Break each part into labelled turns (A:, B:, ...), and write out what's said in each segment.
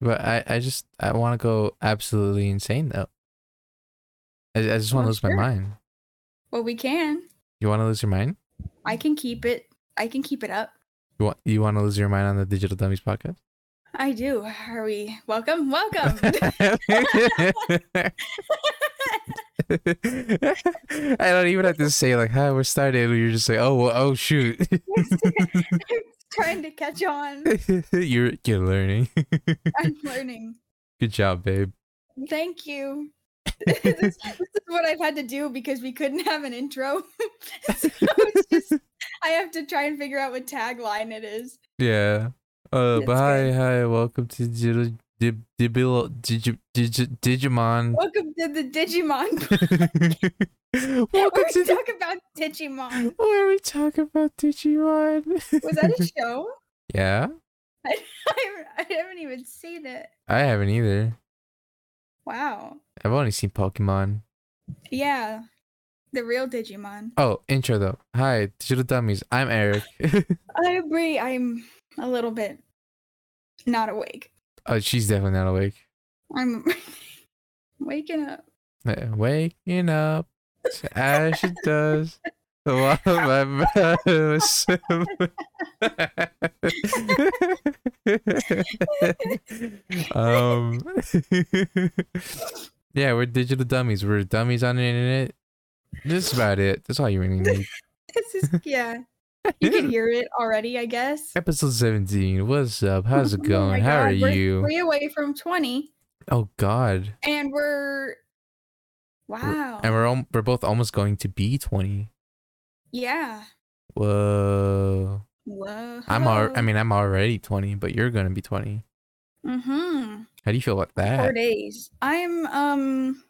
A: But I, I just I want to go absolutely insane though. I, I just want to
B: Well,
A: lose my
B: sure.
A: mind.
B: Well, we can.
A: You want to lose your mind?
B: I can keep it. I can keep it up.
A: You want you want to lose your mind on the Digital Dummies podcast?
B: I do. Are we welcome? Welcome.
A: I don't even have to say like hi, we're started. You're just like, oh well, oh shoot.
B: Trying to catch on.
A: you're you're learning.
B: I'm learning.
A: Good job, babe.
B: Thank you. this, this is what I've had to do because we couldn't have an intro. so it's just, I have to try and figure out what tagline it is.
A: Yeah. Uh,
B: That's
A: but hi, hi, welcome to Digital Dib Dibilo Digi, Digi, Digimon.
B: Welcome to the Digimon.
A: welcome
B: Where
A: to
B: we
A: the,
B: talk about Digimon.
A: where we talk about Digimon.
B: Was that a show?
A: yeah,
B: I, I, I haven't even seen it.
A: I haven't either.
B: Wow.
A: I've only seen Pokemon.
B: Yeah. The real Digimon.
A: Oh, intro though. Hi, Digital Dummies. I'm Eric.
B: I agree. I'm a little bit not awake.
A: oh, she's definitely not awake.
B: I'm waking up.
A: Uh, Waking up as she does. The one of my brothers. um, yeah, we're digital dummies. We're dummies on the internet. That's about it. That's all you really need.
B: This is yeah. You can hear it already, I guess.
A: Episode 17. What's up? How's it
B: Oh my
A: going? How
B: God,
A: are
B: we're
A: you?
B: Three away from twenty,
A: Oh, God.
B: and we're wow.
A: And we're, al- we're both almost going to be 20.
B: yeah.
A: Whoa.
B: Whoa.
A: I'm al- I mean, I'm already 20, but you're gonna be 20.
B: Mm-hmm.
A: How do you feel about
B: Four
A: that?
B: days. I'm um.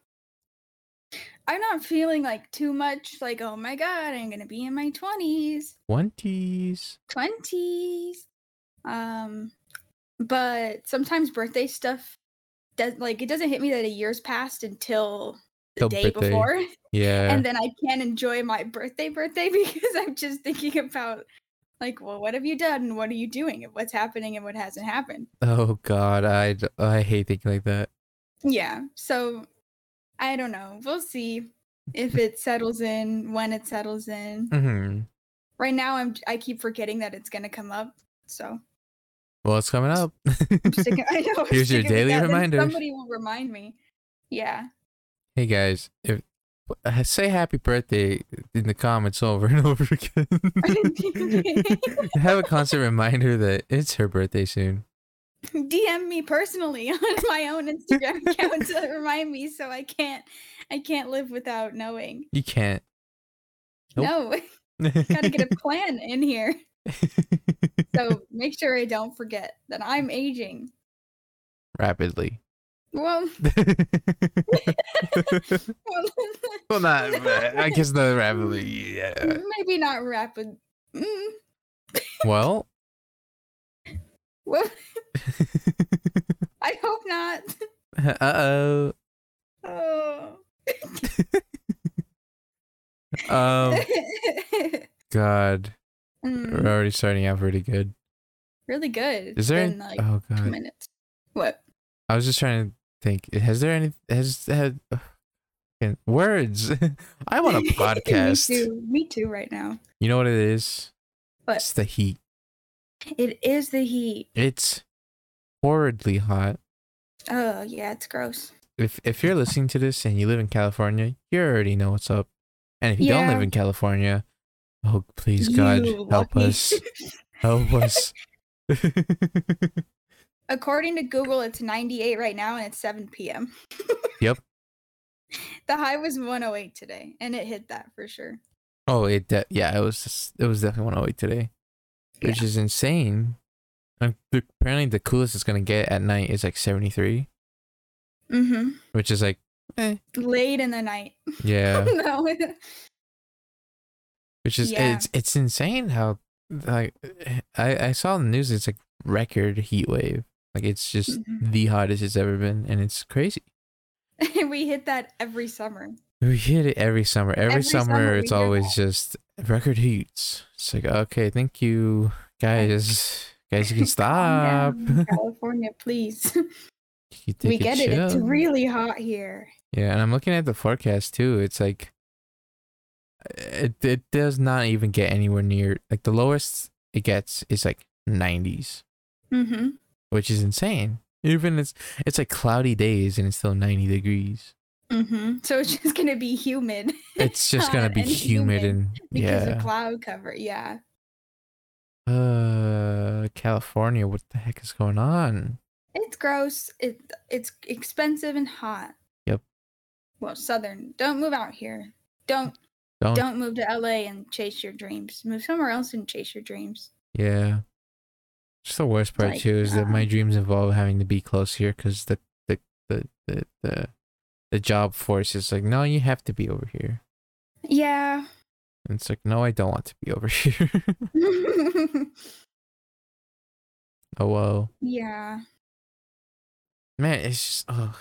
B: I'm not feeling like too much like oh my god I'm gonna be in my twenties.
A: 20s.
B: 20s. Um, but sometimes birthday stuff does like it doesn't hit me that a year's passed until the
A: Till
B: day
A: birthday,
B: before,
A: Yeah.
B: and then I can't enjoy my birthday birthday because I'm just thinking about like, well, what have you done? and What are you doing? And what's happening? And what hasn't happened?
A: oh God, I d- I hate thinking like that.
B: Yeah. So I don't know. We'll see if it settles in when it settles in.
A: hmm
B: Right now, I'm I keep forgetting that it's gonna come up. So.
A: Well, it's coming up.
B: I'm sticking- I know, I'm
A: Here's your
B: sticking with
A: daily
B: that, then
A: reminders.
B: Somebody will remind me. Yeah.
A: hey guys, if uh, say happy birthday in the comments over and over again. Have a constant reminder that it's her birthday soon.
B: DM me personally on my own Instagram account to remind me so I can't I can't live without knowing.
A: You can't. Nope.
B: No, gotta get a plan in here. So make sure I don't forget that I'm aging.
A: Rapidly.
B: Well,
A: well, not. I guess not rapidly. Yeah.
B: maybe not rapid. Mm,
A: Well,
B: well, I hope not.
A: uh oh.
B: Oh.
A: Um, God,
B: Oh. Mm.
A: we're already starting out pretty good.
B: really good.
A: Is there?
B: It's been,
A: an-
B: like
A: oh
B: two
A: God,
B: minutes? What?
A: I was just trying to think. Has there any? Has had fucking words? I want a podcast.
B: me too. Me too. Right now,
A: You know what it is?
B: What?
A: It's the heat.
B: it is the heat.
A: It's horridly hot.
B: Oh yeah, it's gross.
A: If if you're listening to this and you live in California, you already know what's up. And if you don't live
B: Yeah.
A: in California, oh please God,
B: You
A: help
B: lucky.
A: us, help us.
B: According to Google, it's 98 right now, and it's 7 p.m.
A: Yep.
B: The high was 108 today, and it hit that for sure.
A: Oh, it de- yeah, it was just, it was definitely 108 today, which is insane. And th- apparently, the coolest it's gonna get at night is like 73,
B: Mm-hmm.
A: which is like eh,
B: Late in the night.
A: yeah,
B: no.
A: which is
B: Yeah.
A: it's it's insane how like I I saw in the news it's like record heat wave, like it's just
B: Mhm.
A: the hottest it's ever been, and it's crazy.
B: we hit that every summer.
A: We hit it every summer. Every,
B: Every
A: summer,
B: summer we
A: it's
B: hear that.
A: always just record heats. It's like, okay, thank you guys. Guys, you can stop.
B: Calm down, California, please.
A: You take
B: we
A: a
B: get it. It's
A: chill.
B: really hot here.
A: Yeah, and I'm looking at the forecast too. It's like it it does not even get anywhere near like the lowest it gets is like 90s,
B: Mm-hmm.
A: which is insane. Even it's it's like cloudy days and it's still 90 degrees.
B: Mm-hmm. So it's just gonna be humid
A: It's just gonna be
B: And
A: humid,
B: humid
A: and
B: because of
A: yeah.
B: cloud cover. Yeah.
A: Uh, California, what the heck is going on?
B: It's gross. It it's expensive and hot.
A: Yep.
B: Well, southern. Don't move out here. Don't
A: Don't,
B: don't move to LA and chase your dreams. Move somewhere else and chase your dreams.
A: yeah. Just the worst part
B: Like,
A: too is that my
B: um,
A: dreams involve having to be close here because the the the the the the job force is like, no, you have to be over here.
B: Yeah.
A: And it's like, no, I don't want to be over here. oh well,
B: yeah.
A: man, it's just ugh.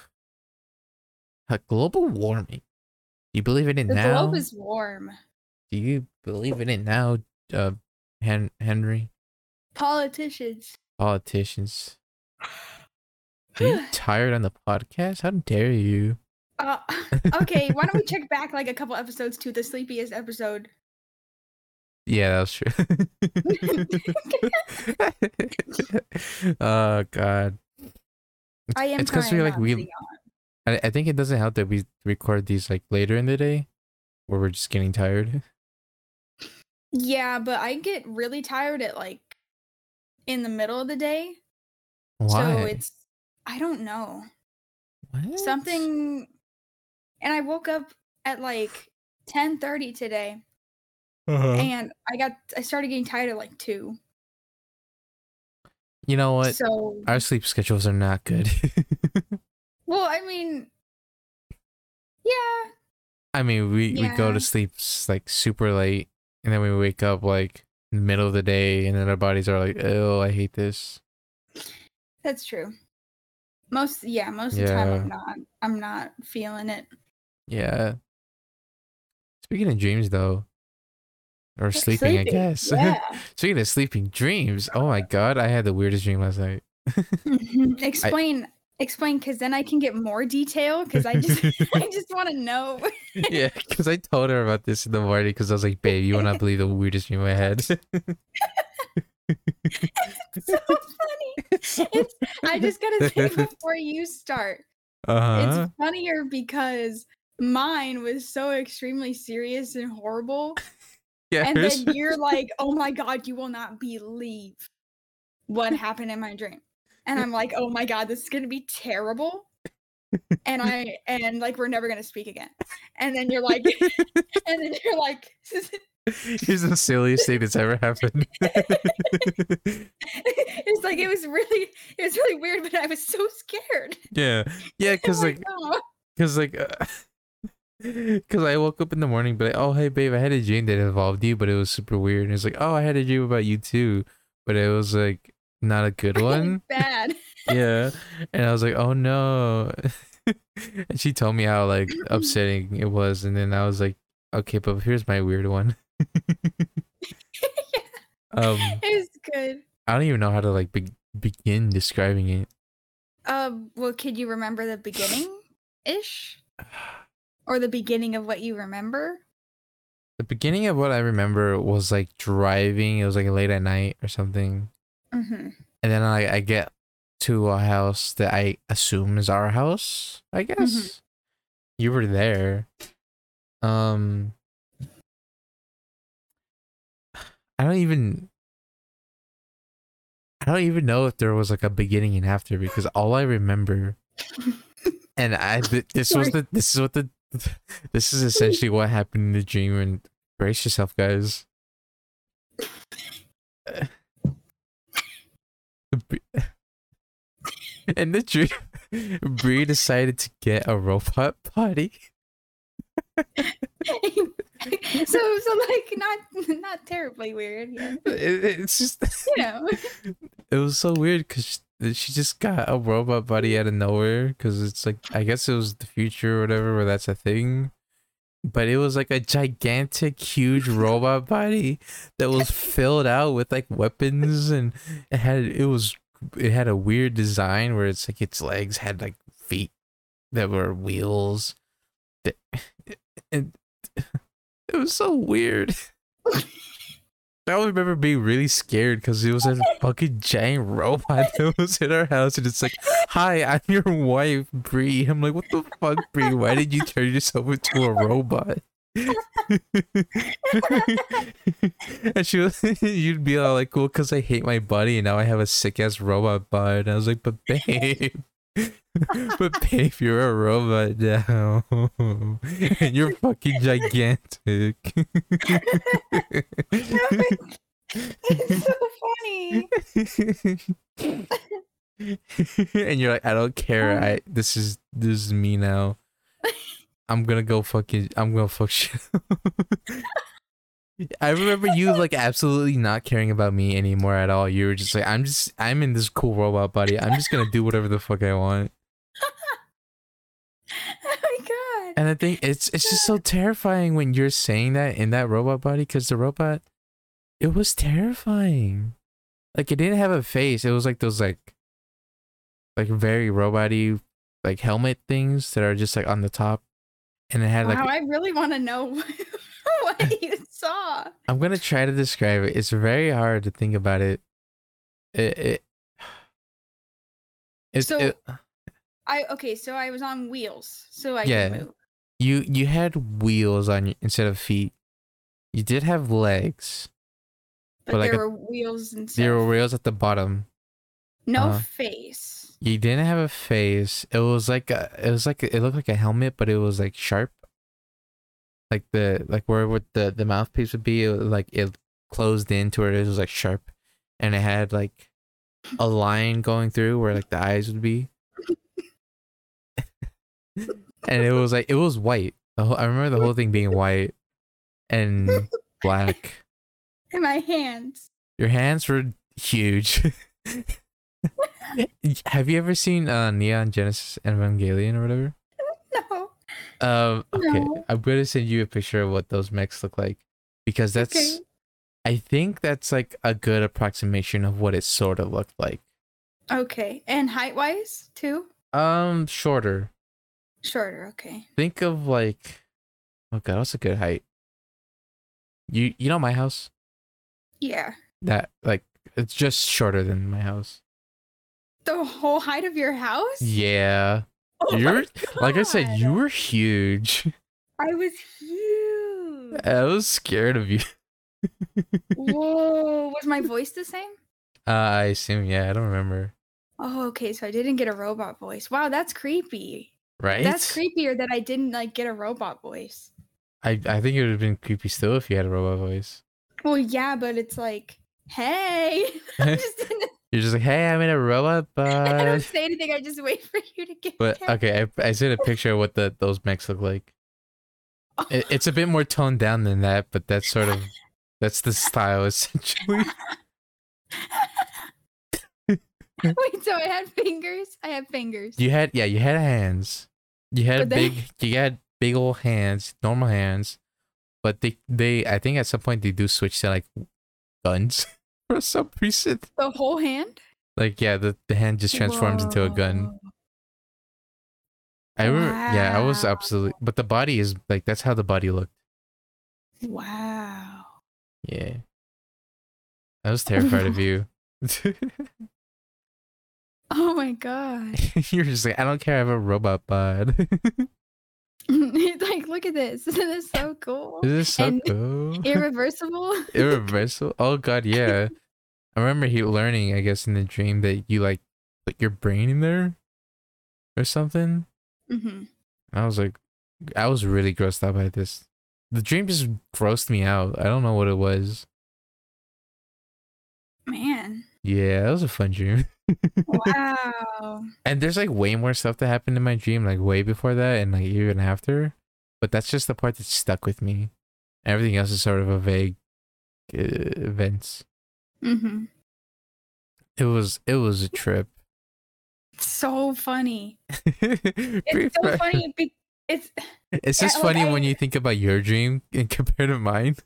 A: Uh, global warming. Do you believe in it
B: The
A: now?
B: globe is warm.
A: Do you believe in it now, uh, Hen- Henry?
B: Politicians.
A: Politicians. Are you tired on the podcast? How dare you?
B: Uh, okay, why don't we check back like a couple episodes to the sleepiest episode?
A: Yeah, that's true. oh god.
B: I am.
A: It's 'cause we,
B: trying
A: like,
B: not
A: we-
B: to yawn.
A: I, I think it doesn't help that we record these like later in the day where we're just getting tired.
B: Yeah, but I get really tired at like in the middle of the day.
A: Why?
B: So it's I don't know
A: What?
B: something, and I woke up at like ten thirty today,
A: Uh-huh.
B: and I got I started getting tired at like two.
A: You know what?
B: So
A: Our sleep schedules are not good.
B: well, I mean, yeah,
A: I mean, we, we go
B: Yeah.
A: to sleep s- like super late and then we wake up like middle of the day and then our bodies are like, oh, I hate this.
B: that's true. Most yeah, most of the time I'm not I'm not feeling it.
A: Yeah. Speaking of dreams, though, or sleeping, I guess.
B: Yeah.
A: Speaking of sleeping dreams, oh my god, I had the weirdest dream last night.
B: Mhm. explain, explain, because then I can get more detail. Because I just, I just want to know.
A: yeah, because I told her about this in the morning because I was like, babe, you will not believe the weirdest dream I had.
B: It's so funny. It's, I just gotta say before you start,
A: Uh-huh.
B: it's funnier because mine was so extremely serious and horrible,
A: yeah,
B: and
A: hers-
B: then you're like, "Oh my god, you will not believe what happened in my dream," and I'm like, "Oh my god, this is gonna be terrible." And I and like we're never gonna speak again. And then you're like, and then you're like,
A: here's the silliest thing that's ever happened.
B: it's like it was really it was really weird, but I was so scared.
A: yeah, yeah,
B: I'm
A: because like,
B: "Oh."
A: because like, because I woke up in the morning, but oh hey babe, I had a dream that involved you, but it was super weird. And it's like, oh, I had a dream about you too, but it was like not a good
B: Really
A: one.
B: bad.
A: yeah and i was like oh no and she told me how like upsetting it was and then i was like okay but here's my weird one um
B: It was good.
A: i don't even know how to like be- begin describing it
B: Um, well, could you remember the beginning ish? Or the beginning of what you remember?
A: the beginning of what i remember was like driving it was like late at night or something
B: Mm-hmm.
A: and then I, I get to a house that I assume is our house. I guess you were there. Um, I don't even. I don't even know if there was like a beginning and after because all I remember, and I th- this was the this is what the this is essentially what happened in the dream. And brace yourself, guys. Bre- In the dream, Bree decided to get a robot body.
B: so, so like not not terribly weird. Yeah.
A: It, it's just,
B: You know.
A: it was so weird because she, she just got a robot body out of nowhere because it's like, I guess it was the future or whatever, where that's a thing. but it was like a gigantic, huge robot body that was filled out with like weapons, and it had it was it had a weird design where it's like its legs had like feet that were wheels, that, and it was so weird. I always remember being really scared because it was a fucking giant robot that was in our house, and it's like, "Hi, I'm your wife, Bree." I'm like, "What the fuck, Bree? Why did you turn yourself into a robot?" and she was, you'd be all like, "Well, because I hate my body, and now I have a sick ass robot body." And I was like, "But babe." but babe, you're a robot now, and you're fucking gigantic.
B: it's so funny.
A: and you're like, I don't care. I this is this is me now. I'm gonna go fucking. I'm gonna fuck shit. I remember you like absolutely not caring about me anymore at all. You were just like, I'm just, I'm in this cool robot body. I'm just gonna do whatever the fuck I want.
B: Oh my god.
A: And I think it's it's just so terrifying when you're saying that in that robot body because the robot, it was terrifying. Like it didn't have a face. It was like those like, like very roboty like helmet things that are just like on the top, and it had like
B: wow, I really want to know what you saw.
A: I'm gonna try to describe it. It's very hard to think about it. It, it it's
B: So-
A: it-
B: I okay, so I was on wheels, so I
A: Yeah.
B: could move.
A: you you had wheels on you instead of feet. You did have legs.
B: But,
A: But, like,
B: there
A: a-
B: were wheels and stuff.
A: There were wheels at the bottom.
B: no
A: uh-huh.
B: face.
A: You didn't have a face. It was like a, it was like it looked like a helmet, but it was like sharp. Like the like where would the the mouthpiece would be, it, was, like it closed into where it was like sharp, and it had like a line going through where like the eyes would be. and it was like it was white. The whole, I remember the whole thing being white and black.
B: And my hands.
A: Your hands were huge. Have you ever seen uh, Neon Genesis Evangelion or whatever?
B: No.
A: Um, okay,
B: No.
A: I'm gonna send you a picture of what those mechs look like because that's,
B: Okay.
A: I think that's like a good approximation of what it sort of looked like.
B: Okay. And height wise too?
A: Um, shorter.
B: Shorter, okay.
A: Think of like, oh god, that's a good height. You you know my house
B: Yeah.
A: that like it's just shorter than my house.
B: The whole height of your house?
A: Yeah,
B: Oh my
A: you're like I said, you
B: God.
A: were huge.
B: I was huge.
A: I was scared of you.
B: Whoa. Was my voice the same?
A: Uh, I assume, yeah, I don't remember.
B: Oh, okay. So I didn't get a robot voice. Wow, that's creepy.
A: Right?
B: That's creepier that I didn't like get a robot voice.
A: I, I think it would have been creepy still if you had a robot voice.
B: Well, yeah, but it's like, hey, I just didn't,
A: You're just like, hey, I'm in a robot
B: I don't
A: bud.
B: say anything. I just wait for you to get.
A: Uh, But
B: there.
A: okay, I, I sent a picture of what the, those mechs look like. It, it's a bit more toned down than that, but that's sort of that's the style essentially.
B: wait, so I had fingers. I have fingers.
A: You had yeah, you had hands. You had a
B: But they-
A: big you had big old hands, normal hands. But they they I think at some point they do switch to like guns for some reason.
B: the whole hand
A: Like yeah, the, the hand just transforms into a gun.
B: Whoa.
A: I remember yeah, I was
B: Wow.
A: absolutely but the body is like that's how the body looked.
B: Wow.
A: Yeah. I was terrified of you.
B: Oh my god.
A: You're just like, I don't care, I have a robot bud.
B: It's like, look at this. Isn't this so cool?
A: this is so
B: And-
A: cool.
B: Irreversible.
A: Irreversible. Oh god, yeah. I remember he learning, I guess, in the dream that you like put your brain in there or something.
B: hmm
A: I was like, I was really grossed out by this. The dream just grossed me out. I don't know what it was.
B: Man.
A: Yeah, that was a fun dream.
B: Wow.
A: And there's like way more stuff that happened in my dream, like way before that and like even after. But that's just the part that stuck with me. Everything else is sort of a vague uh, events.
B: hmm
A: It was it was a trip.
B: So funny.
A: Pretty
B: It's so
A: fun.
B: funny. Be- It's
A: It's just
B: like,
A: funny
B: I-
A: when you think about your dream and compare to mine.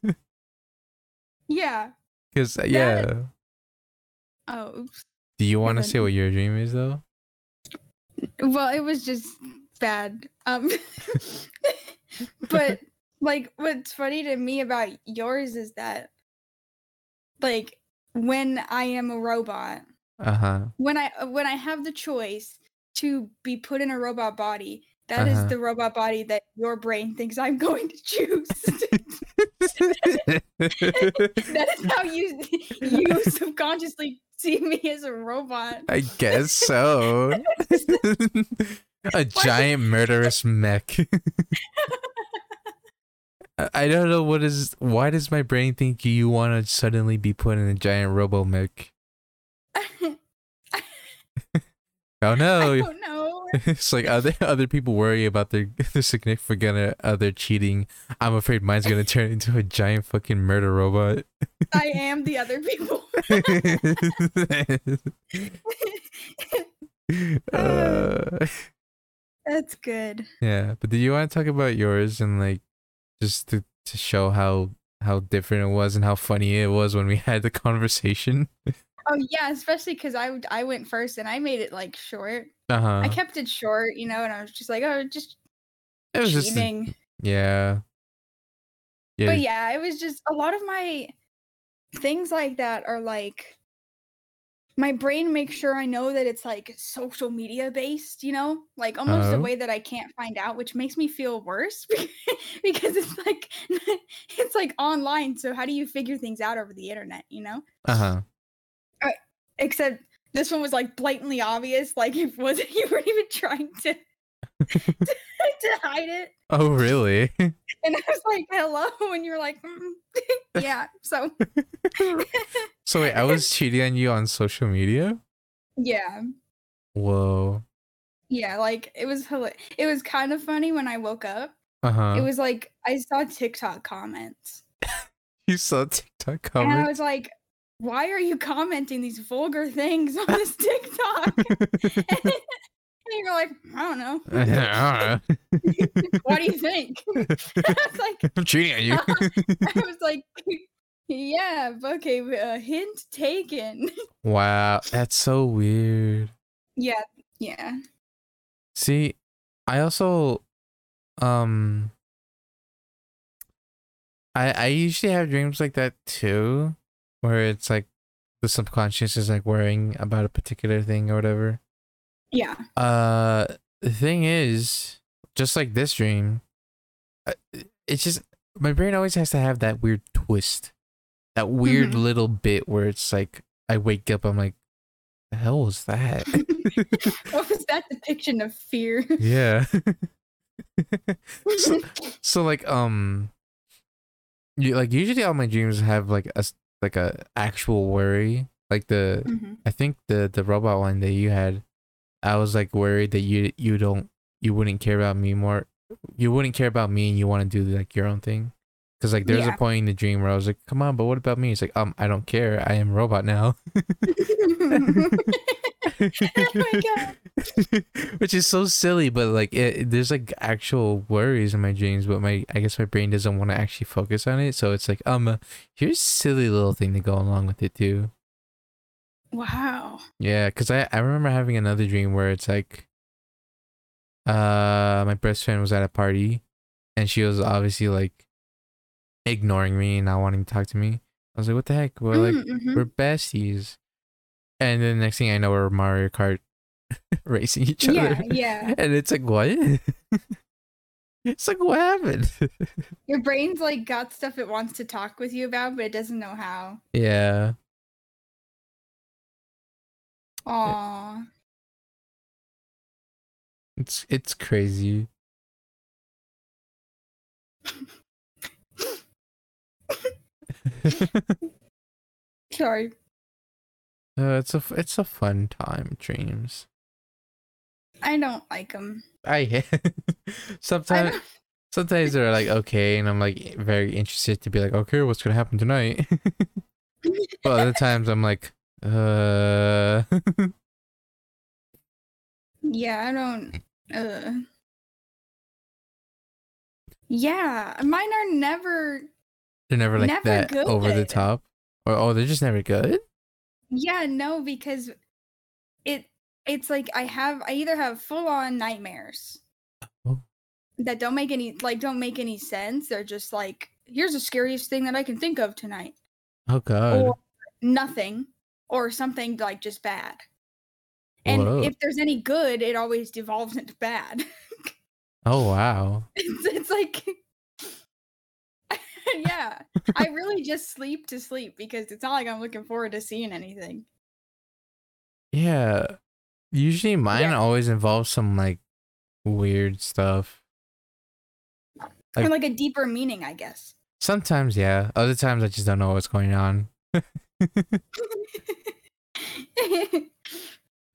B: yeah.
A: Because, yeah.
B: Oh, oops.
A: Do you want to
B: Different.
A: say what your dream is, though?
B: Well, it was just bad. Um, but like, what's funny to me about yours is that, like, when I am a robot,
A: Uh huh.
B: when I when I have the choice to be put in a robot body, that is
A: Uh-huh.
B: the robot body that your brain thinks I'm going to choose. that is how you you subconsciously see me as a robot.
A: I guess so. a giant murderous mech. I- I don't know what is. Why does my brain think you want to suddenly be put in a giant robo mech? Oh
B: I
A: no!
B: don't know.
A: It's like other other people worry about their their significant other cheating. I'm afraid mine's gonna turn into a giant fucking murder robot.
B: I am the other people.
A: Uh,
B: That's good.
A: Yeah, but do you want to talk about yours and like just to to show how how different it was and how funny it was when we had the conversation?
B: Oh yeah, especially because I would- I went first and I made it like short.
A: Uh huh.
B: I kept it short, you know, and I was just like, oh, just
A: It was just a-
B: cheating.
A: yeah. Yeah.
B: But yeah, it was just a lot of my things like that are like my brain makes sure I know that it's like social media based, you know, like almost a
A: Oh.
B: way that I can't find out, which makes me feel worse because it's like it's like online. So how do you figure things out over the internet, you know?
A: Uh huh.
B: Except this one was like blatantly obvious, like it wasn't you weren't even trying to to hide it.
A: Oh really?
B: And I was like, hello. And you were like, mm, yeah. So,
A: so wait, I was cheating on you on social media?
B: yeah.
A: Whoa.
B: Yeah. Like, it was, hila- it was kind of funny when I woke up.
A: Uh
B: It
A: huh.
B: was like, I saw TikTok comments.
A: You saw TikTok
B: And I
A: comment.
B: was like, why are you commenting these vulgar things on this TikTok? and you're like, I don't know.
A: I don't
B: what do you think? I was like,
A: know. I'm cheating on you.
B: I was like, yeah, okay, uh, hint taken.
A: wow, that's so weird.
B: yeah. Yeah.
A: See, I also, um, I I usually have dreams like that too, where it's like the subconscious is like worrying about a particular thing or whatever.
B: Yeah.
A: Uh, the thing is, just like this dream, uh, it's just my brain always has to have that weird twist, that weird
B: Mhm.
A: little bit where it's like I wake up, I'm like, the hell was that?
B: what was that depiction of fear?
A: Yeah. so, so like um you like usually all my dreams have like a s- like a actual worry. Like the
B: Mhm.
A: I think the the robot one that you had, I was like worried that you you don't you wouldn't care about me more. You wouldn't care about me and you want to do like your own thing. Cause like there's
B: Yeah.
A: a point in the dream where I was like, come on, but what about me? It's like, um, I don't care. I am a robot now.
B: Oh my
A: Which is so silly, but like it, there's like actual worries in my dreams, but my I guess my brain doesn't want to actually focus on it, so it's like um, uh, here's a silly little thing to go along with it too.
B: wow.
A: Yeah, cause I I remember having another dream where it's like, uh, my best friend was at a party, and she was obviously like ignoring me and not wanting to talk to me. I was like, what the heck? Well, like
B: Mm, mhm.
A: we're besties, and then the next thing I know, we're Mario Kart racing each other.
B: yeah, yeah.
A: And it's like, what? it's like, what happened?
B: Your brain's like got stuff it wants to talk with you about, but it doesn't know how.
A: yeah.
B: Aw.
A: It's it's crazy.
B: Sorry.
A: Uh, it's a f- it's a fun time dreams.
B: I don't like them.
A: I sometimes sometimes they're like okay, and I'm like very interested to be like okay, what's gonna happen tonight? but other times I'm like, uh,
B: yeah, I don't. Uh, Yeah, mine are never.
A: They're never like
B: Never
A: that over the
B: good.
A: top. Or oh, they're just never good.
B: Yeah, no, because it it's like I have I either have full on nightmares
A: Oh.
B: that don't make any like don't make any sense. They're just like here's the scariest thing that I can think of tonight,
A: Oh god.
B: or nothing, or something like just bad. And
A: Whoa.
B: if there's any good, it always devolves into bad.
A: oh wow.
B: it's, it's like yeah i really just sleep to sleep because it's not like i'm looking forward to seeing anything
A: Yeah. Usually mine always involves some like weird stuff.
B: and like a deeper meaning i guess
A: Sometimes, yeah. Other times I just don't know what's going on.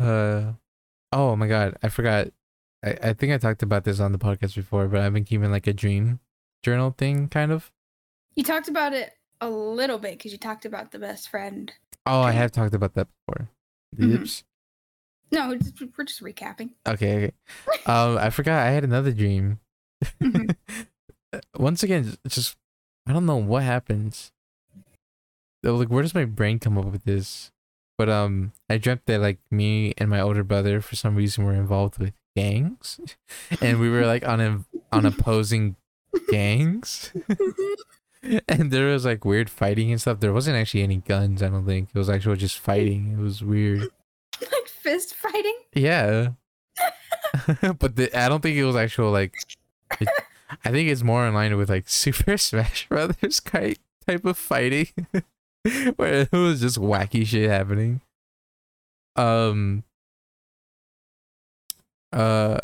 A: Uh oh my god, I forgot. I, I think I talked about this on the podcast before, but I've been keeping like a dream journal thing kind of.
B: you talked about it a little bit because you talked about the best friend
A: Oh, I
B: Okay.
A: have talked about that before.
B: Mhm.
A: Oops.
B: no we're just, we're just recapping
A: Okay, okay. Um I forgot I had another dream. Uh,
B: Mhm.
A: Once again, it's just I don't know what happens. Though, Like where does my brain come up with this? But um I dreamt that like me and my older brother for some reason were involved with gangs and we were like on a, on opposing gangs. and there was like weird fighting and stuff. There wasn't actually any guns, I don't think. It was actually just fighting. It was weird.
B: like fist fighting
A: Yeah. but the, I don't think it was actual like it- I think it's more in line with like Super Smash Brothers ki- type of fighting where it was just wacky shit happening. Um uh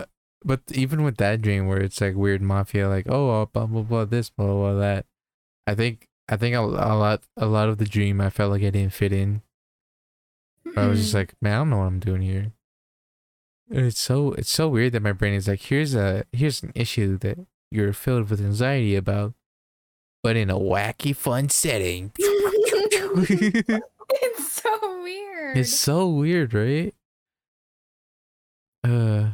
A: but even with that dream where it's like weird mafia like oh uh, blah blah blah this blah blah that I think I think a, a lot a lot of the dream I felt like I didn't fit in I was just like, man, I don't know what I'm doing here. And It's so it's so weird that my brain is like, here's a here's an issue that you're filled with anxiety about, but in a wacky fun setting.
B: Mm.
A: it's
B: it's so weird
A: so weird, right? Uh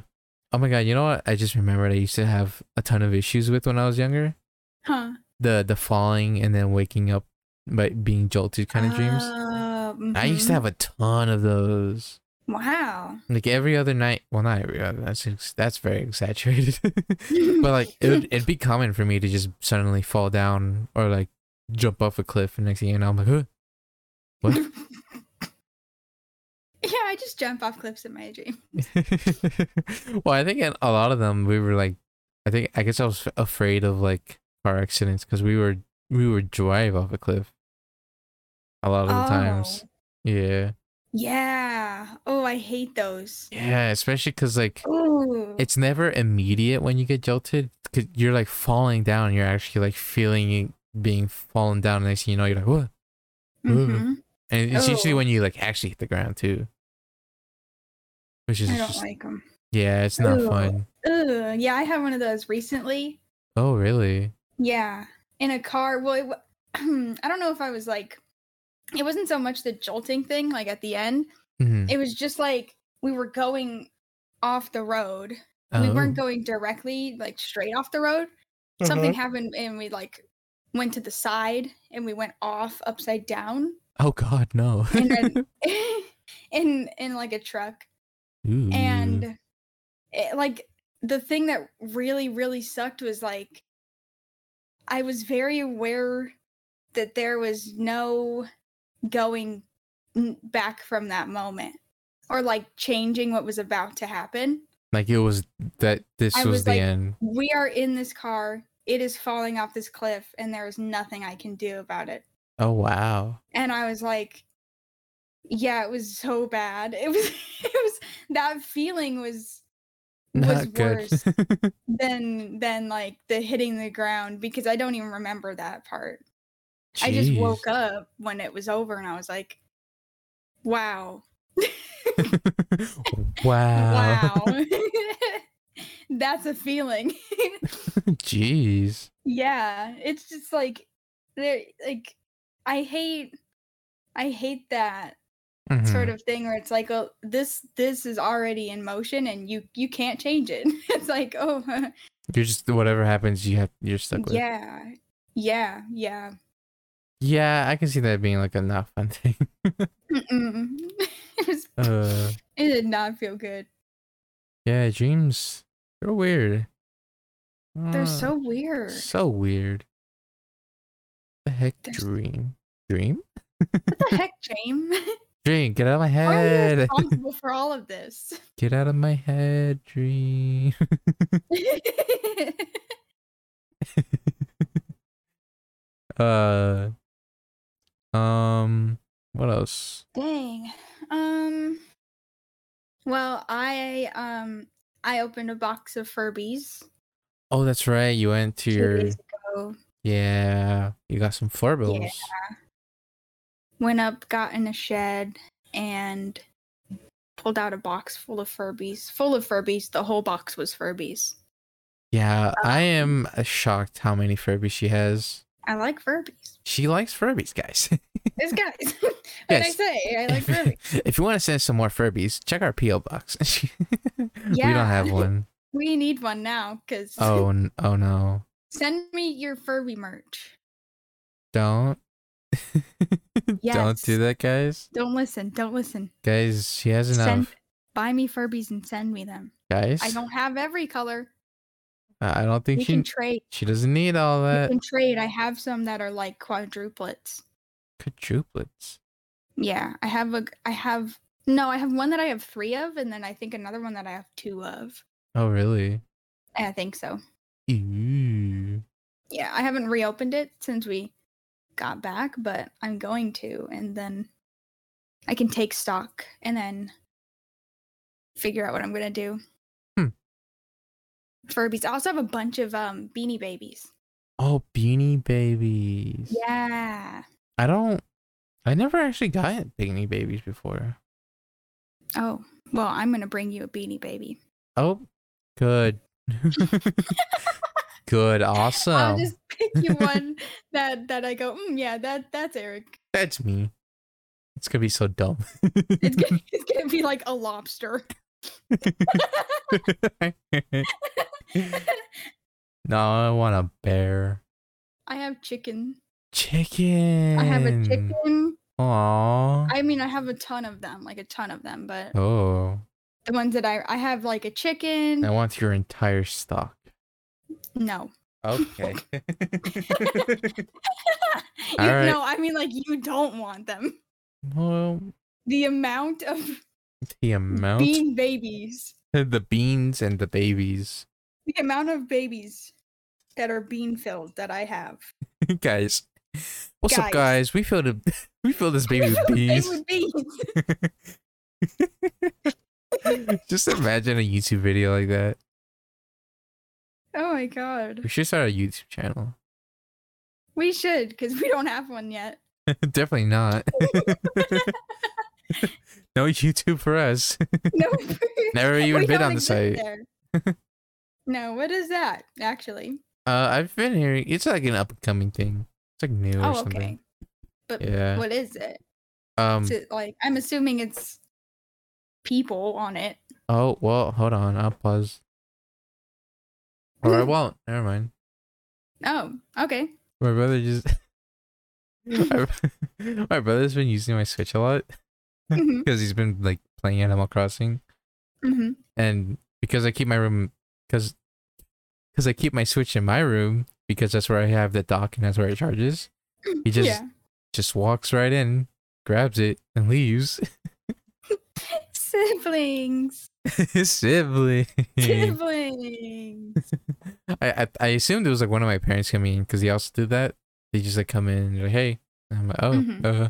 A: oh my god, you know what? I just remembered I used to have a ton of issues with when I was younger.
B: huh
A: The the falling and then waking up by being jolted kind of dreams.
B: Um,
A: I used to
B: mm-hmm.
A: have a ton of those.
B: hmm. wow
A: like every other night well not every other that's ex- that's very exaggerated but like it would, it'd be common for me to just suddenly fall down or like jump off a cliff and next thing you know i'm like huh. What?
B: yeah, I just jump off cliffs in my dream.
A: well i think in a lot of them we were like i think i guess i was f- afraid of like car accidents because we were we would drive off a cliff a lot of the times
B: Oh,
A: yeah
B: Yeah. Oh, I hate those.
A: yeah especially because like
B: Ooh.
A: it's never immediate when you get jolted because you're like falling down you're actually like feeling it being fallen down next thing you know you're like what
B: Mhm.
A: and it's usually
B: Oh.
A: when you like actually hit the ground too which is
B: I don't
A: just,
B: like them.
A: yeah it's not
B: Ew.
A: fun
B: Ugh. Yeah, I had one of those recently.
A: oh really
B: Yeah, in a car. Well, it, wa- I don't know if I was like, it wasn't so much the jolting thing, like at the end.
A: Mhm.
B: It was just like we were going off the road. We weren't going directly, like straight off the road.
A: Oh.
B: something happened and we like went to the side and we went off upside down
A: oh god no
B: and then in in like a truck
A: Ooh.
B: and it, like the thing that really really sucked was like i was very aware that there was no going n- back from that moment or like changing what was about to happen
A: like it was that this
B: I
A: was,
B: was
A: the
B: like-
A: end
B: we are in this car it is falling off this cliff and there is nothing i can do about it
A: oh wow
B: and I was like, yeah, it was so bad. It was it was that feeling was was
A: not good
B: worse than than like the hitting the ground because I don't even remember that part. I just woke up when it was over and I was like, wow.
A: wow
B: Wow. That's a feeling.
A: jeez
B: Yeah, it's just like there like I hate I hate that
A: Mm-hmm.
B: sort
A: Hmm.
B: of thing where it's like oh this this is already in motion and you you can't change it it's like oh
A: You're just whatever happens, you have you're stuck with. Yeah,
B: yeah yeah yeah
A: yeah I can see that being like a not fun thing.
B: Mm-mm. it, was,
A: Uh,
B: it did not feel good
A: yeah, dreams they're weird.
B: they're
A: Uh,
B: so weird
A: so weird. The heck,
B: They're s-
A: dream, dream,
B: what the heck james
A: dream. Get out of my
B: why are you
A: head.
B: responsible for Oh, all of this
A: Get out of my head, dream. uh, um, what else?
B: Dang. Um well, I um I opened a box of Furbies
A: Oh, that's right. You went to
B: two
A: your
B: days ago.
A: yeah. You got some furballs.
B: Went up, got in a shed, and pulled out a box full of Furbies. Full of Furbies. The whole box was Furbies.
A: Yeah, I
B: Um,
A: am uh, shocked how many Furbies she has.
B: I like Furbies.
A: She likes Furbies, guys.
B: It's guys. what did I
A: Yes.
B: say? I like Furbies.
A: if, if you want to send some more Furbies, check our PO box. We don't
B: Yeah.
A: have one.
B: We need one now, cause
A: Oh, n- oh no!
B: send me your Furby merch.
A: Don't,
B: Yes.
A: don't do that, guys.
B: Don't listen. Don't listen.
A: Guys, she has enough.
B: Send buy me Furbies and send me them.
A: guys,
B: I don't have every color.
A: I I don't think
B: We
A: she
B: can trade.
A: she doesn't need all
B: We
A: that.
B: can trade. I have some that are like quadruplets.
A: Quadruplets.
B: Yeah, I have a. g- I have no. I have one that I have three of, and then I think another one that I have two of.
A: Oh, really?
B: I think so.
A: Ooh.
B: Yeah, I haven't reopened it since we got back, but I'm going to, and then I can take stock and then figure out what I'm gonna do.
A: Hmm.
B: Furbies. I also have a bunch of um beanie babies.
A: Oh, Beanie Babies.
B: Yeah.
A: I don't. I never actually got Beanie Babies before.
B: Oh, well, I'm going to bring you a beanie baby.
A: Oh, good. good.
B: I'll
A: Awesome.
B: just pick you one that that I go, mm, yeah, that that's Eric.
A: That's me. It's gonna be so dumb.
B: It's gonna, it's gonna be like a lobster.
A: no, I want a bear.
B: I have chicken.
A: Chicken.
B: I have a chicken.
A: Aww.
B: I mean, I have a ton of them, like a ton of them. But
A: Oh,
B: the ones that I I have, like a chicken.
A: I want your entire stock.
B: No,
A: Okay.
B: you,
A: All right.
B: no, I mean, like you don't want them.
A: well,
B: The amount of
A: the amount,
B: bean babies,
A: the beans and the babies,
B: the amount of babies that are bean filled that I have.
A: guys. What's up,
B: Guys.
A: guys? We filled a, we filled this baby with
B: They
A: bees.
B: would be.
A: Just imagine a YouTube video like that.
B: Oh my god.
A: We should start a YouTube channel.
B: We should, because we don't have one yet.
A: Definitely not. no YouTube for us.
B: No,
A: Never
B: we
A: even been on
B: don't
A: the
B: exist
A: site.
B: there. no, what is that actually?
A: Uh, I've been hearing it's like an up and coming thing. It's like new or
B: Oh, okay.
A: something.
B: But
A: Yeah.
B: what is it?
A: Um.
B: Is it like I'm assuming it's people on it.
A: Oh well, hold on. I'll pause. Or I won't. Never mind.
B: Oh, okay.
A: My brother just. my bro- my brother's been using my Switch a lot
B: hmm
A: because he's been like playing Animal Crossing,
B: hmm
A: and because I keep my room, because, because I keep my Switch in my room because that's where I have the dock and that's where it charges. He just
B: yeah.
A: just walks right in, grabs it, and leaves.
B: Siblings.
A: His sibling. I,
B: Siblings.
A: I I assumed it was like one of my parents coming in because he also did that. They just like come in and they're like, hey, and I'm like, oh,
B: Mhm.
A: uh.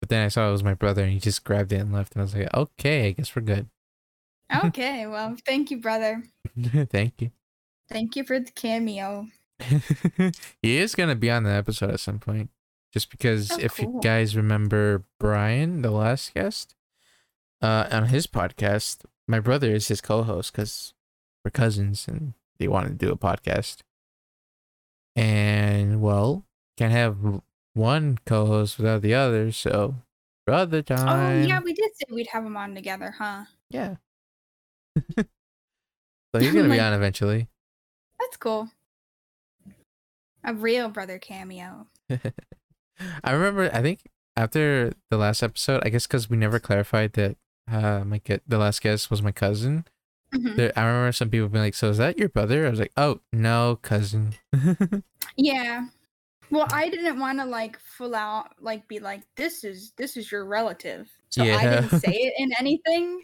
A: But then I saw it was my brother and he just grabbed it and left, and I was like, okay, I guess we're good.
B: okay, well, thank you, brother.
A: Thank you.
B: Thank you for the cameo.
A: he is gonna be on the episode at some point, just because
B: Oh,
A: if you
B: cool.
A: guys remember Brian, the last guest, uh, on his podcast, my brother is his co-host because we're cousins and they wanted to do a podcast. And well, can't have w- one co-host without the other, so brother time.
B: Oh yeah, we did say we'd have them on together, huh?
A: Yeah. so he's gonna be
B: Like-
A: on eventually.
B: That's cool. A real brother cameo.
A: I remember. I think after the last episode, I guess because we never clarified that uh my gu- the last guest was my cousin.
B: Mhm.
A: There, I remember some people being like, "So is that your brother?" I was like, "Oh no, cousin."
B: Yeah. Well, I didn't want to like full out like be like this is this is your relative. So I
A: Yeah.
B: didn't say it in anything.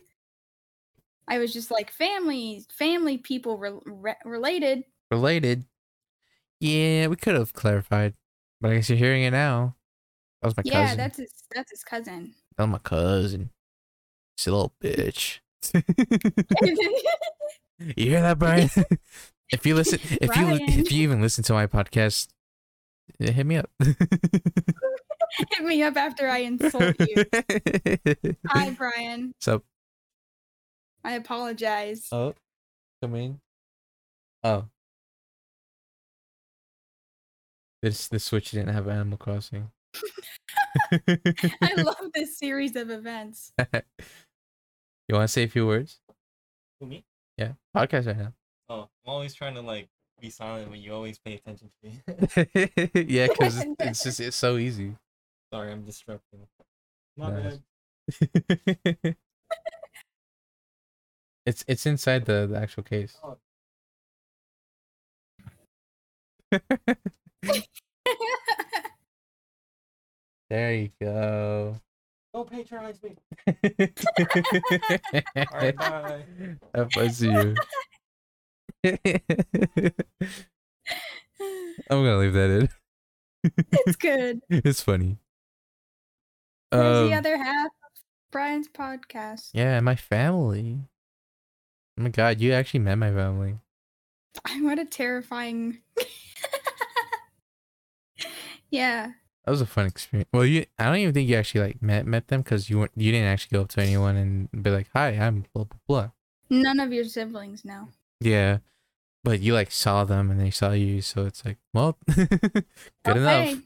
B: I was just like family, family people rel re- related.
A: Related. Yeah, we could have clarified, but I guess you're hearing it now. That was my
B: yeah,
A: cousin.
B: that's his that's his cousin.
A: That was my cousin. She's a little bitch. You hear that, Brian? if you listen, if you
B: Brian.
A: if you even listen to my podcast, eh, hit me up.
B: Hit me up after I insult you. Hi, Brian.
A: so,
B: I apologize.
A: oh, come in. Oh, this this switch didn't have Animal Crossing.
B: I love this series of events.
A: you want to say a few words?
C: Who, me?
A: Yeah, podcast right
C: Oh, I'm always trying to like be silent when you always pay attention to me.
A: now. yeah, because it's, it's just it's so easy.
C: Sorry, I'm disrupting. My
A: Nice.
C: bad.
A: it's it's inside the, the actual case.
C: Oh.
A: There you go.
C: Don't patronize me. All right,
A: that
C: bye.
A: was you. I'm gonna leave that in.
B: it's good.
A: It's funny.
B: There's the
A: Um,
B: other half of Brian's podcast.
A: yeah, my family. Oh my god, you actually met my family.
B: I What a terrifying. yeah.
A: That was a fun experience. Well, you I don't even think you actually like met met them because you weren't you didn't actually go up to anyone and be like, "Hi, I'm blah blah blah."
B: None of your siblings know.
A: Yeah, but you like saw them and they saw you, so it's like, well, good
B: Oh,
A: enough.
B: hey,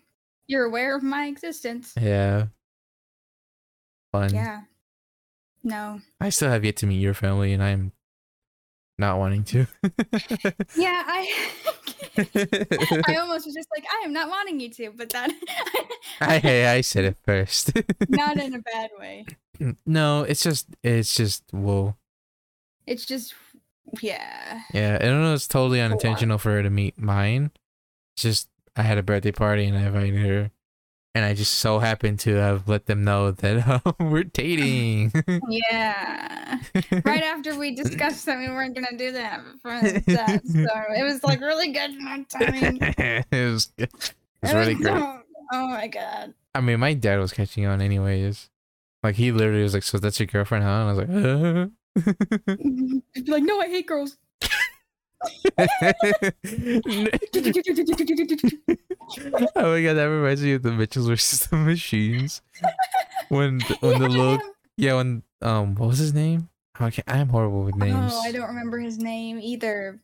B: you're aware of my existence.
A: Yeah, fun.
B: Yeah. No.
A: I still have yet to meet your family, and I'm not wanting to.
B: Yeah, I. I almost was just like, I am not wanting you to, but that.
A: I hey, I said it first.
B: not in a bad way.
A: no, it's just it's just whoa.
B: It's just, yeah.
A: Yeah, I don't know. It's totally
B: lot.
A: unintentional for her to meet mine. It's just I had a birthday party and I invited her, and I just so happened to have let them know that um, we're dating.
B: Yeah. Right after we discussed that we weren't gonna do that before that, so it was like really good timing.
A: it was, it was
B: It
A: really
B: was
A: great.
B: so- oh my god.
A: I mean, my dad was catching on anyways. Like he literally was like, "So that's your girlfriend, huh?" And I was like, uh.
B: You'd be like, no, I hate girls.
A: oh my god, that reminds me of the Mitchells versus the Machines. When th- when the little yeah when um what was his name? Okay, I am horrible with names.
B: Oh, I don't remember his name either.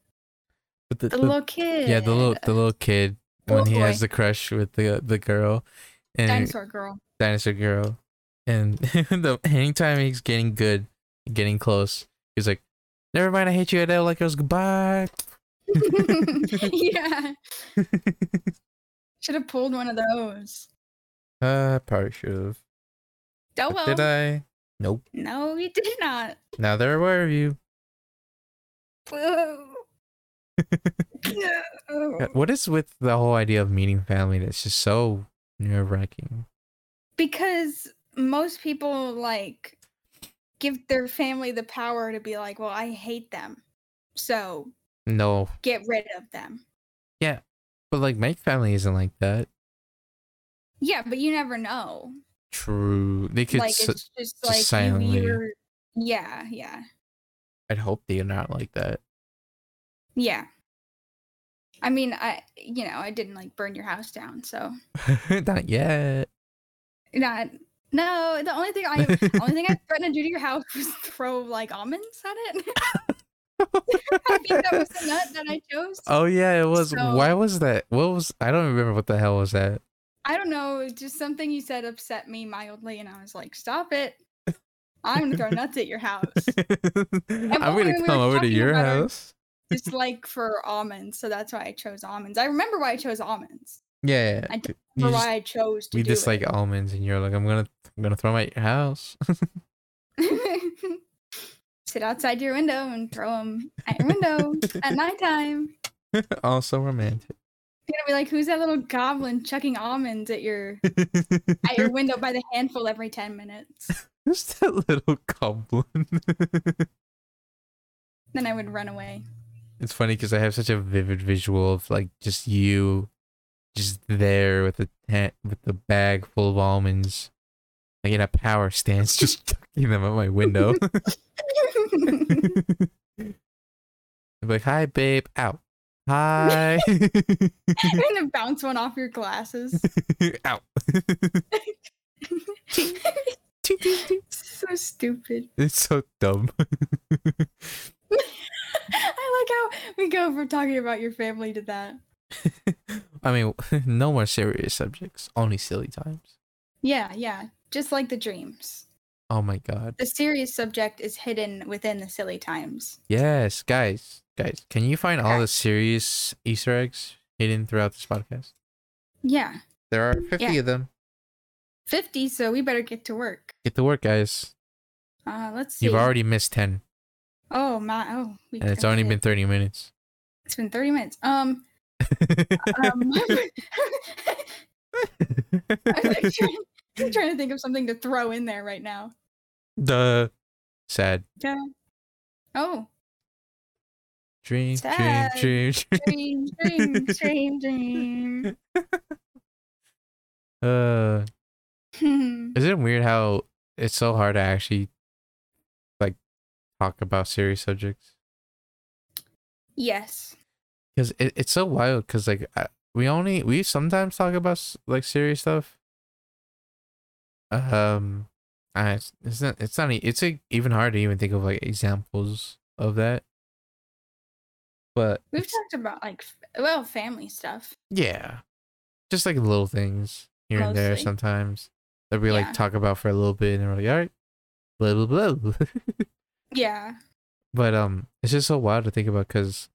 A: But the,
B: The
A: the-
B: little kid.
A: yeah the little the little kid
B: The
A: when
B: little
A: he has
B: boy.
A: the crush with the the girl and
B: dinosaur girl.
A: dinosaur girl and the anytime he's getting good getting close he's like never mind i hate you adele like it was goodbye
B: yeah. Should have pulled one of those.
A: uh probably should have
B: Oh
A: But
B: well.
A: did i nope
B: No, you did not.
A: now they're aware of you
B: Boo.
A: God,
B: No.
A: Uh, what is with the whole idea of meeting family that's just so nerve-wracking
B: because most people like give their family the power to be like, well, I hate them. So
A: no
B: get rid of them.
A: but like my family isn't like that
B: Yeah, but you never know.
A: true they could
B: like
A: s-
B: it's just like
A: silently.
B: you, you're yeah, yeah.
A: i'd hope they're not like that
B: Yeah. I mean, I you know, I didn't like burn your house down, so
A: not yet
B: not no, the only thing I only thing I threatened to do to your house was throw like almonds at it. I think that was the nut that I chose.
A: Oh yeah, it was.
B: So-
A: Why was that? What was? I don't remember what the hell was that.
B: I don't know, just something you said upset me mildly, and I was like, "Stop it! I'm gonna throw nuts at your house."
A: I'm
B: one
A: gonna
B: we were
A: come over to
B: talking
A: your
B: about our-
A: house.
B: Just like for almonds, so that's why I chose almonds. I remember why I chose almonds.
A: Yeah, yeah,
B: I
A: yeah.
B: Or
A: You just-
B: why I chose to
A: we
B: do
A: just like almonds, and you're like, I'm gonna, I'm gonna throw 'em at your house.
B: it. sit outside your window and throw them at your window at nighttime.
A: oh, so romantic.
B: You're gonna be like, "Who's that little goblin chucking almonds at your at your window by the handful every ten minutes?"
A: Who's that little goblin?
B: Then I would run away.
A: it's funny because I have such a vivid visual of like just you, just there with the tent with the bag full of almonds, like in a power stance, just chucking them at my window. I'd be like, "Hi, babe, out. Hi, Mm-hmm.
B: I'm gonna bounce one off your glasses.
A: out." Mm-hmm.
B: so stupid.
A: It's so dumb.
B: I like how we go from talking about your family to that.
A: I mean, no more serious subjects, only silly times.
B: Yeah, yeah. Just like the dreams.
A: Oh my god.
B: The serious subject is hidden within the silly times.
A: Yes, guys, guys, can you find all
B: Okay.
A: the serious Easter eggs hidden throughout this podcast?
B: Yeah.
A: There are 50
B: Yeah.
A: of them.
B: 50, so we better get to work.
A: Get to work, guys.
B: Uh, let's see.
A: You've already missed 10,
B: Oh, my. Oh, we
A: and it's
B: got
A: only
B: it.
A: been 30 minutes.
B: It's been 30 minutes. Um, um I'm, like trying, I'm trying to think of something to throw in there right now.
A: Duh. Sad.
B: Yeah. Oh,
A: Dream,
B: Sad.
A: dream, dream,
B: dream, dream, dream, dream.
A: dream. Uh,
B: Hmm.
A: Isn't it weird how it's so hard to actually like talk about serious subjects?
B: Yes.
A: Because it, it's so wild. Because like I, we only we sometimes talk about s- like serious stuff. Um, I, it's- it's not it's not e- it's like, even hard to even think of like examples of that. But
B: We've
A: it's-
B: talked about like, f- well, family stuff.
A: yeah, just like little things here and there
B: Mostly.
A: sometimes that we
B: Yeah.
A: like talk about for a little bit and we're like, all right, blah blah blah.
B: Yeah.
A: but um it's just so wild to think about because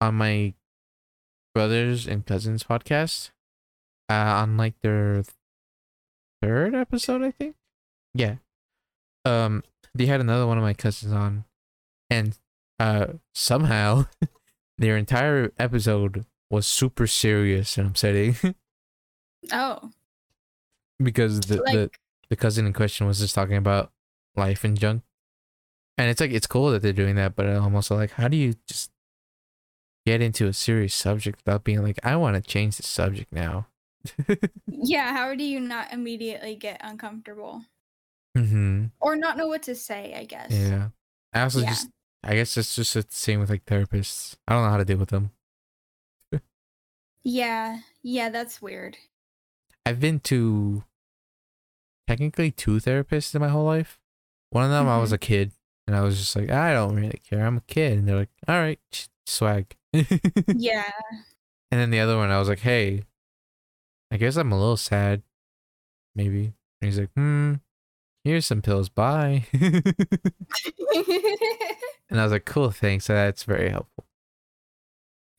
A: on my brothers and cousins podcast uh on like their third episode i think yeah um they had another one of my cousins on and uh somehow their entire episode was super serious and upsetting
B: Oh,
A: because the,
B: like,
A: the the cousin in question was just talking about life and junk. And it's like it's cool that they're doing that, but I'm also like, how do you just get into a serious subject without being like, I want to change the subject now?
B: yeah. How do you not immediately get uncomfortable
A: Mm-hmm.
B: or not know what to say? I guess.
A: Yeah. I also
B: Yeah.
A: just, I guess it's just the same with like therapists. I don't know how to deal with them.
B: Yeah. Yeah. That's weird.
A: I've been to technically two therapists in my whole life. One of them, I was
B: Mm-hmm.
A: a kid, and I was just like, I don't really care. I'm a kid. And they're like, all right, swag.
B: yeah.
A: And then the other one, I was like, hey, I guess I'm a little sad. Maybe. And he's like, hmm, here's some pills. Bye. and I was like, cool, thanks. That's very helpful.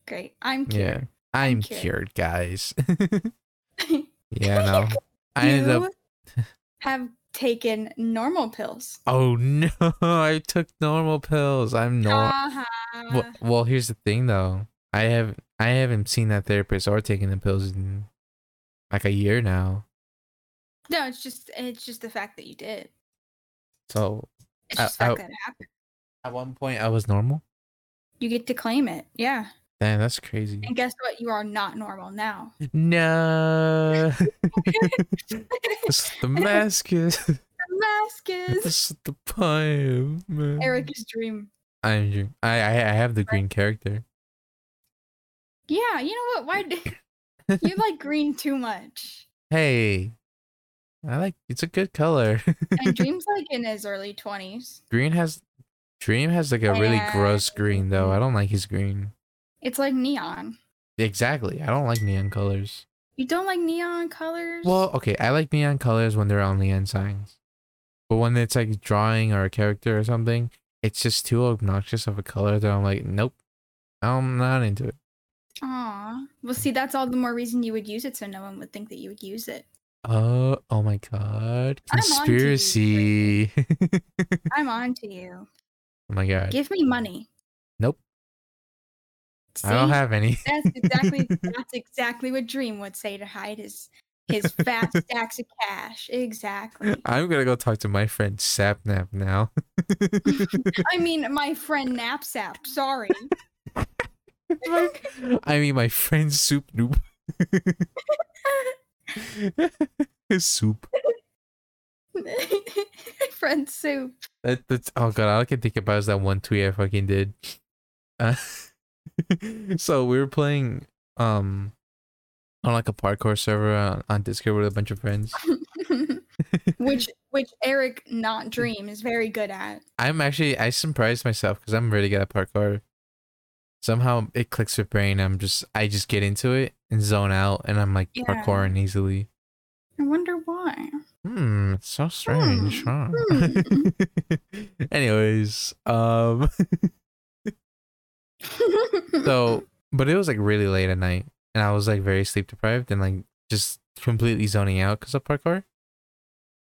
B: Great. I'm
A: Yeah.
B: cured.
A: I'm
B: cured.
A: cured, guys. yeah, no. I
B: you
A: ended up,
B: have taken normal pills.
A: oh no, I took normal pills. I'm normal.
B: Uh-huh.
A: well, well, here's the thing though. I have I haven't seen that therapist or taken the pills in like a year now.
B: No, it's just it's just the fact that you did.
A: So
B: It's
A: I-
B: just the fact
A: I-
B: that it happened.
A: at one point I was normal.
B: You get to claim it. Yeah.
A: Damn, that's crazy.
B: And guess what? You are not normal now.
A: No. the mask is
B: The mask is
A: this is the poem. man.
B: Eric's dream.
A: I'm you. I I I have the green character.
B: Yeah, you know what? Why d you like green too much?
A: Hey. I like it's a good color.
B: And dreams like in his early twenties.
A: green has Dream has like a really gross green though. I don't like his green.
B: It's like neon.
A: Exactly. I don't like neon colors.
B: You don't like neon colors?
A: Well, okay, I like neon colors when they're on neon signs, but when it's like drawing or a character or something, it's just too obnoxious of a color that I'm like, nope, I'm not into it.
B: Aw. Well, see, that's all the more reason you would use it, so no one would think that you would use it.
A: Oh, oh my God,
B: I'm onto you,
A: conspiracy! oh
B: I'm on to you.
A: my God,
B: Give me money.
A: Nope. I don't
B: See?
A: have any.
B: That's exactly that's exactly what Dream would say to hide his his fat stacks of cash. Exactly.
A: I'm gonna go talk to my friend Sapnap now.
B: I mean, my friend Knapsack. Sorry.
A: I mean, my friend Soup Noob. soup.
B: friend Soup.
A: That, that's oh god, all I can think about is that one tweet I fucking did. Uh, so we were playing um on like a parkour server on, on Discord with a bunch of friends.
B: which which Eric, not Dream, is very good at.
A: I'm actually I surprised myself because I'm really good at parkour. Somehow it clicks with brain. I'm just I just get into it and zone out, and I'm like
B: Yeah.
A: parkouring easily.
B: I wonder why.
A: Hmm, it's so strange, huh?
B: hmm.
A: Anyways, um, so but it was like really late at night, and I was like very sleep deprived and like just completely zoning out because of parkour.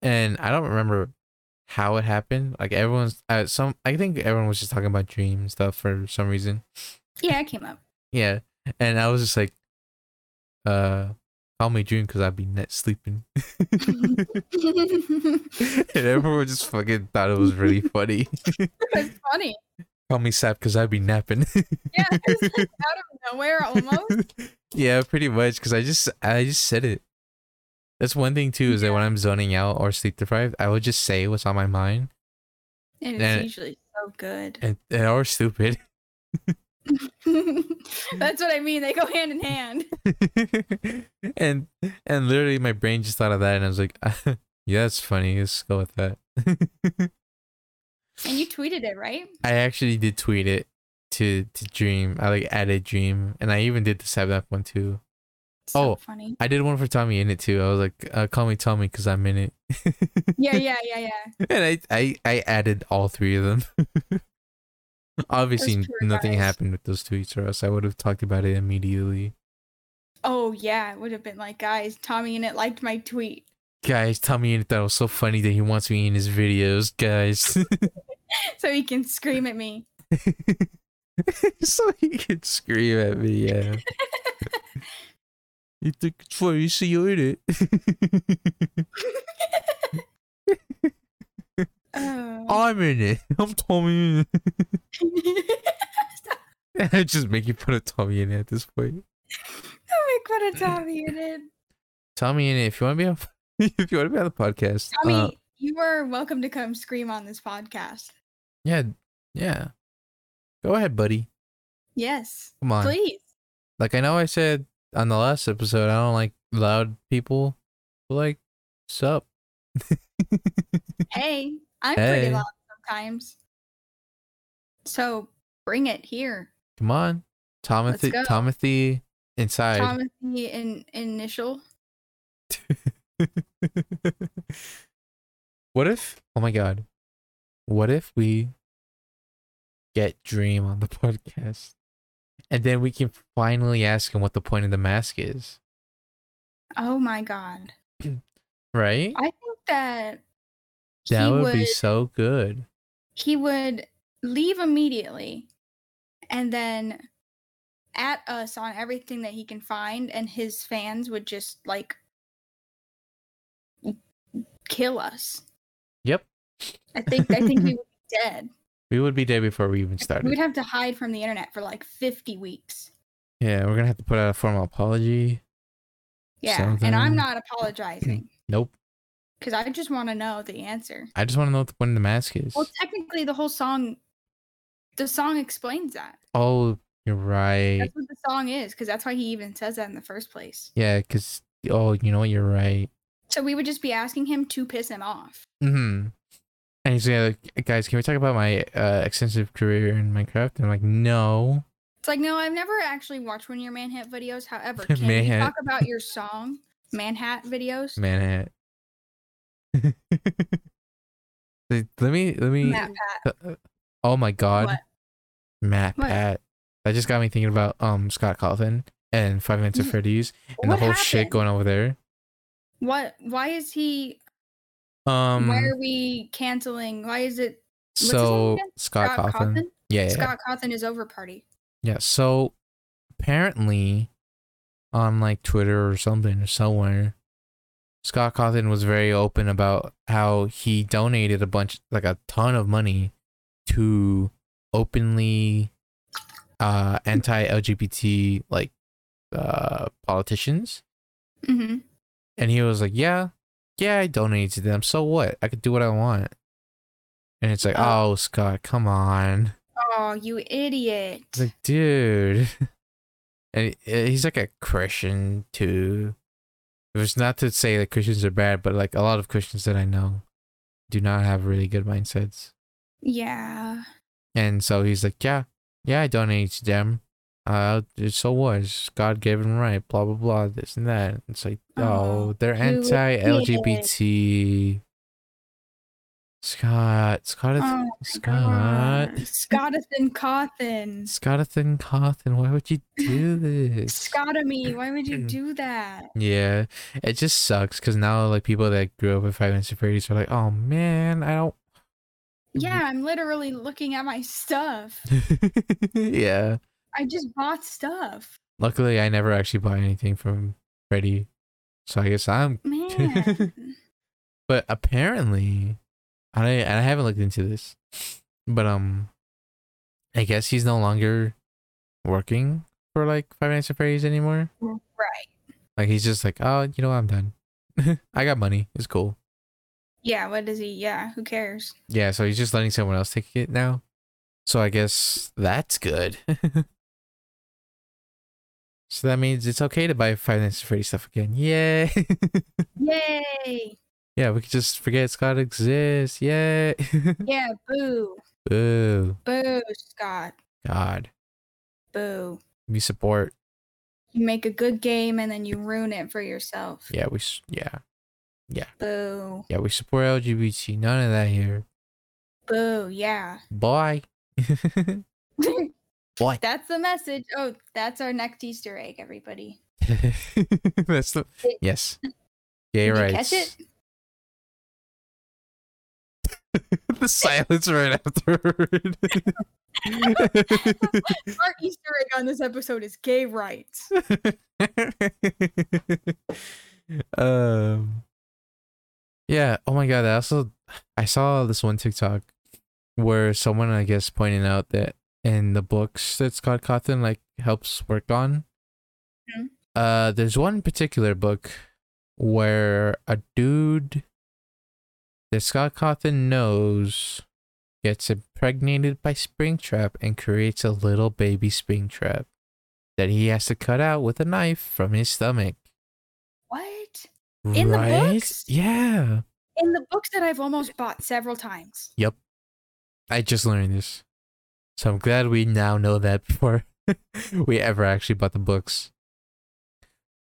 A: And I don't remember how it happened. Like everyone's uh, some, I think everyone was just talking about dream stuff for some reason.
B: yeah, it came up.
A: Yeah, and I was just like, uh, call me June because I'd be net sleeping. and everyone just fucking thought it was really funny.
B: That's funny.
A: call me Sap because I'd be napping.
B: Yeah, it's like out of nowhere almost.
A: yeah, pretty much. Because I just I just said it. That's one thing too is that when I'm zoning out or sleep deprived, I will just say what's on my mind
B: And
A: And-
B: it's usually so good.
A: and, and or stupid.
B: That's what I mean. They go hand in hand.
A: and and literally my brain just thought of that and I was like, yeah, that's funny. Let's go with that.
B: And you tweeted it, right?
A: I actually did tweet it to to Dream. I like added Dream, and I even did the Sab Up one too.
B: So
A: Oh.
B: funny.
A: I did one for Tommy in it too. I was like, uh, "Call me Tommy" because I'm in it,
B: Yeah, yeah, yeah, yeah.
A: and I, I I added all three of them. Obviously,
B: Those poor
A: nothing
B: guys.
A: happened with those tweets, or else I would have talked about it immediately.
B: Oh yeah, it would have been like, guys, Tommy and it liked my tweet.
A: Guys, Tommy in it thought it was so funny that he wants me in his videos. Guys,
B: So he can scream at me.
A: so he could scream at me. Yeah, you think it's funny? So you're in it.
B: Oh.
A: I'm in it. I'm Tommy. In it. I just make you put a Tommy in it at this point.
B: oh my god, Tommy and
A: Uh,
B: it.
A: Tommy in it. If you want to be on, if you want to be on the podcast,
B: Tommy,
A: uh,
B: you are welcome to come scream on this podcast.
A: yeah, yeah. Go ahead, buddy.
B: Yes,
A: Come on.
B: please.
A: Like I know I said on the last episode, I don't like loud people. But like, sup?
B: Hey, I'm
A: Hey.
B: pretty loud sometimes. So bring it here.
A: Come on, Tomothy.
B: go.
A: Tomothy inside.
B: Tommy in initial.
A: what if? Oh my god. What if we get Dream on the podcast? And then we can finally ask him what the point of the mask is,
B: Oh my god.
A: right?
B: I think that
A: that
B: Oh, he
A: would,
B: would
A: be so good.
B: he would leave immediately and then at us on everything that he can find and his fans would just like kill us.
A: Yep.
B: I think I think we would be dead.
A: We would be dead before we even
B: We
A: started.
B: would have to hide from the internet for like 50 weeks.
A: yeah, we're gonna have to put out a formal apology.
B: Yeah, and I'm
A: Something-
B: not apologizing
A: Nope.
B: because I just want to know the answer.
A: I just want to know what the point of the mask is.
B: Well, technically, the whole song, the song explains that.
A: oh, you're right.
B: That's what the song is because that's why he even says that in the first place.
A: Yeah, because oh, you know what? You're right.
B: So we would just be asking him to piss him off.
A: Mm-hmm. And he's like, guys, can we talk about my uh, extensive career in Minecraft? And I'm like, no.
B: It's like, no, I've never actually watched one of your Manhat videos. However, can we
A: Manhat.
B: talk about your song, Manhat videos?
A: Manhat. let let me let me.
B: Matt Pat.
A: Oh my god.
B: What?
A: Matt
B: What?
A: Pat. That just got me thinking about um Scott Coffin and Five Minutes of
B: Yeah.
A: Freddy's and
B: Mm-hmm. What
A: the whole shit
B: happened?
A: going over there.
B: What? Why is he?
A: Um
B: why are we canceling? Why is it his name
A: so
B: again?
A: Scott,
B: Scott
A: Coffin.
B: Cawthon?
A: Yeah, yeah, yeah.
B: Scott Cawthon is over party?
A: Yeah, So apparently on like Twitter or something or somewhere, Scott Cawthon was very open about how he donated a bunch like a ton of money to openly uh anti LGBT like uh politicians.
B: hmm
A: And he was like, Yeah, yeah, I donated to them. So what? I could do what I want. And it's like,
B: Oh.
A: Oh, Scott, come on.
B: Oh, you idiot!
A: It's like, dude. And he- uh, he's like a Christian too. It was not to say that Christians are bad, but like a lot of Christians that I know do not have really good mindsets.
B: yeah.
A: And so he's like, Yeah, yeah, I donated to them. Uh, it so was God given right, blah blah blah, this and that. It's like,
B: Oh,
A: oh, they're
B: you idiot.
A: anti LGBT. Scott, Scott,
B: Oh my
A: Scott,
B: God. Scottathan Cawthon.
A: Scottathan Cawthon, why would you do this?
B: Scotomy, why would you do that?
A: Yeah, it just sucks because now like people that grew up with Five Nights at Freddy's are like, oh man, I don't. Mm-hmm.
B: Yeah, I'm literally looking at my stuff.
A: yeah.
B: I just bought stuff.
A: Luckily, I never actually bought anything from Freddy, so I guess I'm.
B: Man.
A: But apparently, I don't- and I haven't looked into this, but um, I guess he's no longer working for like Five Nights at Freddy's anymore.
B: right.
A: Like he's just like, oh, you know, what? I'm done. I got money. It's cool.
B: Yeah, what is he? Yeah, who cares?
A: Yeah, so he's just letting someone else take it now. So I guess that's good. so that means it's okay to buy Five Nights at Freddy's stuff again. Yay!
B: Yay!
A: yeah, we could just forget Scott exists. Yay!
B: Yeah, boo.
A: Boo.
B: Boo, Scott.
A: God.
B: Boo.
A: We support.
B: You make a good game and then you ruin it for yourself.
A: Yeah, we. s- Yeah.
B: Boo.
A: Yeah, we support LGBT. None of that here.
B: Boo. Yeah.
A: Bye. Bye.
B: that's the message. Oh, that's our next Easter egg, everybody.
A: That's the.
B: Did-
A: Yes. Gay
B: Did you
A: rights.
B: catch it?
A: the silence right afterward.
B: Our Easter egg on this episode is gay rights.
A: um, yeah. Oh my god. I also I saw this one TikTok where someone I guess pointed out that in the books that Scott Cawthon like helps work on,
B: Mhm.
A: uh, there's one particular book where a dude that Scott Cawthon knows gets impregnated by Springtrap and creates a little baby Springtrap that he has to cut out with a knife from his stomach.
B: What? In the
A: right?
B: books?
A: Yeah.
B: In the books that I've almost bought several times.
A: I just learned this. So I'm glad we now know that before we ever actually bought the books.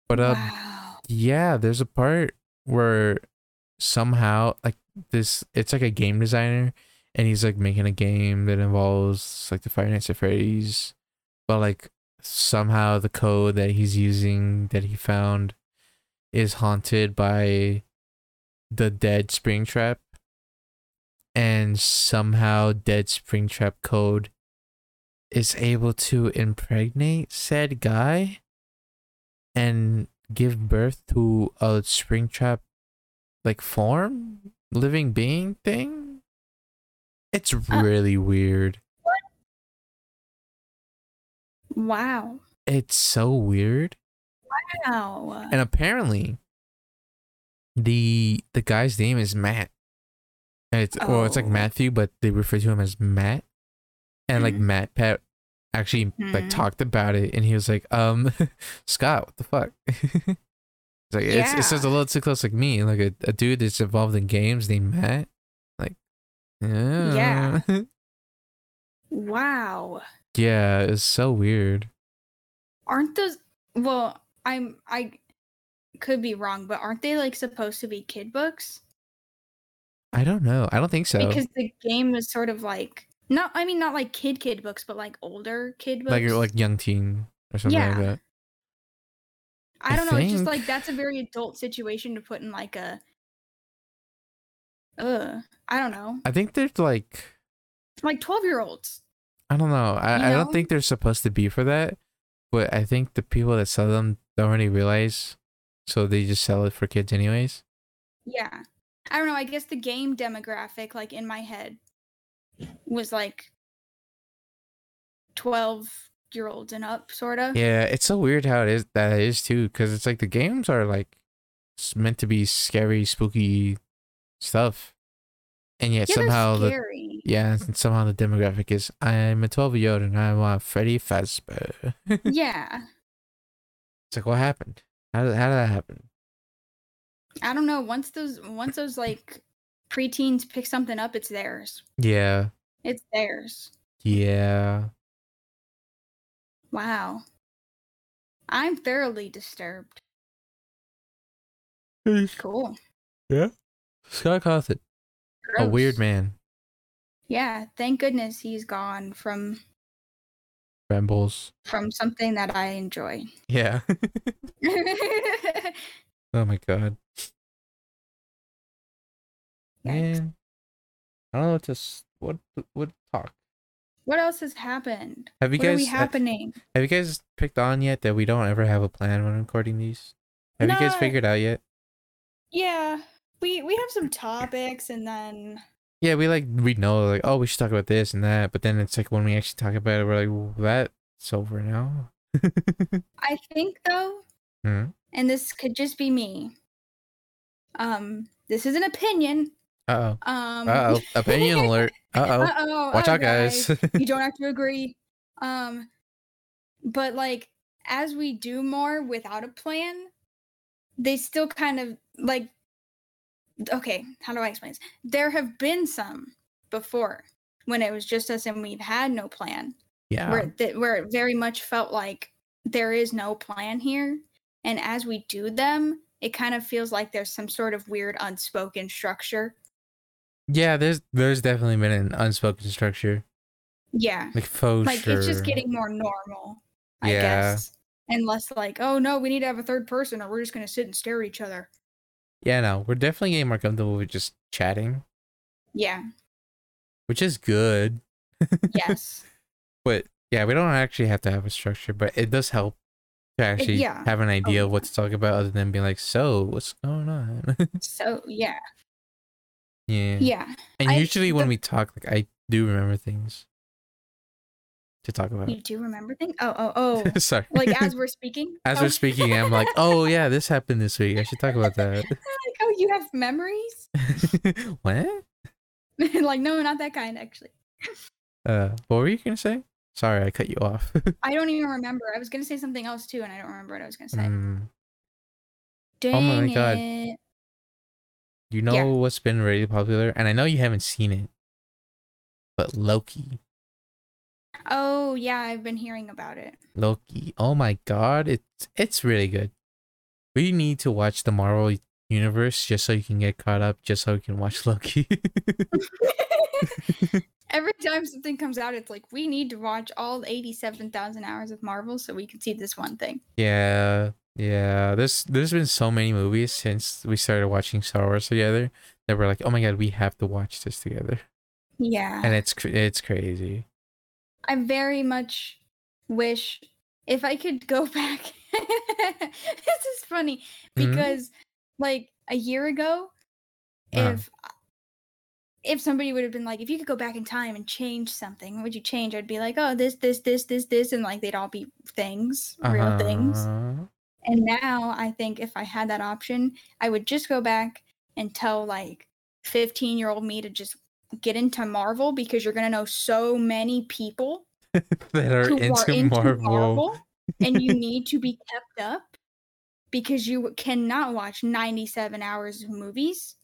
A: But um
B: wow.
A: yeah, there's a part where somehow like this it's like a game designer and he's like making a game that involves like the Five Nights at Freddy's, but like somehow the code that he's using that he found is haunted by the dead Springtrap. And somehow dead Springtrap code is able to impregnate said guy and give birth to a Springtrap like form, living being thing. It's really weird.
B: Wow.
A: It's so weird.
B: Wow.
A: And apparently, the the guy's name is Matt. And it's or it's like
B: Oh.
A: Matthew, but they refer to him as Matt. And like
B: Mhm.
A: Matt Pat actually like
B: Mhm.
A: talked about it, and he was like, "Um, Scott, what the fuck?" It's like it's it's just a little too close, like me, like a, a dude that's involved in games named Matt. Like, yeah,
B: Wow.
A: Yeah, it's so weird.
B: Aren't those well, I'm I could be wrong, but aren't they like supposed to be kid books?
A: I don't know. I don't think so.
B: Because the game is sort of like not I mean not like kid kid books, but like older kid books.
A: like you're like young teen or something like
B: Yeah.
A: that. I
B: I don't know. It's just
A: think-
B: like that's a very adult situation to put in like a. Ugh, I don't know.
A: I think they're like
B: Like twelve year olds.
A: I don't know. I,
B: You
A: I
B: know?
A: don't think they're supposed to be for that. But I think the people that sell them don't really realize, so they just sell it for kids anyways.
B: Yeah, I don't know. I guess the game demographic, like in my head, was like twelve year olds and up, sort of.
A: Yeah, it's so weird how it is that it is too, because it's like the games are like s- meant to be scary, spooky stuff, and yet
B: Yeah,
A: somehow
B: they're
A: the
B: scary.
A: yeah and somehow the demographic is I'm a 12 year old and I want Freddy Fazbear. it's
B: yeah,
A: like what happened? How did, how did that happen?
B: I don't know. Once those, once those like preteens pick something up, it's theirs.
A: Yeah,
B: It's theirs.
A: yeah.
B: Wow. I'm thoroughly disturbed. Cool.
A: Scott Cawthon, a weird
B: Gross.
A: man,
B: Yeah, thank goodness he's gone from
A: rambles.
B: from something that I enjoy.
A: Yeah.
B: Yikes.
A: Oh my god. Man. I don't know what to s- what what to talk.
B: What else has happened?
A: Have you
B: what are
A: guys uh,
B: we
A: ha-
B: happening?
A: have you guys picked on yet that we don't ever have a plan when recording these? Have you guys
B: No.
A: figured out yet?
B: Yeah. We we have some topics and then
A: Yeah, we like we know like oh we should talk about this and that, but then it's like when we actually talk about it, we're like well, that's over now.
B: I think though,
A: Hmm.
B: and this could just be me. Um this is an opinion.
A: Uh
B: Um
A: oh. Uh oh. Opinion alert. Uh oh.
B: uh-oh,
A: Watch
B: uh,
A: out, guys.
B: you don't have to agree. Um, but like as we do more without a plan, they still kind of like. Okay, how do I explain this? There have been some before when it was just us and we've had no plan,
A: yeah.
B: where th- where it very much felt like there is no plan here, and as we do them. It kind of feels like there's some sort of weird unspoken structure.
A: Yeah. There's there's definitely been an unspoken structure,
B: Yeah.
A: like faux.
B: like it's just
A: Oh, sure.
B: getting more normal i
A: Yeah.
B: guess and less like oh no we need to have a third person or we're just going to sit and stare at each other
A: Yeah, no, we're definitely getting more comfortable with just chatting,
B: yeah
A: which is good.
B: yes
A: But yeah, we don't actually have to have a structure, but it does help to actually
B: yeah. Oh,
A: have an idea of
B: yeah.
A: what to talk about other than being like, so what's going on?
B: so yeah
A: yeah.
B: yeah
A: And
B: I-
A: usually when
B: the-
A: we talk, like I do remember things to talk about.
B: you do remember things oh oh oh
A: Sorry.
B: like as we're speaking
A: As
B: Oh.
A: we're speaking, I'm like, oh yeah, this happened this week. I should talk about that.
B: like oh you have memories
A: what?
B: like no not that kind actually
A: Uh, what were you gonna say? Sorry, I cut you off.
B: i don't even remember i was going to say something else too and i don't remember what i was going to say
A: Mm.
B: Dang
A: Oh my God.
B: it.
A: You know what's been really popular, and I know you haven't seen it, but Loki,
B: oh yeah i've been hearing about it
A: Loki. Oh my god, it's it's really good. We need to watch the Marvel universe just so you can get caught up, just so you can watch Loki.
B: Every time something comes out, it's like we need to watch all 87,000 hours of Marvel so we can see this one thing.
A: yeah, yeah. There's there's been so many movies since we started watching Star Wars together that we're like, oh my god, we have to watch this together,
B: Yeah.
A: and it's cr- it's crazy.
B: I very much wish if I could go back. this is funny
A: Mhm.
B: because like a year ago
A: Uh-huh.
B: if if somebody would have been like if you could go back in time and change something, what would you change? I'd be like, "Oh, this this this this this" and like they'd all be things, real things.
A: Uh, Uh-huh.
B: And now I think if I had that option, I would just go back and tell like 15 year old me to just get into Marvel because you're going to know so many people
A: that are
B: who
A: into,
B: are into
A: Marvel.
B: Marvel. and you need to be kept up because you cannot watch 97 hours of movies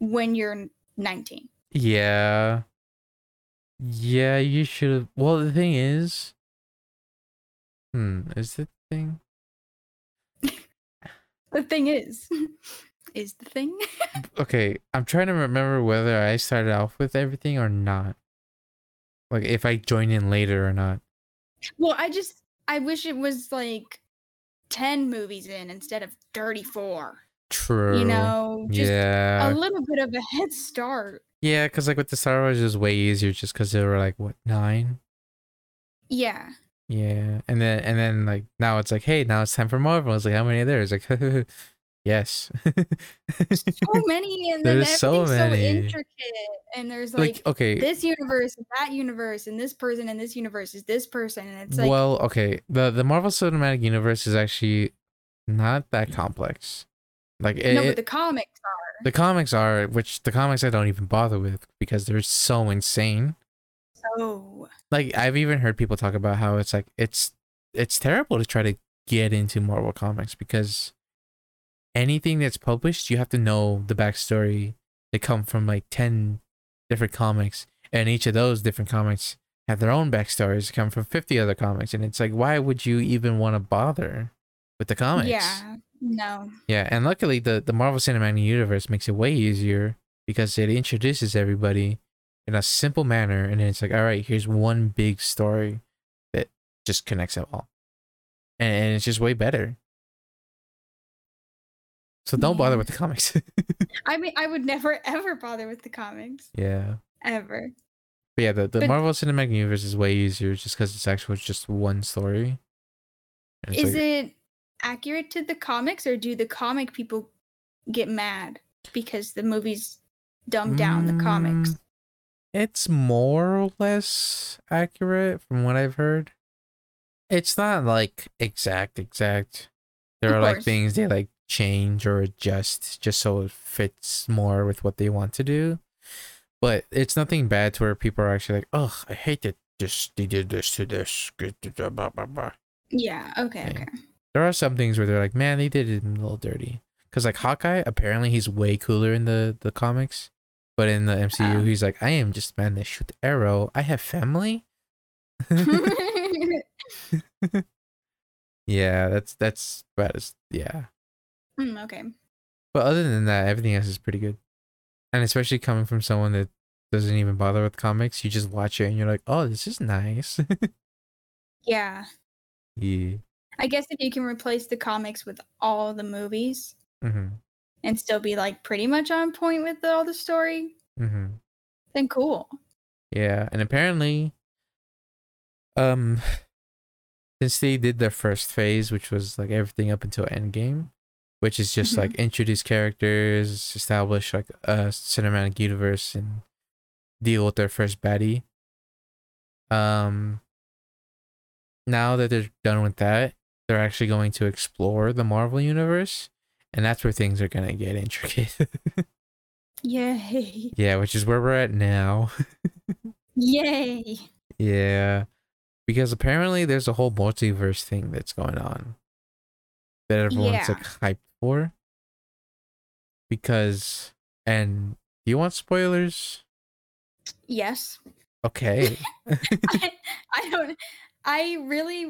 B: when you're 19.
A: Yeah. Yeah, you should have. Well, the thing is, hmm, is the thing?
B: The thing is, is the thing.
A: Okay, I'm trying to remember whether I started off with everything or not. Like if I joined in later or not.
B: Well, I just I wish it was like ten movies in instead of thirty-four.
A: True.
B: You know, just
A: yeah.
B: a little bit of a head start.
A: Yeah, because like with the Star Wars, it was way easier just because they were like what nine.
B: Yeah.
A: Yeah, and then and then like now it's like hey now it's time for Marvel. It's like how many are there? It's like yes.
B: So Oh, many, and then
A: There's so
B: everything's
A: many.
B: so intricate, and there's like,
A: like okay,
B: this universe, and that universe, and this person, and this universe is this person, and it's like,
A: well okay the the Marvel Cinematic Universe is actually not that complex. Like it,
B: no,
A: it-
B: but the comics are.
A: the comics are, which the comics I don't even bother with because they're so insane.
B: Oh,
A: like I've even heard people talk about how it's like it's it's terrible to try to get into Marvel comics because anything that's published, you have to know the backstory. They come from like ten different comics, and each of those different comics have their own backstories. Come from fifty other comics, and it's like, why would you even want to bother with the comics?
B: yeah, no,
A: Yeah, and luckily the the Marvel Cinematic Universe makes it way easier because it introduces everybody in a simple manner, and then it's like, all right, here's one big story that just connects it all, and, and it's just way better. So don't bother
B: Yeah.
A: with the comics.
B: I mean, I would never ever bother with the comics
A: yeah,
B: ever.
A: but yeah, the, the
B: But-
A: Marvel Cinematic Universe is way easier just because it's actually just one story. And it's
B: Is
A: like-
B: it accurate to the comics, or do the comic people get mad because the movies dumb down the comics?
A: Mm, It's more or less accurate from what I've heard. It's not like exact, exact. There
B: Of
A: are like
B: course.
A: things they like change or adjust just so it fits more with what they want to do. But it's nothing bad to where people are actually like, oh, I hate that this they did this to this. good to blah, blah, blah, blah."
B: Yeah. Okay.
A: Yeah.
B: Okay.
A: There are some things where they're like, man, they did it a little dirty. Cause like Hawkeye, apparently he's way cooler in the the comics, but in the MCU,
B: Oh.
A: he's like, I am just a man that shoot arrow. I have family. yeah, that's that's about as yeah.
B: Mm, okay.
A: But other than that, everything else is pretty good, and especially coming from someone that doesn't even bother with comics, you just watch it and you're like, oh, this is nice.
B: Yeah.
A: yeah.
B: I guess if you can replace the comics with all the movies
A: hmm
B: and still be like pretty much on point with all the story,
A: hmm
B: then cool.
A: Yeah, and apparently, um, since they did their first phase, which was like everything up until Endgame, which is just
B: Mhm.
A: like introduce characters, establish like a cinematic universe, and deal with their first baddie. Um, now that they're done with that, they're actually going to explore the Marvel universe, and that's where things are gonna get intricate.
B: Yay.
A: yeah, which is where we're at now.
B: Yay.
A: Yeah, because apparently there's a whole multiverse thing that's going on that everyone's
B: Yeah.
A: like hyped for. Because and do you want spoilers?
B: Yes.
A: Okay,
B: I, I don't I really,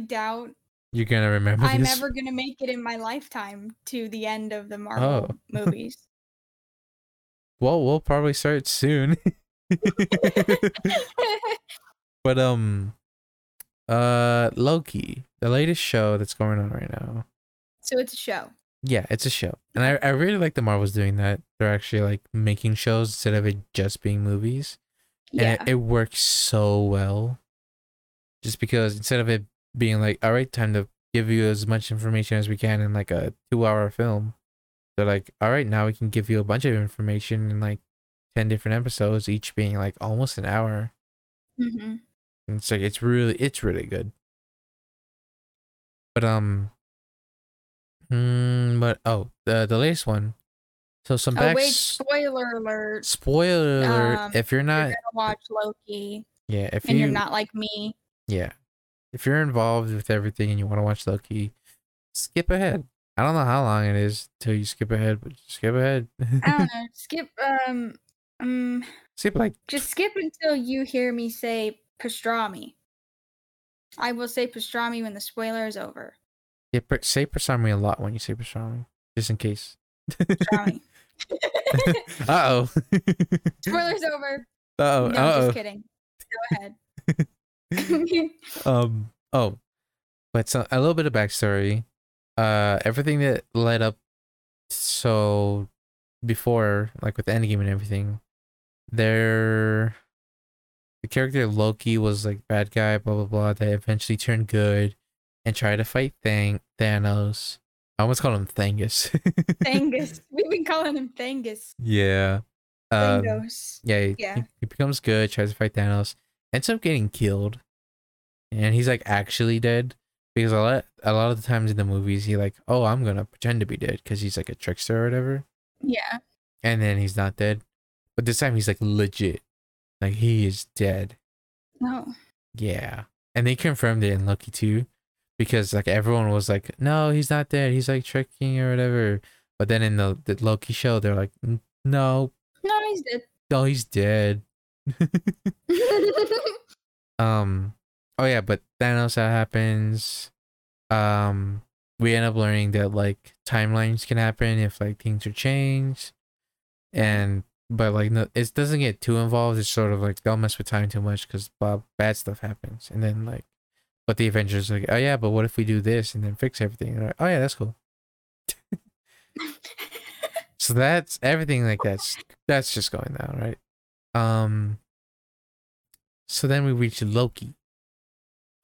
B: doubt
A: you're gonna remember
B: I'm
A: this.
B: ever gonna make it in my lifetime to the end of the
A: Oh.
B: Marvel movies.
A: Well, we'll probably start soon. but um, uh, Loki, the latest show that's going on right now.
B: so it's a show.
A: Yeah, it's a show. And I, I really like that Marvel's doing that. They're actually like making shows instead of it just being movies.
B: Yeah.
A: And it, it works so well. Just because instead of it being like, all right, time to give you as much information as we can in like a two hour film, they're like, all right, now we can give you a bunch of information in like 10 different episodes, each being like almost an hour.
B: hmm
A: And it's like it's really it's really good. But um mm, but oh the the latest one. So some
B: Oh
A: back
B: wait,
A: s-
B: spoiler alert.
A: spoiler alert,
B: Um,
A: if you're
B: You're
A: not
B: gonna watch Loki
A: yeah, if
B: and
A: you
B: you're not like me.
A: yeah. If you're involved with everything and you want to watch Loki, skip ahead. I
B: Oh.
A: don't know how long it is till you skip ahead, but skip ahead.
B: I don't know. Skip um Um,
A: See, but like,
B: just skip until you hear me say pastrami. I will say pastrami when the spoiler is over.
A: yeah, per- say pastrami a lot when you say pastrami, just in case.
B: Pastrami.
A: Uh oh.
B: Spoiler's over.
A: Uh oh.
B: no,
A: Uh
B: just kidding. Go
A: oh.
B: ahead.
A: um oh but so a little bit of backstory uh everything that led up so before like with endgame and everything there the character loki was like bad guy blah blah blah that eventually turned good and tried to fight Thang- thanos i almost called him thangus
B: Thangus. We've been calling him Thangus.
A: yeah um,
B: Thangos.
A: yeah, he,
B: Yeah.
A: he- he becomes good, tries to fight Thanos, ends up getting killed, and he's like actually dead because a lot a lot of the times in the movies he like oh I'm gonna pretend to be dead because he's like a trickster or whatever,
B: Yeah.
A: and then he's not dead, but this time he's like legit, like he is dead.
B: No.
A: Yeah, and they confirmed it in Lucky Two, because like everyone was like no he's not dead he's like tricking or whatever, but then in the, the Loki show they're like "N- no
B: No, he's dead.
A: no he's dead. Um. Oh yeah, but Thanos that happens. Um, we end up learning that like timelines can happen if like things are changed, and but like no, it doesn't get too involved. It's sort of like don't mess with time too much because blah, bad stuff happens, and then like, but the Avengers are like, oh yeah, but what if we do this and then fix everything? And they're like, oh yeah, that's cool. So that's everything like that's that's just going down, right? Um so then we reach Loki.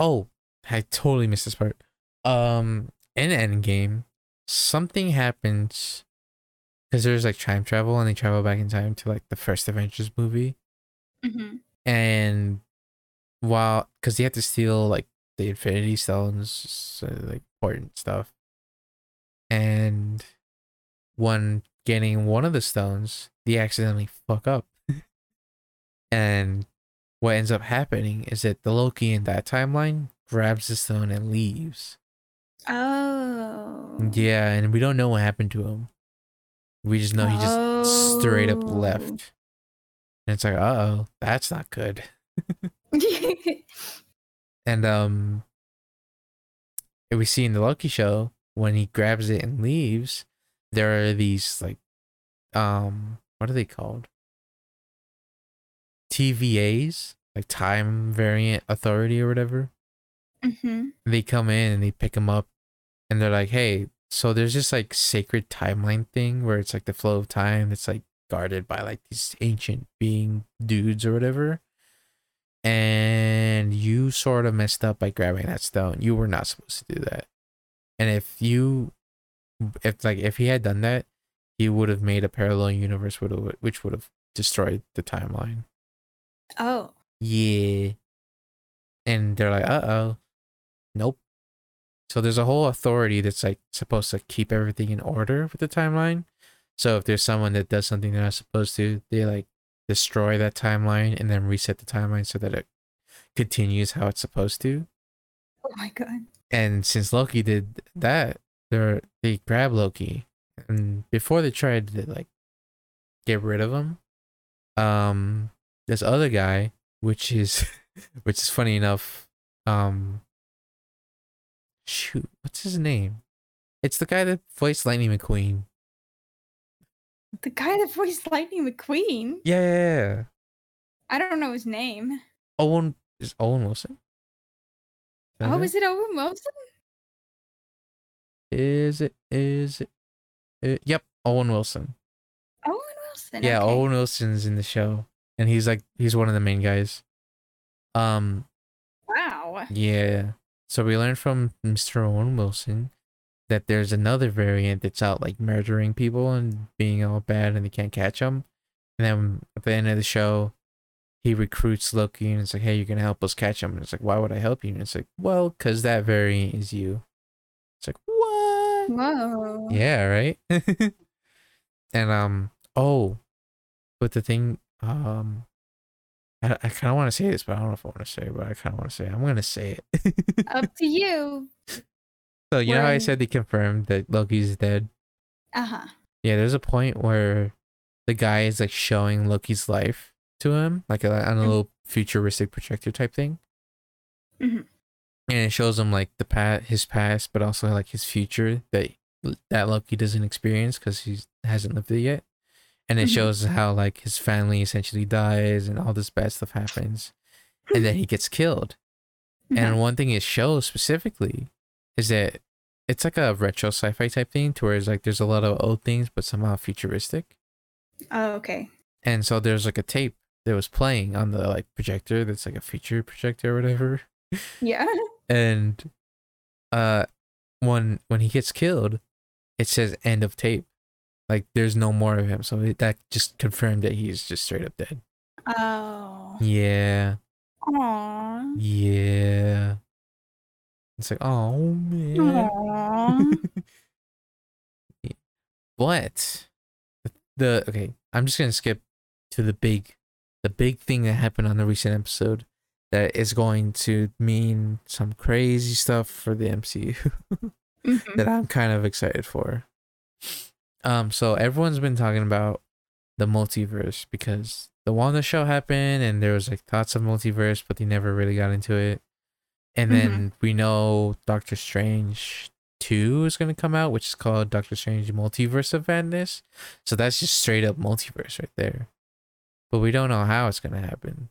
A: Oh, I totally missed this part. Um in Endgame, something happens because there's like time travel and they travel back in time to like the first Avengers movie.
B: Mhm.
A: And while because they have to steal like the Infinity Stones, so, like important stuff. And when getting one of the stones, they accidentally fuck up. and what ends up happening is that the Loki in that timeline grabs the stone and leaves.
B: Oh.
A: Yeah, and we don't know what happened to him. We just know he just straight up
B: Oh.
A: left. And it's like, uh oh, that's not good. And um and we see in the Loki show when he grabs it and leaves, there are these like um what are they called? TVAs, like time variant authority or whatever.
B: hmm
A: They come in and they pick him up and they're like, "Hey, so there's this like sacred timeline thing where it's like the flow of time that's like guarded by like these ancient being dudes or whatever." and you sort of messed up by grabbing that stone. You were not supposed to do that. And if you, if like if he had done that, he would have made a parallel universe would have which would have destroyed the timeline.
B: Oh.
A: Yeah. And they're like, uh oh, nope. So there's a whole authority that's like supposed to keep everything in order with the timeline. So if there's someone that does something they're not supposed to, they like destroy that timeline and then reset the timeline so that it continues how it's supposed to.
B: Oh my god.
A: And since Loki did that, they they grab Loki, and before they tried to like get rid of him, um, this other guy, which is, which is funny enough, um, shoot, what's his name? It's the guy that voiced Lightning McQueen.
B: The guy that voiced Lightning McQueen.
A: Yeah, yeah, yeah.
B: I don't know his name.
A: Owen is Owen Wilson. Is that
B: Oh, is it Owen Wilson?
A: Is it? Is it? uh, yep, Owen Wilson.
B: Owen Wilson.
A: Yeah,
B: okay.
A: Owen Wilson's in the show, and he's like he's one of the main guys. Um,
B: Wow.
A: yeah. So we learned from Mr. Owen Wilson that there's another variant that's out like murdering people and being all bad, and they can't catch them. And then at the end of the show, he recruits Loki, and it's like, "Hey, you're gonna help us catch him." And it's like, "Why would I help you?" And it's like, "Well, cause that variant is you." It's like, "What?"
B: Whoa.
A: Yeah, right. and um, oh, but the thing, um, I, I kind of want to say this, but I don't know if I want to say. it, But I kind of want to say. It. I'm gonna say it.
B: Up to you.
A: so you know how I
B: when-
A: said they confirmed that Loki's dead.
B: Uh huh.
A: Yeah, there's a point where the guy is like showing Loki's life to him, like a, on a
B: Mhm.
A: little futuristic projector type thing.
B: Mhm.
A: And it shows him like the past, his past, but also like his future that that Loki doesn't experience because he hasn't lived it yet. And it
B: Mhm.
A: shows how like his family essentially dies and all this bad stuff happens, and then he gets killed. And one thing it shows specifically is that it's like a retro sci-fi type thing to where it's like there's a lot of old things but somehow futuristic.
B: Oh, okay.
A: And so there's like a tape that was playing on the like projector that's like a feature projector or whatever.
B: Yeah.
A: And uh when when he gets killed, it says end of tape. Like there's no more of him. So it, that just confirmed that he's just straight up dead.
B: Oh.
A: Yeah.
B: Aww.
A: Yeah. It's like, oh man. But the, the okay, I'm just gonna skip to the big, the big thing that happened on the recent episode that is going to mean some crazy stuff for the MCU
B: Mm-hmm.
A: that I'm kind of excited for. Um, so everyone's been talking about the multiverse because the Wanda show happened and there was like thoughts of multiverse, but they never really got into it. And
B: Mhm.
A: then we know Doctor Strange two is gonna come out, which is called Doctor Strange Multiverse of Madness. So that's just straight up multiverse right there. But we don't know how it's gonna happen.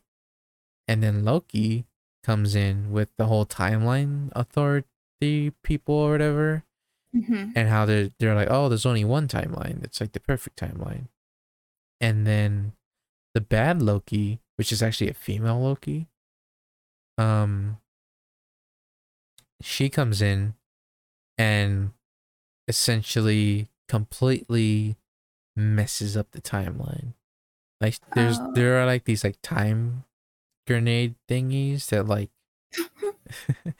A: And then Loki comes in with the whole timeline authority people or whatever
B: Mhm.
A: and how they're they're like, oh, there's only one timeline. It's like the perfect timeline. And then the bad Loki, which is actually a female Loki, um, she comes in and essentially completely messes up the timeline. Like there's
B: Oh.
A: there are like these like time grenade thingies that like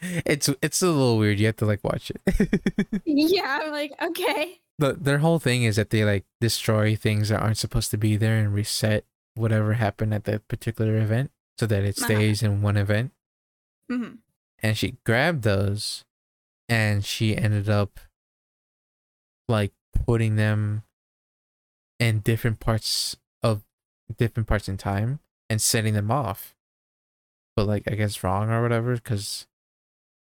A: it's it's a little weird. You have to like watch it.
B: Yeah, I'm like, okay.
A: the their whole thing is that they like destroy things that aren't supposed to be there and reset whatever happened at that particular event so that it
B: Uh-huh.
A: stays in one event
B: Mhm.
A: and she grabbed those and she ended up like putting them in different parts of different parts in time and setting them off but like i guess wrong or whatever because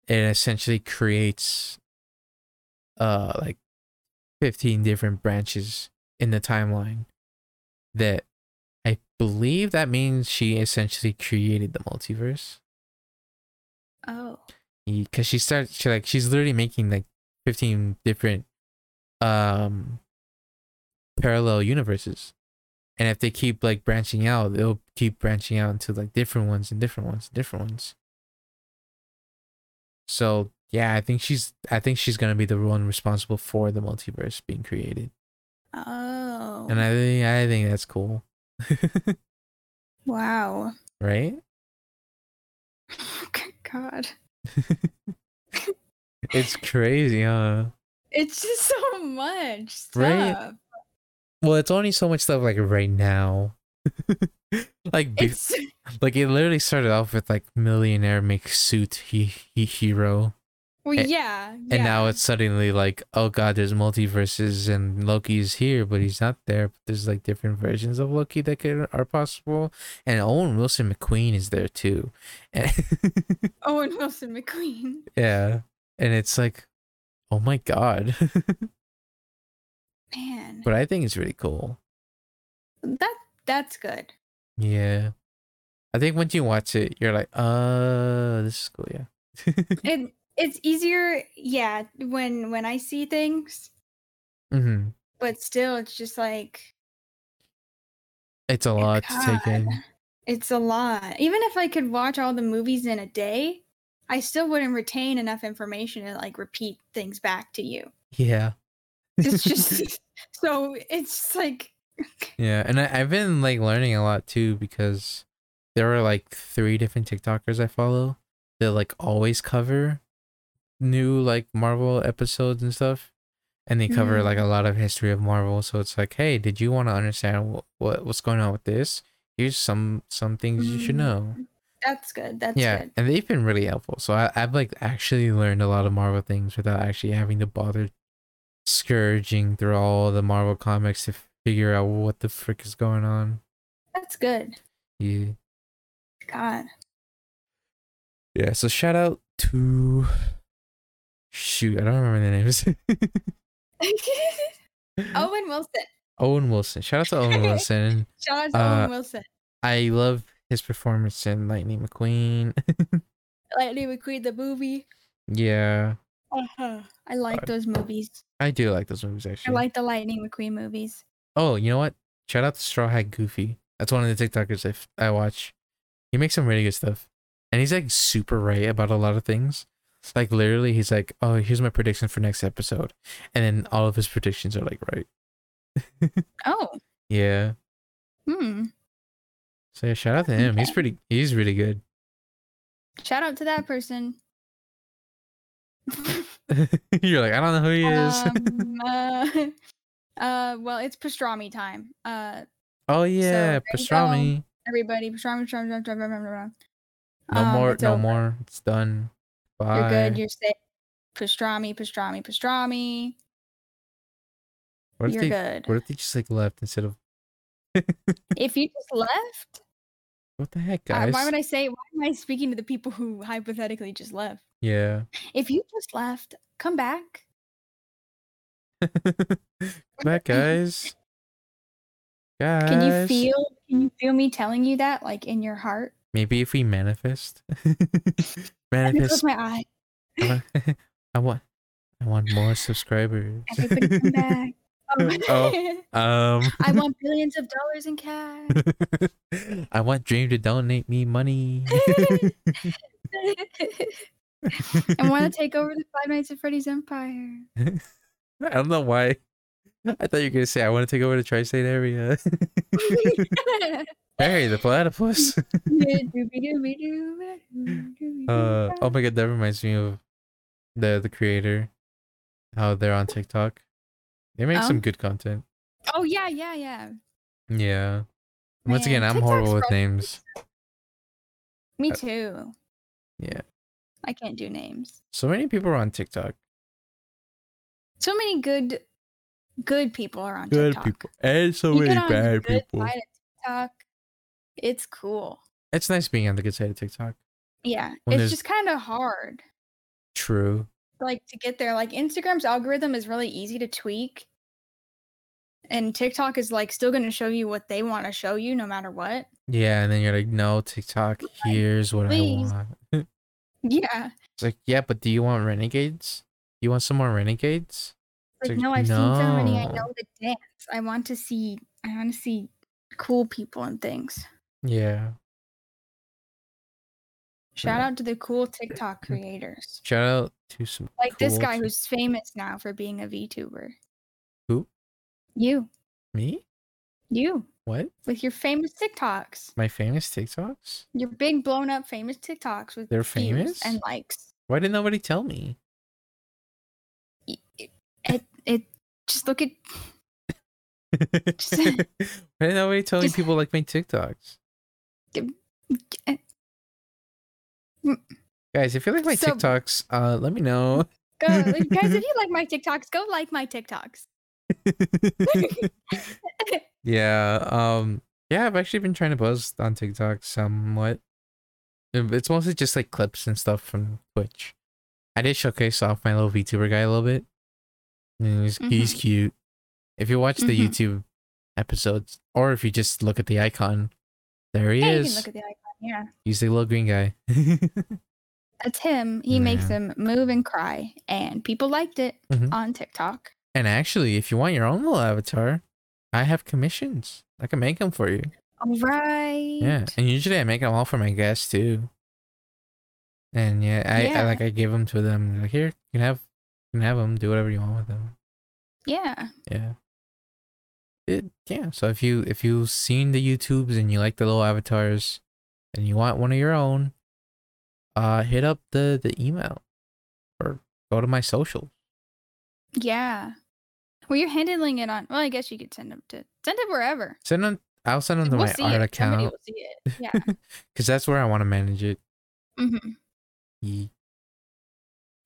A: it essentially creates uh like 15 different branches in the timeline that i believe that means she essentially created the multiverse
B: Oh.
A: because she starts she like she's literally making like 15 different um parallel universes and if they keep like branching out they'll keep branching out into like different ones and different ones and different ones so yeah i think she's i think she's gonna be the one responsible for the multiverse being created
B: Oh.
A: and i think i think that's cool
B: wow.
A: right
B: Good God.
A: it's crazy huh
B: It's just so much stuff.
A: Right? well it's only so much stuff like right now like bef-
B: It's
A: Like it literally started off with like millionaire makes suit he, he hero,
B: well,
A: and-
B: yeah.
A: and now
B: yeah.
A: it's suddenly like oh god, there's multiverses and Loki's here, but he's not there. But there's like different versions of Loki that could, are possible, and Owen Wilson McQueen is there too, and
B: Owen Wilson Oh, McQueen.
A: yeah, and it's like, oh my god,
B: Man,
A: but I think it's really cool.
B: that that's good.
A: Yeah, I think once you watch it, you're like, uh, this is cool. Yeah,
B: It it's easier, yeah, when when I see things,
A: hmm
B: but still, it's just like
A: it's a lot to take
B: God.
A: in.
B: it's a lot. Even if I could watch all the movies in a day, I still wouldn't retain enough information to like repeat things back to you.
A: Yeah.
B: It's just so it's just like
A: Yeah, and I, I've been like learning a lot too because there are like three different TikTokers I follow that like always cover new like Marvel episodes and stuff, and they cover
B: Mm.
A: like a lot of history of Marvel. So it's like, hey, did you want to understand what, what what's going on with this? Here's some some things you should
B: Mm.
A: know.
B: that's good. That's
A: yeah,
B: good.
A: and they've been really helpful. So I, I've like actually learned a lot of Marvel things without actually having to bother scourging through all the Marvel comics to f- figure out what the frick is going on.
B: That's good.
A: Yeah.
B: God.
A: Yeah, so shout out to shoot, I don't remember the names. Mm.
B: Owen Wilson.
A: Owen Wilson. Shout out to Owen Wilson.
B: Shout out to
A: Uh,
B: Owen Wilson.
A: I love his performance in Lightning McQueen.
B: Lightning McQueen, the movie.
A: yeah.
B: Uh-huh. I like
A: God.
B: those movies.
A: I do like those movies
B: I
A: actually.
B: like the Lightning McQueen movies.
A: oh, you know what? Shout out to Straw Hat Goofy. That's one of the TikTokers I, f- I watch. He makes some really good stuff. And he's like super right about a lot of things. Like literally he's like, Oh, here's my prediction for next episode. And then all of his predictions are like right.
B: Oh,
A: Yeah.
B: hmm.
A: So yeah, shout out to him. He's
B: Okay.
A: pretty. He's really good.
B: Shout out to that person.
A: You're like, I don't know who he is.
B: Um, uh, uh, well, it's pastrami time. Uh,
A: oh yeah,
B: there you go.
A: pastrami.
B: everybody, pastrami, pastrami, pastrami, pastrami, pastrami, pastrami.
A: No
B: Um,
A: more.
B: it's
A: No
B: over.
A: more. It's done. Bye.
B: You're good. You're safe. Pastrami, pastrami, pastrami.
A: what if
B: You're
A: they?
B: good.
A: What if they just like left instead of
B: If you just left,
A: what the heck,
B: uh,
A: guys?
B: why would I say? Why am I speaking to the people who hypothetically just left?
A: Yeah.
B: If you just left, come back.
A: Back, guys. Guys.
B: Can you feel? Can you feel me telling you that, like in your heart?
A: Maybe if we manifest.
B: Let me close
A: manifest.
B: my eye.
A: I want- I want. I want more subscribers.
B: Everybody come back. Oh.
A: Oh. um.
B: I want billions of dollars in cash.
A: I want Dream to donate me money.
B: I want to take over the Five Nights at Freddy's empire.
A: I don't know why. I thought you were gonna say I want to take over the tri-state area. Barry the platypus. Uh, oh my god, that reminds me of the the creator. How they're on TikTok. They make
B: Oh.
A: some good content.
B: Oh, yeah, yeah, yeah.
A: Yeah. Once
B: Man,
A: again, I'm
B: TikTok's
A: horrible with
B: rough.
A: names.
B: Me
A: Uh,
B: too.
A: yeah.
B: I can't do names.
A: So many people are on TikTok.
B: So many good, good people are on TikTok.
A: and so
B: You get on the good side of TikTok. It's cool.
A: It's nice being on the good side of TikTok.
B: Yeah,
A: When there's-
B: it's just kind of hard.
A: True.
B: like to get there. Like Instagram's algorithm is really easy to tweak. And TikTok is like still going to show you what they want to show you no matter what.
A: Yeah, and then you're like, no, TikTok, here's what
B: please.
A: I want.
B: Yeah.
A: It's like, yeah, but do you want renegades? You want some more renegades?
B: Like,
A: Like,
B: no, I've seen so many. I
A: no.
B: know the dance. I want to see I want to see cool people and things.
A: Yeah.
B: Shout
A: Yeah.
B: out to the cool TikTok creators.
A: Shout out to some
B: Like this
A: Mm. cool
B: guy
A: t-
B: who's famous now for being a VTuber.
A: Who?
B: You.
A: me.
B: You
A: What?
B: with your famous TikToks.
A: My famous TikToks?
B: Your big blown up famous TikToks with
A: They're
B: views
A: famous?
B: and likes.
A: Why did nobody tell me?
B: it, it, it just look at
A: Why did nobody tell me
B: just-
A: people like my TikToks? Guys, if you like my
B: So-
A: TikToks, uh, let me know.
B: go like, guys if you like my tiktoks go like my tiktoks
A: yeah. Um. Yeah, I've actually been trying to buzz on TikTok somewhat. Um, It's mostly just like clips and stuff from Twitch. I did showcase off my little VTuber guy a little bit. And he's,
B: Mm-hmm.
A: he's cute. If you watch the
B: Mhm.
A: YouTube episodes, or if you just look at the icon, there he
B: yeah you can
A: is.
B: look at the icon yeah
A: he's the little green guy.
B: that's him he makes
A: Yeah.
B: them move and cry and people liked it
A: Mhm.
B: on tiktok
A: and actually, if you want your own little avatar, I have commissions. I can make them for you.
B: all right
A: Yeah, and usually I make them all for my guests too. And yeah, I, I
B: Yeah.
A: like I give them to them. Like here, you can have, you can have them. Do whatever you want with them.
B: yeah
A: Yeah. It, yeah. So if you if you've seen the YouTubes and you like the little avatars, and you want one of your own, uh, hit up the the email, or go to my social.
B: yeah well you're handling it on well i guess you could send them to send it wherever
A: Send them. I'll send them to
B: we'll
A: my
B: see
A: art
B: it. Somebody
A: account
B: will see it. yeah
A: because that's where I want to manage it.
B: mm-hmm.
A: Ye-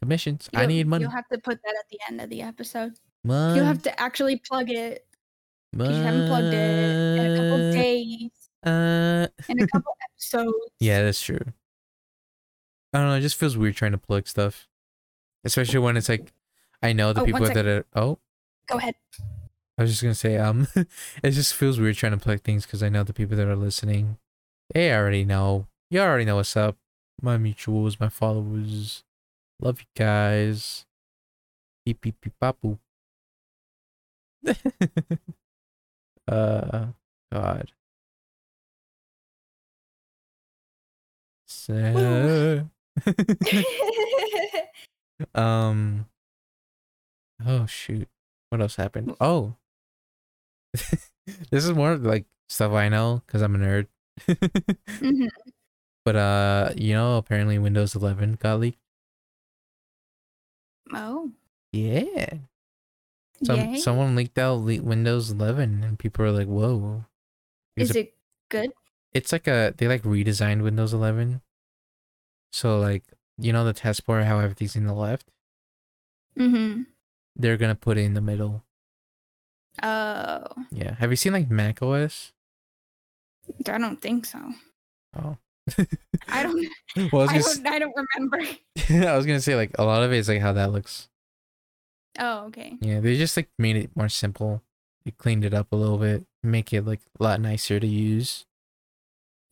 A: Commissions. I need money.
B: you'll have to put that at the end of the episode
A: money.
B: you'll have to actually plug it 'cause you haven't plugged it in a couple
A: But,
B: days,
A: uh,
B: in a couple episodes.
A: yeah, that's true. I don't know. It just feels weird trying to plug stuff, especially when it's like I know the
B: Oh, one
A: people
B: sec.
A: that are. Oh,
B: Go ahead.
A: I was just gonna say. Um, it just feels weird trying to plug things because I know the people that are listening. They already know. You already know what's up. My mutuals, my followers. Love you guys. Beep beep beep bop, boop. uh, God. So, um, oh shoot, what else happened? Oh, this is more of, like stuff I know because I'm a nerd.
B: Mhm.
A: but uh, you know, apparently Windows 11 got leaked.
B: Oh,
A: Yeah. Some
B: yay.
A: someone leaked out le- Windows 11, and people are like, "Whoa!"
B: is
A: Is
B: it good?
A: It's like a they like redesigned Windows 11. So like you know the test bar, how everything's in the left,
B: Mm-hmm.
A: they're gonna put it in the middle.
B: Oh,
A: Yeah. Have you seen like Mac OS?
B: I don't think so.
A: Oh.
B: I don't.
A: Well, I was, gonna,
B: I
A: s-
B: don't. I don't remember.
A: I was gonna say like a lot of it is like how that looks.
B: Oh, okay.
A: Yeah, they just like made it more simple. They cleaned it up a little bit, make it like a lot nicer to use.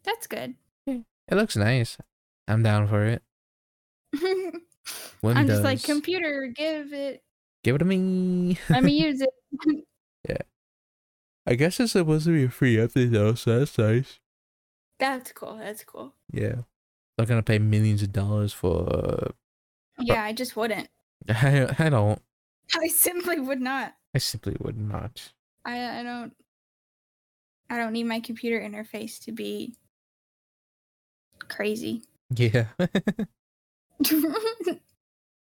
B: That's good.
A: It looks nice. I'm down for it. Windows.
B: I'm just like computer. Give it.
A: Give it to me.
B: Let me use it.
A: I guess it's supposed to be a free update though, so that's nice.
B: That's cool. That's cool.
A: Yeah. Not gonna pay millions of dollars for.
B: Yeah, I just wouldn't.
A: I I don't.
B: I simply would not.
A: I simply would not.
B: I I don't. I don't need my computer interface to be crazy.
A: Yeah.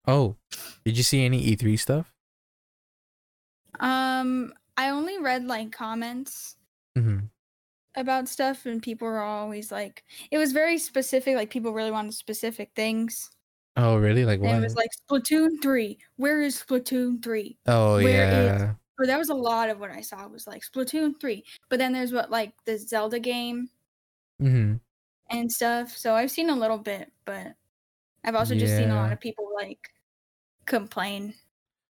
A: oh, did you see any E3 stuff?
B: um, I only read like comments
A: Mm-hmm.
B: about stuff, and people were always like, it was very specific. Like people really wanted specific things.
A: Oh, really? Like
B: And
A: what?
B: it was like Splatoon three. Where is Splatoon three?
A: oh
B: where it's-
A: yeah.
B: But that was a lot of what I saw was like Splatoon three. But then there's what like the Zelda game
A: Mm-hmm.
B: and stuff. So I've seen a little bit, but I've also just seen a lot
A: Yeah.
B: of people like complain.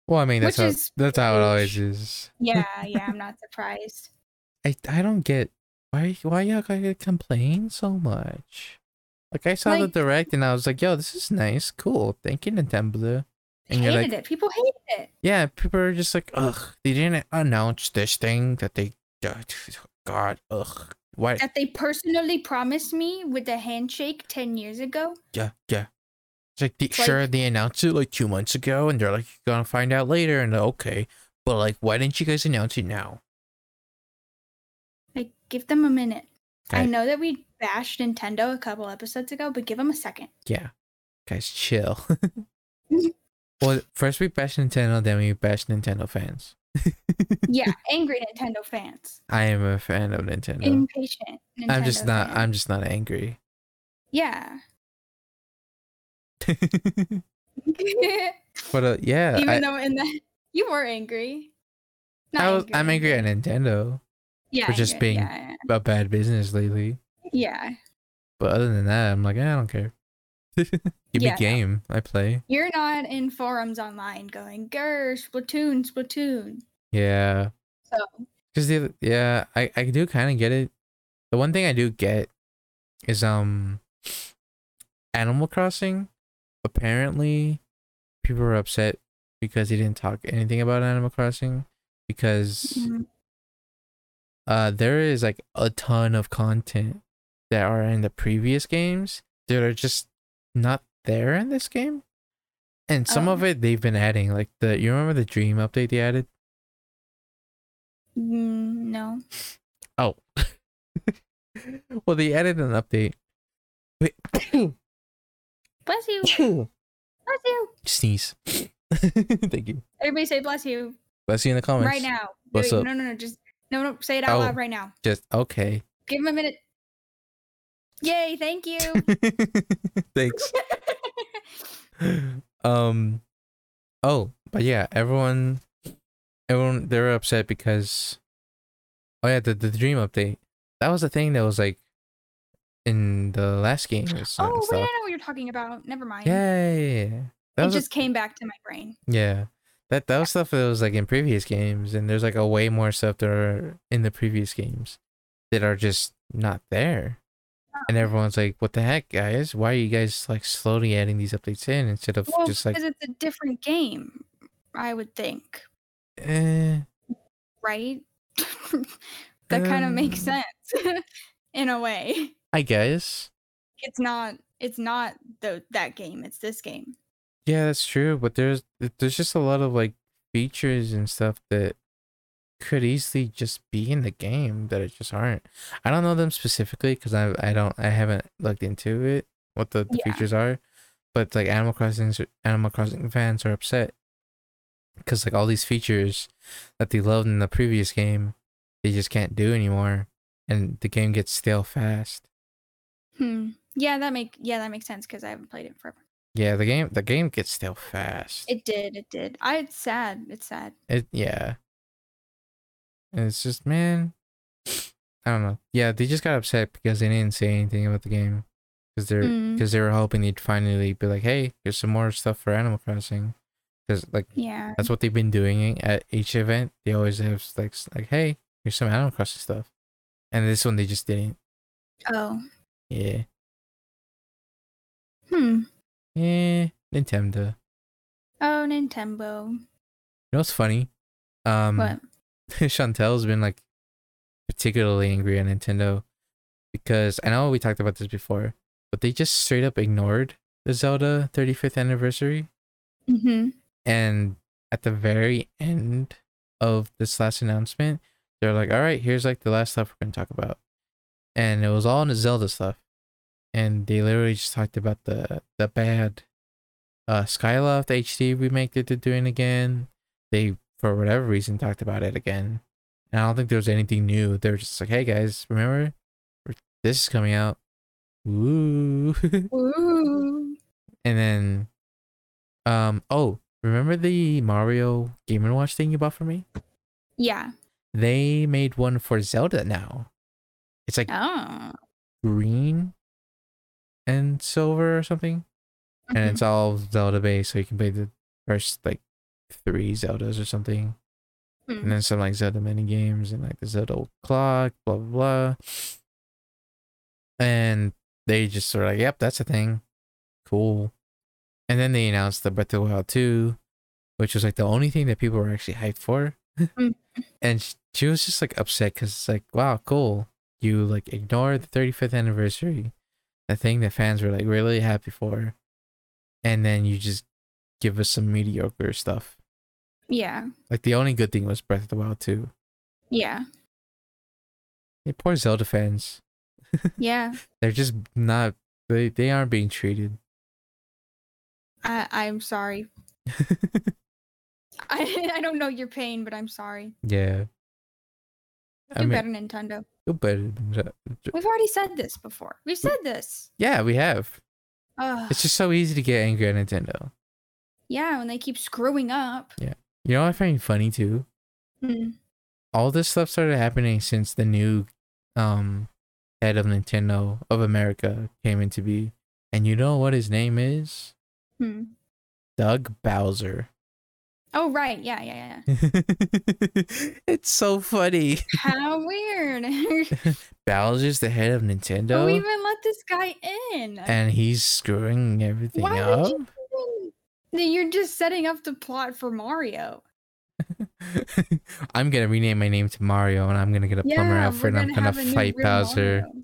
A: Well, I mean that's
B: Which
A: how
B: is
A: that's how it always
B: strange.
A: is.
B: Yeah, yeah, I'm not surprised.
A: I I don't get why why y'all gotta complain so much. Like I saw
B: Like-
A: the direct and I was like, yo, this is nice, cool. Thank you, Nintendo. And you're
B: hated
A: like,
B: it. People hated it.
A: Yeah, people are just like, ugh, they didn't announce this thing that they, God, ugh, why?
B: That they personally promised me with the handshake ten years ago.
A: Yeah, yeah. It's like, the,
B: like-
A: sure, they announced it like two months ago, and they're like, you're gonna find out later, and okay, but like, why didn't you guys announce it now?
B: Like, give them a minute. I
A: Okay.
B: know that we bashed Nintendo a couple episodes ago, but give them a second.
A: Yeah, guys, chill. well, first we bash Nintendo, then we bash Nintendo fans.
B: yeah, angry Nintendo fans,
A: I am a fan of Nintendo.
B: impatient. Nintendo
A: I'm just not.
B: fans.
A: I'm just not angry.
B: Yeah.
A: but uh, yeah,
B: Even
A: I,
B: though in the you were angry. Not
A: I was, I'm angry at Nintendo.
B: yeah,
A: for just being-
B: Yeah,
A: about bad business lately.
B: yeah.
A: But other than that, I'm like, eh, I don't care. Give
B: Yeah,
A: me
B: no.
A: game. I play.
B: You're not in forums online going, "Grr, Splatoon, Splatoon."
A: Yeah.
B: So
A: Cause the other- yeah, I I do kind of get it. The one thing I do get is um, Animal Crossing. Apparently, people were upset because he didn't talk anything about Animal Crossing because
B: mm,
A: uh there is like a ton of content that are in the previous games that are just not there in this game and some of
B: Oh.
A: it they've been adding like the you remember the dream update they added
B: mm, no.
A: well they added an update
B: Bless you. Bless you.
A: sneeze thank you
B: Everybody say bless you
A: let's see you in the comments
B: right now.
A: Bless
B: Wait,
A: up.
B: No, no, no. Just no, no. Say it out
A: Oh.
B: loud right now.
A: just okay
B: Give him a minute. Yay! Thank you.
A: thanks um oh but yeah everyone everyone they're upset because Oh yeah, the, the dream update. That was the thing that was like in the last game. and s- and
B: oh wait, I
A: stuff.
B: know what you're talking about. Never mind.
A: yeah, yeah, yeah, yeah. That
B: it
A: was a-
B: just came back to my brain.
A: yeah. That that was stuff that was like in previous games, and there's like a way more stuff that are in the previous games that are just not there. And everyone's like, "What the heck, guys? Why are you guys like slowly adding these updates in instead of
B: Well,
A: just like,
B: because it's a different game, I would think,
A: eh,
B: right? that kind of makes
A: Um,
B: sense in a way.
A: I guess."
B: It's not. It's not the that game. It's this game.
A: Yeah, that's true, but there's th- there's just a lot of like features and stuff that could easily just be in the game that it just aren't. I don't know them specifically because I I don't I haven't looked into it what the, the
B: Yeah.
A: features are, but like Animal Crossing Animal Crossing fans are upset because like all these features that they loved in the previous game they just can't do anymore, and the game gets stale fast.
B: Hmm. Yeah, that make yeah that makes sense because I haven't played it forever.
A: Yeah, the game the game gets stale fast.
B: It did. It did. I. It's sad. It's sad.
A: It yeah. And it's just man, I don't know. Yeah, they just got upset because they didn't say anything about the game, because they're
B: Mm.
A: because they were hoping they'd finally be like, hey, here's some more stuff for Animal Crossing, because like
B: Yeah.
A: that's what they've been doing at each event. They always have like s- like hey, here's some Animal Crossing stuff, and this one they just didn't.
B: Oh.
A: Yeah,
B: Hmm.
A: yeah, Eh, Nintendo.
B: Oh, Nintendo.
A: You know what's funny? Um,
B: What?
A: Chantel's been like particularly angry at Nintendo because I know we talked about this before, but they just straight up ignored the Zelda 35th anniversary.
B: Mm-hmm.
A: And at the very end of this last announcement, they're like, all right, here's like the last stuff we're going to talk about. And it was all in the Zelda stuff. And they literally just talked about the, the bad uh, Skyloft HD remake that they're doing again. They, for whatever reason, talked about it again. And I don't think there was anything new. They were just like, hey guys, remember? This is coming out. Ooh.
B: Ooh.
A: And then, um, oh, remember the Mario Game and Watch thing you bought for me?
B: Yeah.
A: They made one for Zelda now. It's like
B: Oh.
A: green and silver or something, and
B: Mhm.
A: it's all Zelda based, so you can play the first like three Zeldas or something,
B: Hmm.
A: and then some like Zelda mini games and like the Zelda clock, blah blah blah. And they just sort of like, yep, that's a thing, cool. And then they announced the Breath of the Wild two, which was like the only thing that people were actually hyped for.
B: Mm.
A: and sh- she was just like upset because it's like, wow, cool. You like ignored the 35th anniversary, the thing that fans were like really happy for. And then you just give us some mediocre stuff.
B: Yeah.
A: Like the only good thing was Breath of the Wild 2.
B: Yeah.
A: Yeah, poor Zelda fans.
B: Yeah.
A: They're just not, they, they aren't being treated.
B: I. I'm sorry. I. I don't know your pain, but I'm sorry.
A: yeah. I
B: Do
A: mean,
B: better, Nintendo.
A: feel better than that.
B: We've already said this before. We've said this.
A: Yeah, we have.
B: Ugh.
A: It's just so easy to get angry at Nintendo.
B: yeah, when they keep screwing up.
A: You know what I find funny too?
B: Mm.
A: All this stuff started happening since the new um head of Nintendo of America came into be. And you know what his name is?
B: Hmm.
A: Doug Bowser.
B: Oh right, yeah, yeah, yeah.
A: it's so funny.
B: How weird.
A: Bowser's the head of Nintendo
B: Who even let this guy in?
A: and he's screwing everything
B: Why
A: up.
B: would you even- Then You're just setting up the plot for Mario.
A: I'm gonna rename my name to Mario and I'm gonna get a plumber
B: Yeah,
A: outfit
B: we're
A: and I'm gonna
B: have a new
A: fight
B: real
A: Bowser.
B: Mario.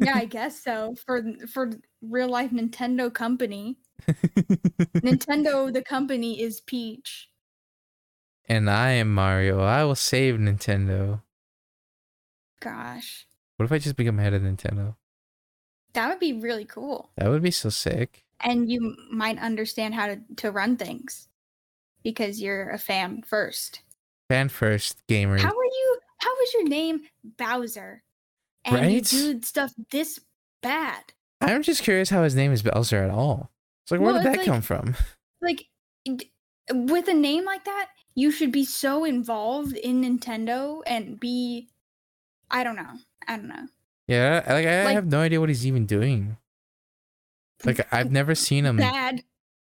B: yeah, I guess so. For for real life Nintendo company, Nintendo the company is Peach.
A: and I am Mario. I will save Nintendo.
B: Gosh,
A: What if I just become head of Nintendo?
B: that would be really cool.
A: That would be so sick.
B: And you m- might understand how to, to run things because you're a fan first.
A: Fan first gamer.
B: How are you? How was your name Bowser? And you
A: Right?
B: do stuff this bad.
A: I'm just curious how his name is Bowser at all. It's like where
B: Well,
A: did that
B: it's like-
A: come from?
B: like d- with a name like that you should be so involved in nintendo and be I don't know. I don't know.
A: Yeah, I- like I
B: Like-
A: have no idea what he's even doing. Like I've never seen him.
B: Bad.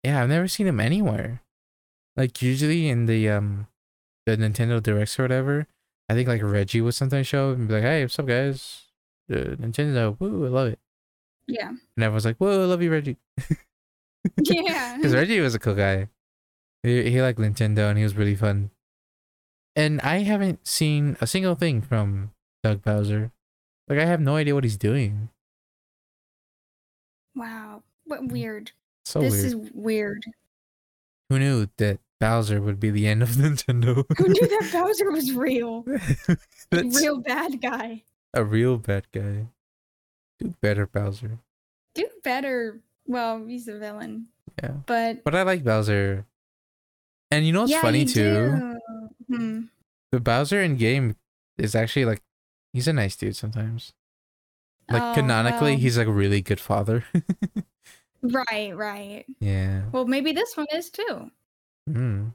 A: Yeah, I've never seen him anywhere. Like usually in the um the Nintendo Directs or whatever, I think like Reggie would sometimes show up and be like, "Hey, what's up, guys? Uh, Nintendo, woo, I love it."
B: Yeah.
A: And everyone's like, "Whoa, I love you, Reggie,"
B: Yeah.
A: because Reggie was a cool guy. He, he liked Nintendo and he was really fun. And I haven't seen a single thing from Doug Bowser. Like I have no idea what he's doing.
B: wow. What weird.
A: So
B: this
A: weird.
B: is weird.
A: Who knew that Bowser would be the end of Nintendo?
B: Who knew that Bowser was real?
A: That's
B: Real bad guy.
A: a real bad guy. Do better, Bowser.
B: Do better. Well, he's a villain.
A: Yeah.
B: But
A: But I like Bowser. And you know what's
B: yeah,
A: funny
B: you
A: too?
B: do. Hmm.
A: The Bowser in game is actually like he's a nice dude sometimes. Like
B: Oh,
A: canonically,
B: well.
A: he's like a really good father.
B: Right, right.
A: yeah.
B: Well, maybe this one is too.
A: Mm.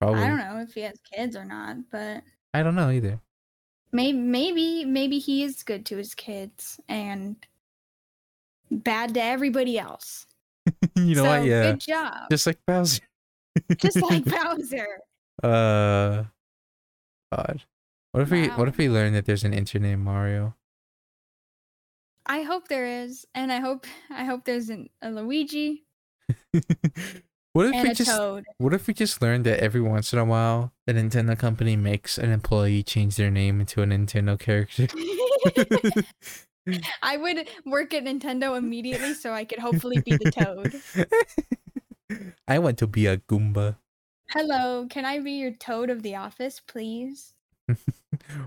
A: Probably.
B: I don't know if he has kids or not, but
A: I don't know either.
B: maybe maybe maybe he is good to his kids and bad to everybody else.
A: you know what?
B: So,
A: Yeah.
B: Good job.
A: Just like Bowser.
B: Just like Bowser.
A: Uh God. What if we
B: Wow.
A: what if we learn that there's an internet Mario?
B: I hope there is, and I hope I hope there's an, a Luigi
A: what if
B: and
A: we
B: a
A: just
B: Toad.
A: What if we just learned that every once in a while, the Nintendo company makes an employee change their name into a Nintendo character?
B: I would work at Nintendo immediately so I could hopefully be the Toad.
A: I want to be a Goomba.
B: Hello, can I be your Toad of the office, please?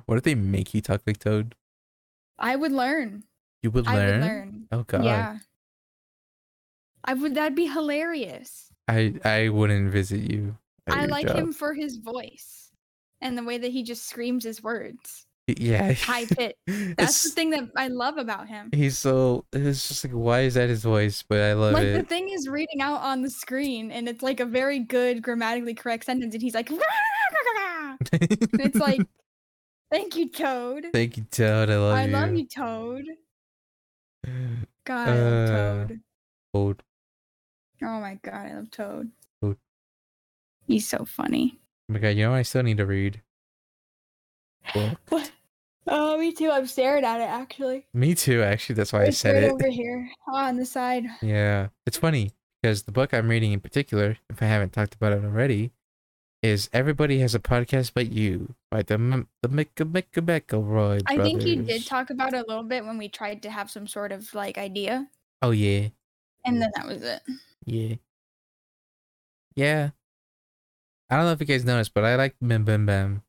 A: What if they make you talk like Toad?
B: I would learn.
A: You would learn.
B: I would learn.
A: Oh god.
B: Yeah. I would that'd be hilarious.
A: I I wouldn't visit you. at
B: I
A: your
B: like
A: job.
B: him for his voice and the way that he just screams his words.
A: Yeah.
B: High pitch. That's the thing that I love about him.
A: He's so it's just like why is that his voice? But I love
B: Like the
A: it.
B: thing is reading out on the screen and it's like a very good grammatically correct sentence and he's like and it's like thank you Toad.
A: Thank you, Toad. I love
B: I
A: you.
B: love you Toad.
A: you.
B: God, I
A: Uh,
B: love Toad.
A: Toad.
B: Oh my god, I love Toad.
A: Toad.
B: He's so funny.
A: Oh my god, you know what I still need to read? Well,
B: What? Oh, me too. I'm staring at it actually.
A: me too, actually. That's why I
B: It's
A: said
B: right
A: it.
B: over here ah, on the side.
A: Yeah. It's funny because the book I'm reading in particular, if I haven't talked about it already, is Everybody Has a Podcast But You by the, M- the Micka Micka McElroy
B: I think you did
A: brothers.
B: talk about it a little bit when we tried to have some sort of like idea,
A: Oh, yeah.
B: and
A: Mm.
B: then that was it.
A: Yeah. Yeah. I don't know if you guys noticed, but I like Bim Bim Bam.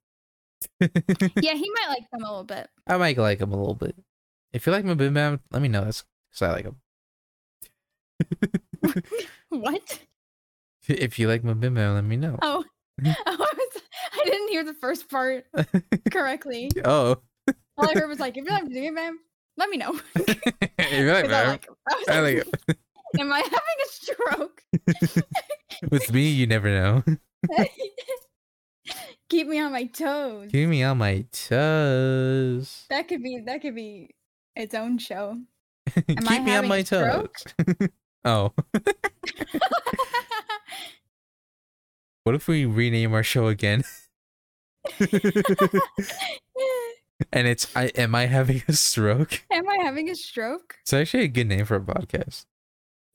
B: yeah, he might like them a little bit.
A: I might like him a little bit. If you like Bim Bim Bam, let me know. That's because I like him.
B: What?
A: If you like Bim Bim Bam, let me know.
B: Oh, oh I, was, I didn't hear the first part correctly.
A: Oh.
B: All I heard was like, "If you like doing ma'am, let me know."
A: If you like
B: Because I
A: Bam,
B: like, I was
A: I like
B: like, "Am I having a stroke?"
A: With me, you never know.
B: Keep me on my toes.
A: Keep me on my toes.
B: That could be. That could be its own show.
A: Keep me
B: I
A: on
B: having
A: my
B: a
A: toes.
B: stroke?
A: oh, what if we rename our show again? and it's I am I having a stroke?
B: Am I having a stroke?
A: It's actually a good name for a podcast.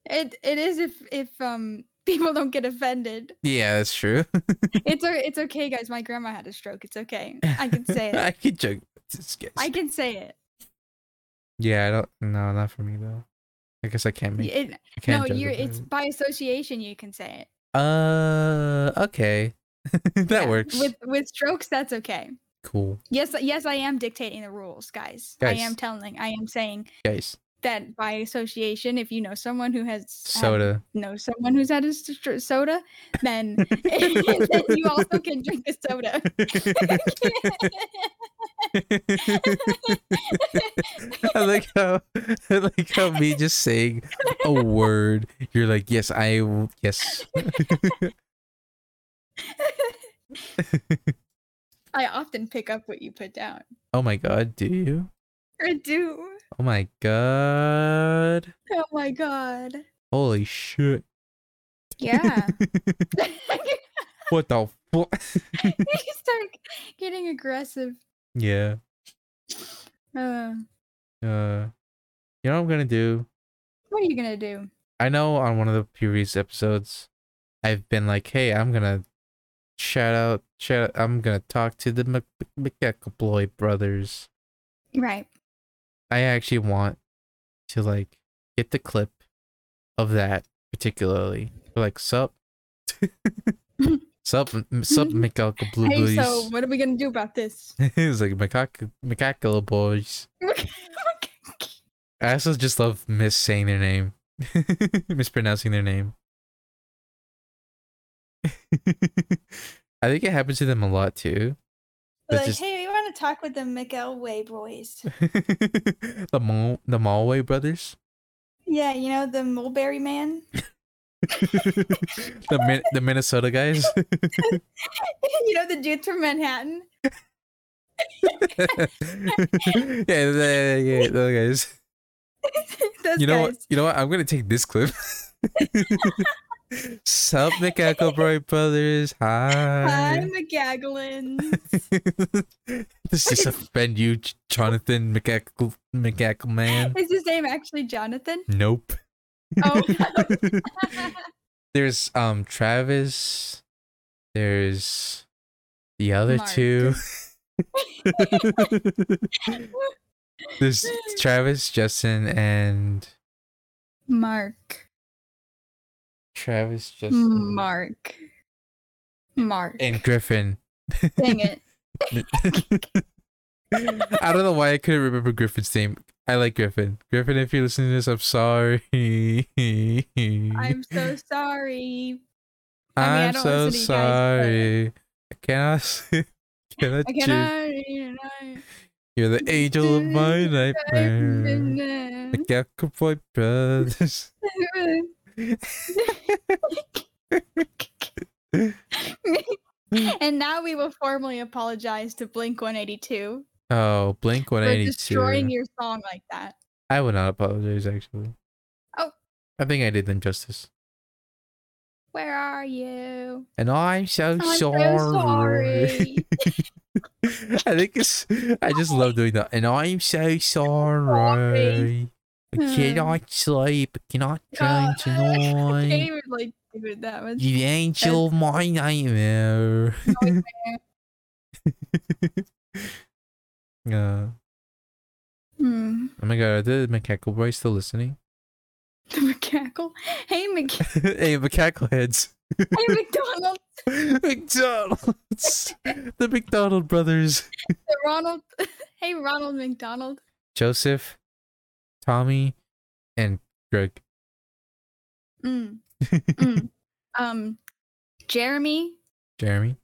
B: It it is if if um people don't get offended.
A: Yeah, that's true.
B: It's o- it's okay, guys. My grandma had a stroke. It's okay. I can say it.
A: I could joke. It's good.
B: I can say it.
A: yeah, I don't. No, not for me though. I guess I can't
B: Y-
A: make.
B: it
A: I can't
B: no,
A: joke
B: you
A: about
B: it's
A: it.
B: by association you can say it.
A: Uh, okay, that
B: Yeah,
A: works.
B: With with strokes, that's okay.
A: cool,
B: Yes, yes, I am dictating the rules, guys. I am
A: Guys.
B: telling. I am saying
A: guys.
B: Um, that by association, if you know someone who has had
A: Soda.
B: know someone who's had a s- str- soda, then, then you also can drink a soda.
A: I like how I like how me just saying a word, you're like, yes, I w- yes.
B: I often pick up what you put down.
A: Oh my god, do you?
B: I do.
A: Oh my god.
B: Oh my god.
A: Holy shit.
B: Yeah.
A: What the fuck?
B: you start getting aggressive.
A: yeah.
B: Uh,
A: Uh, you know what I'm gonna do?
B: what are you gonna do?
A: I know on one of the previous episodes, I've been like, "Hey, I'm gonna shout out, shout. I'm gonna talk to the Mc- Mc- McElroy brothers."
B: Right.
A: I actually want to like get the clip of that particularly. Like, sup, sup, m- sup, McElroy blue
B: hey, so
A: boys.
B: what are we gonna do about this?
A: it was like macaque, macaque boys. I also just love miss saying their name, mispronouncing their name. I think it happens to them a lot too. But
B: like,
A: just-
B: hey, we want to talk with the McElway boys.
A: the Mal- the Malway brothers,
B: yeah, you know the mulberry man.
A: the Min- the Minnesota guys.
B: you know the dudes from Manhattan.
A: yeah, yeah, yeah, yeah, those guys.
B: Those
A: You know what?
B: guys.
A: You know what? I'm gonna take this clip. Sup, McElroy brothers.
B: Hi, McGaglin.
A: Does this offend you, J- Jonathan McEck McEckman?
B: Is his name actually Jonathan?
A: Nope.
B: Oh,
A: There's um Travis. There's the other
B: Mark.
A: two. There's Travis, Justin, and
B: Mark.
A: Travis, Justin,
B: Mark. Mark.
A: and Griffin.
B: Dang it.
A: I don't know why I couldn't remember Griffin's name. I like Griffin. Griffin, if you're listening to this, I'm sorry.
B: I'm so sorry. I mean, I
A: I'm
B: don't
A: so
B: listen to
A: sorry.
B: you guys,
A: I cannot see. Cannot
B: I
A: you-
B: cannot. you know,
A: You're the angel of my nightmare. The
B: I've
A: Geckoboy brothers.
B: been- and now we will formally apologize to Blink 182
A: Oh, Blink
B: for destroying
A: 182.
B: your song like that.
A: I would not apologize, actually.
B: Oh.
A: I think I did them justice.
B: Where are you?
A: And I'm so
B: I'm so
A: sorry.
B: sorry.
A: I think it's. I just love doing that. And I'm so sorry. I cannot sleep. I cannot
B: God,
A: dream
B: I can't
A: tonight.
B: even like do it that much.
A: You angel of my nightmare. Yeah.
B: Hmm.
A: Ah, Oh my god, are the macaque boys still listening?
B: The McCackle. Hey, Mc- hey
A: hey, macaque heads.
B: McDonald.
A: McDonald's. the McDonald brothers.
B: The Ronald. Hey, Ronald McDonald.
A: Joseph, Tommy, and Greg.
B: Mm. mm. Um, Jeremy
A: Jeremy,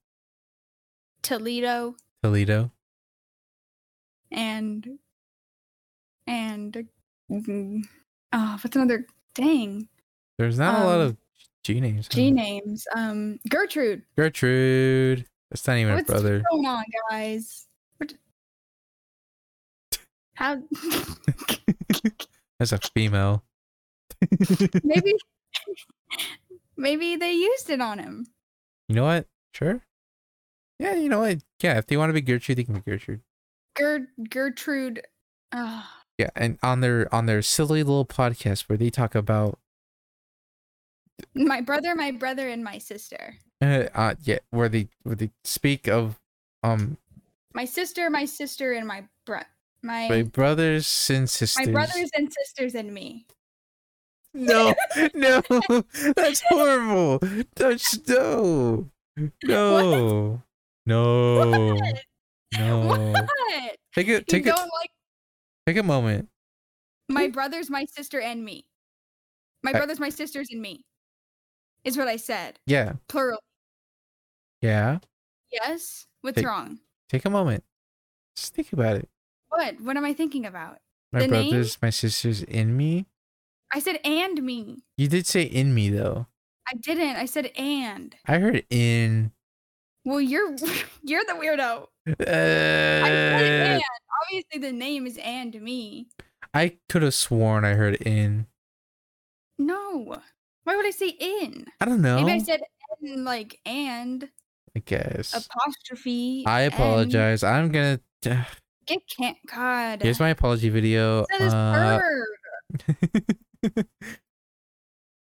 B: Toledo
A: Toledo,
B: and and mm, oh, what's another dang
A: There's not a lot
B: Um,
A: of G names. huh?
B: G names? Um, Gertrude.
A: Gertrude. That's not even
B: What's
A: a brother.
B: going on, guys? What- How?
A: That's a female.
B: maybe maybe they used it on him.
A: You know what? Sure. Yeah, you know what? Yeah, if they want to be Gertrude, they can be Gertrude.
B: Ger- Gertrude. Oh,
A: Yeah, and on their on their silly little podcast where they talk about
B: my brother, my brother, and my sister.
A: uh, uh yeah, where they where they speak of um
B: My sister, my sister, and my bro. My
A: my brothers and sisters.
B: my brothers and sisters and me.
A: No, no, that's horrible. That's no, no, no,
B: What?
A: no.
B: What?
A: Take a
B: You
A: Oh. take
B: don't
A: a
B: like
A: take a moment.
B: my brothers, my sister, and me. My
A: I-
B: brothers, my sisters, and me. Is what I said.
A: Yeah,
B: Plural.
A: yeah.
B: Yes. What's
A: Take-
B: wrong?
A: Take a moment. Just think about it.
B: What? What am I thinking about?
A: My
B: The name?
A: brothers, my sisters, in me.
B: I said and me.
A: You did say in me though.
B: I didn't. I said and.
A: I heard in.
B: Well, you're you're the weirdo. I said
A: Uh,
B: Anne. Obviously, the name is Anne to me.
A: I could have sworn I heard in.
B: No. Why would I say in?
A: I don't know.
B: Maybe I said and like and
A: I guess.
B: apostrophe.
A: I
B: and-
A: apologize. I'm gonna.
B: Get can't. God.
A: Here's my apology video.
B: That is
A: Uh,
B: her.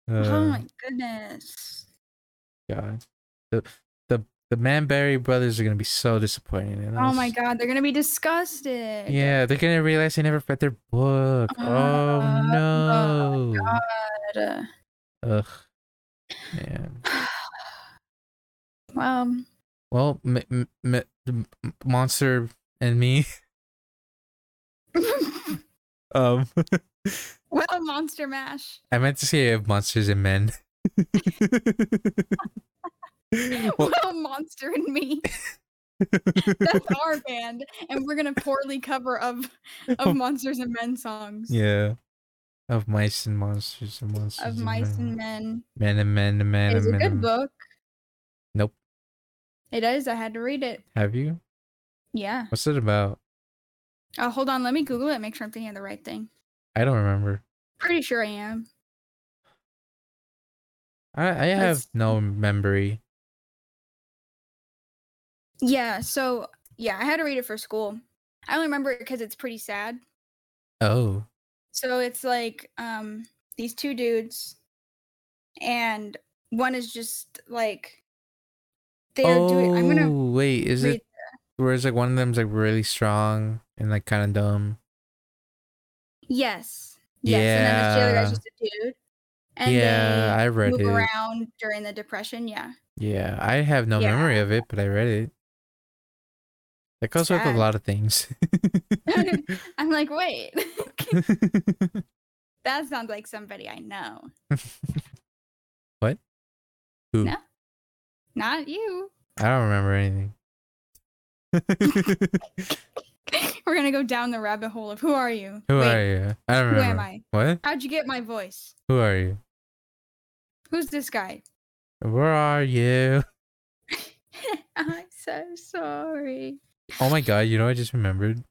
B: oh
A: uh,
B: my goodness.
A: God. The the the Manberry brothers are gonna be so disappointed. in
B: Oh
A: us.
B: my god, they're gonna be disgusted.
A: Yeah, they're gonna realize they never read their book.
B: Uh,
A: oh
B: oh my
A: no.
B: God.
A: Ugh. Man.
B: Um,
A: Well, m- m- m- the m- monster and me. Um,
B: well, Monster Mash.
A: I meant to say of monsters and men.
B: Well, Monster and Me. That's our band, and we're gonna poorly cover of
A: Of-
B: of Monsters and Men songs.
A: Oh. yeah. Of mice and monsters and monsters.
B: Of Mice and
A: men.
B: Men.
A: Men and men and men
B: It's
A: and men.
B: a good
A: and-
B: book.
A: Nope.
B: It is. I had to read it.
A: Have you?
B: Yeah.
A: What's it about?
B: Uh, hold on. Let me Google it. Make sure I'm thinking of the right thing.
A: I don't remember.
B: Pretty sure I am.
A: I, I have
B: Let's-
A: no memory.
B: Yeah. So yeah, I had to read it for school. I only remember it because it's pretty sad.
A: Oh.
B: So it's like um these two dudes and one is just like they're
A: oh,
B: doing I'm gonna
A: wait, is
B: read
A: it whereas like one of them's like really strong and like kind of dumb?
B: Yes. Yes. And then this
A: Yeah.
B: other guy's just a dude. And
A: yeah, I
B: they
A: read
B: move
A: it.
B: around during the depression. Yeah.
A: Yeah, I have no
B: Yeah.
A: memory of it, but I read it. That goes with
B: Sad.
A: a lot of things.
B: I'm like, wait, that sounds like somebody I know.
A: Who?
B: No. Not you.
A: I don't remember anything.
B: We're gonna go down the rabbit hole of who are you?
A: Who
B: Wait,
A: are you? I don't
B: Who
A: remember.
B: am I?
A: What?
B: How'd you get my voice?
A: Who are you?
B: Who's this guy?
A: Where are you?
B: I'm so sorry.
A: Oh my god, you know what I just remembered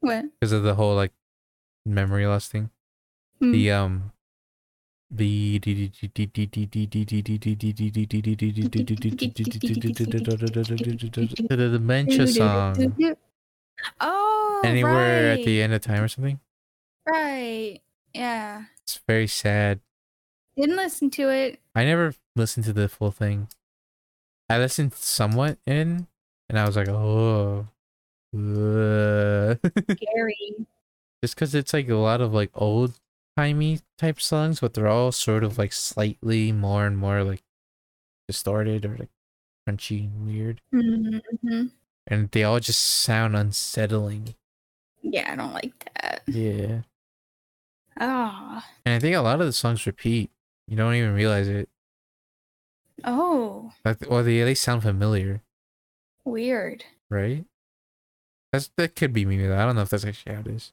B: What?
A: because of the whole like memory loss thing.
B: Hmm.
A: the um the dementia song
B: Oh,
A: anywhere at
B: right,
A: the end of time or something
B: right. Yeah,
A: it's very sad
B: didn't listen to it.
A: i never listened to the full thing i listened somewhat in and i was like oh uh,"
B: Scary.
A: just because it's like a lot of like old timey type songs but they're all sort of like slightly more and more like distorted or like crunchy and weird Mm-hmm.
B: hmm
A: and they all just sound unsettling.
B: Yeah, I don't like that.
A: Yeah.
B: Oh,
A: And I think a lot of the songs repeat. You don't even realize it.
B: oh,
A: Like, or they at least sound familiar,
B: weird.
A: right? That's that could be me. though. I don't know if that's actually how it is.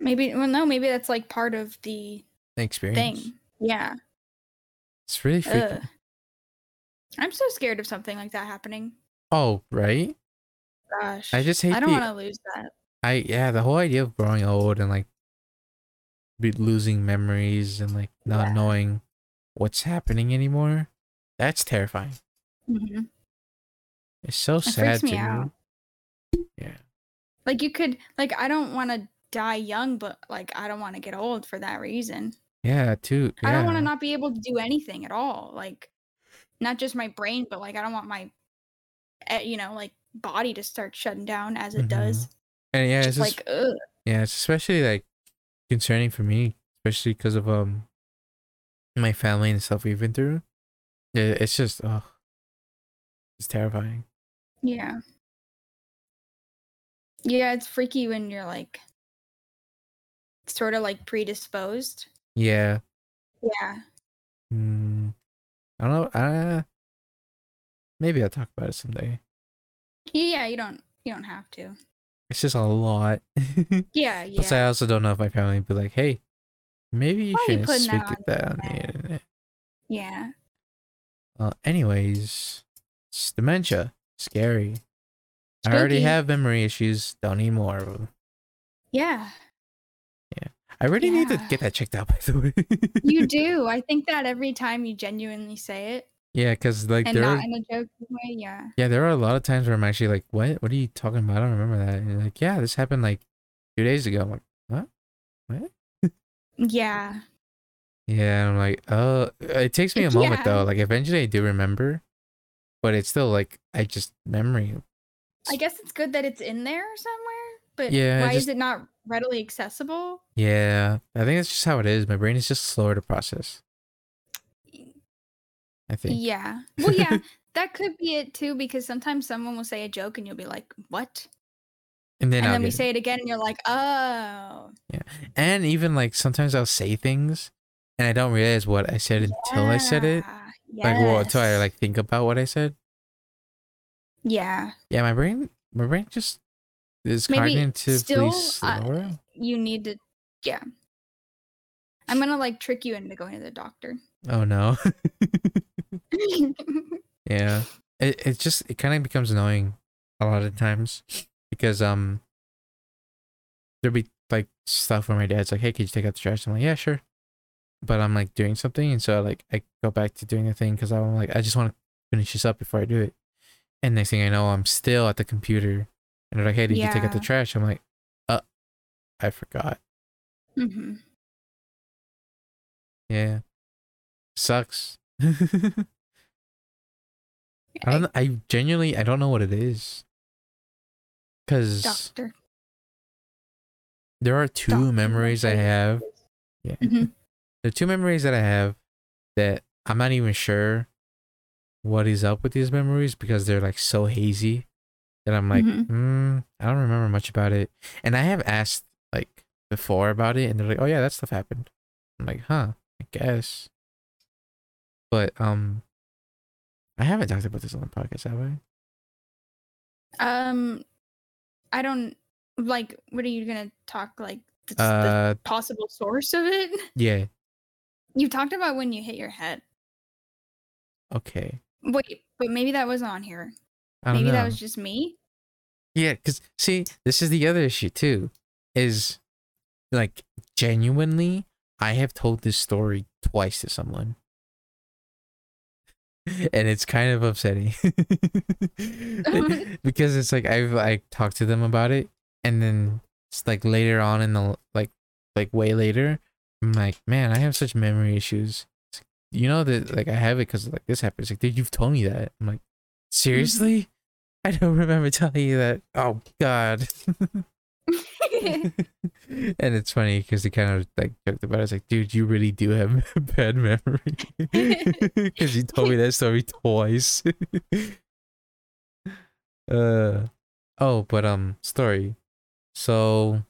B: Maybe. Well, no, maybe that's like part of the
A: Experience.
B: thing. Yeah.
A: It's really freaky.
B: Ugh. I'm so scared of something like that happening.
A: Oh, right.
B: Gosh.
A: I just hate
B: I don't
A: the-
B: want to lose that.
A: I yeah. The whole idea of growing old and like be losing memories and like not
B: Yeah.
A: knowing what's happening anymore. That's terrifying.
B: hmm
A: Mm-hmm. It's so
B: freaks
A: sad
B: me
A: to
B: out.
A: Yeah.
B: Like you could like I don't want to die young, but like I don't want to get old for that reason.
A: Yeah. Too.
B: I don't want
A: yeah.
B: to not be able to do anything at all. Like not just my brain, but like I don't want my eh, you know, like body to start shutting down as it does.
A: Mm-hmm. And yeah, it's
B: Just
A: just
B: like ugh.
A: Yeah, it's especially like concerning for me, especially because of um my family and stuff we've been through. It, it's just oh, it's terrifying.
B: Yeah. Yeah, it's freaky when you're like sort of like predisposed.
A: Yeah.
B: Yeah.
A: Mm, I don't know. Uh, maybe I'll talk about it someday.
B: Yeah, you don't you don't have to.
A: It's just a lot.
B: Yeah, yeah.
A: Plus, I also don't know if my family would be like, "Hey, maybe you
B: Why are you
A: shouldn't
B: putting
A: speak like
B: that on the
A: that on the
B: internet?"
A: internet."
B: yeah.
A: Uh, anyways, it's dementia, scary. I already
B: Spooky.
A: have memory issues. Don't need more of them.
B: Yeah,
A: I really need to
B: Yeah.
A: get that checked out, by the way.
B: you do. I think that every time you genuinely say it
A: yeah, because like
B: and
A: there,
B: not
A: are,
B: in a joke way, yeah.
A: yeah, there are a lot of times where I'm actually like, "What? What are you talking about? I don't remember that." And you're like, "Yeah, this happened like two days ago." I'm like,
B: Yeah.
A: "Yeah," and I'm like, "Oh," it takes me a moment
B: Yeah.
A: though. Like eventually, I do remember, but it's still like I just memory.
B: I guess it's good that it's in there somewhere, but
A: Yeah, I
B: why
A: just-
B: is it not readily accessible?
A: Yeah, I think that's just how it is. My brain is just slower to process. I think.
B: Yeah. Well, yeah, that could be it too, because sometimes someone will say a joke and you'll be like, what?
A: And then,
B: And
A: I'll
B: then we
A: get it.
B: say it again and you're like, oh.
A: and even like sometimes I'll say things and I don't realize what I said until I said it.
B: yeah,
A: Like well, until I
B: ah, yes."
A: like think about what I said.
B: Yeah.
A: Yeah, my brain my brain just is
B: Maybe
A: cognitively
B: still, uh,
A: slower.
B: You need to, yeah. I'm going to like trick you into going to the doctor.
A: oh no.
B: Mm-hmm,
A: yeah. It it just it kind of becomes annoying a lot of times because um there'll be like stuff where my dad's like, Hey, can you take out the trash? I'm like, Yeah, sure. But I'm like doing something and so like I go back to doing the thing because I'm like, I just want to finish this up before I do it. And next thing I know, I'm still at the computer and they're like, Hey, did you take out the
B: Yeah.
A: trash? I'm like, Uh I forgot.
B: hmm
A: Yeah. Sucks. I don't. I genuinely. I don't know what it is. Cause
B: Doctor.
A: there are two
B: doctor,
A: memories I
B: doctor.
A: have. Yeah.
B: Mhm.
A: There are two memories that I have that I'm not even sure what is up with these memories because they're like so hazy that I'm like,
B: Mhm.
A: hmm, I don't remember much about it. And I have asked like before about it, and they're like, oh yeah, that stuff happened. I'm like, huh, I guess. But um, I haven't talked about this on the podcast, have I?
B: Um, I don't like. What are you gonna talk like? The, the
A: Uh,
B: possible source of it?
A: yeah.
B: You talked about when you hit your head.
A: Okay.
B: Wait, but maybe that wasn't on here.
A: I don't
B: Maybe
A: know.
B: that was just me.
A: Yeah, because see, this is the other issue too, is like genuinely, I have told this story twice to someone. And it's kind of upsetting because it's like I've like talked to them about it, and then it's like later on in the like like way later, I'm like, man, I have such memory issues. It's like, you know that like I have it because like this happens. Like, dude, you've told me that. I'm like, seriously? I don't remember telling you that. Oh God. and it's funny because he kind of like joked about it. It's like, dude, you really do have bad memory because you told me that story twice. uh, oh, but um, story. So,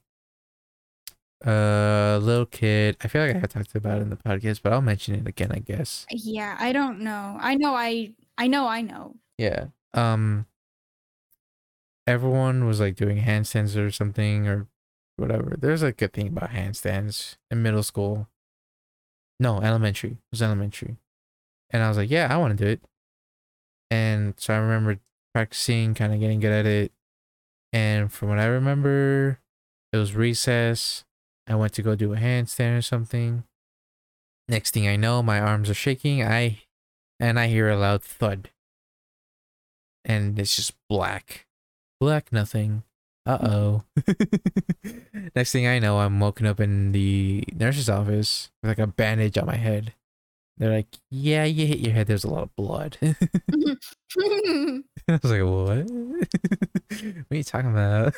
A: uh, little kid. I feel like I have talked about it in the podcast, but I'll mention it again, I guess.
B: yeah, I don't know. I know. I I know. I know.
A: Yeah. Um everyone was like doing handstands or something or whatever. There's like a thing about handstands in middle school. No, elementary. It was elementary. And I was like, yeah, I want to do it. And so I remember practicing, kind of getting good at it. And from what I remember, it was recess. I went to go do a handstand or something. Next thing I know, my arms are shaking. I and I hear a loud thud and it's just black. Black nothing. Uh oh. Next thing I know, I'm woken up in the nurse's office with like a bandage on my head. They're like, Yeah, you hit your head. There's a lot of blood. I was like, What? what are you talking about?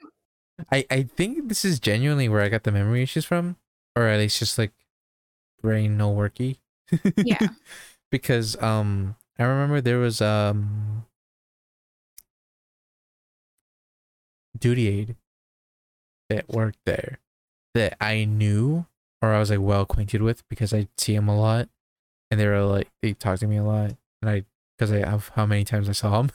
A: I, I think this is genuinely where I got the memory issues from, or at least just like brain no worky.
B: yeah.
A: because um I remember there was um duty aid that worked there that I knew or I was like well acquainted with because I see him a lot and they were like they talked to me a lot and I because I of how many times I saw him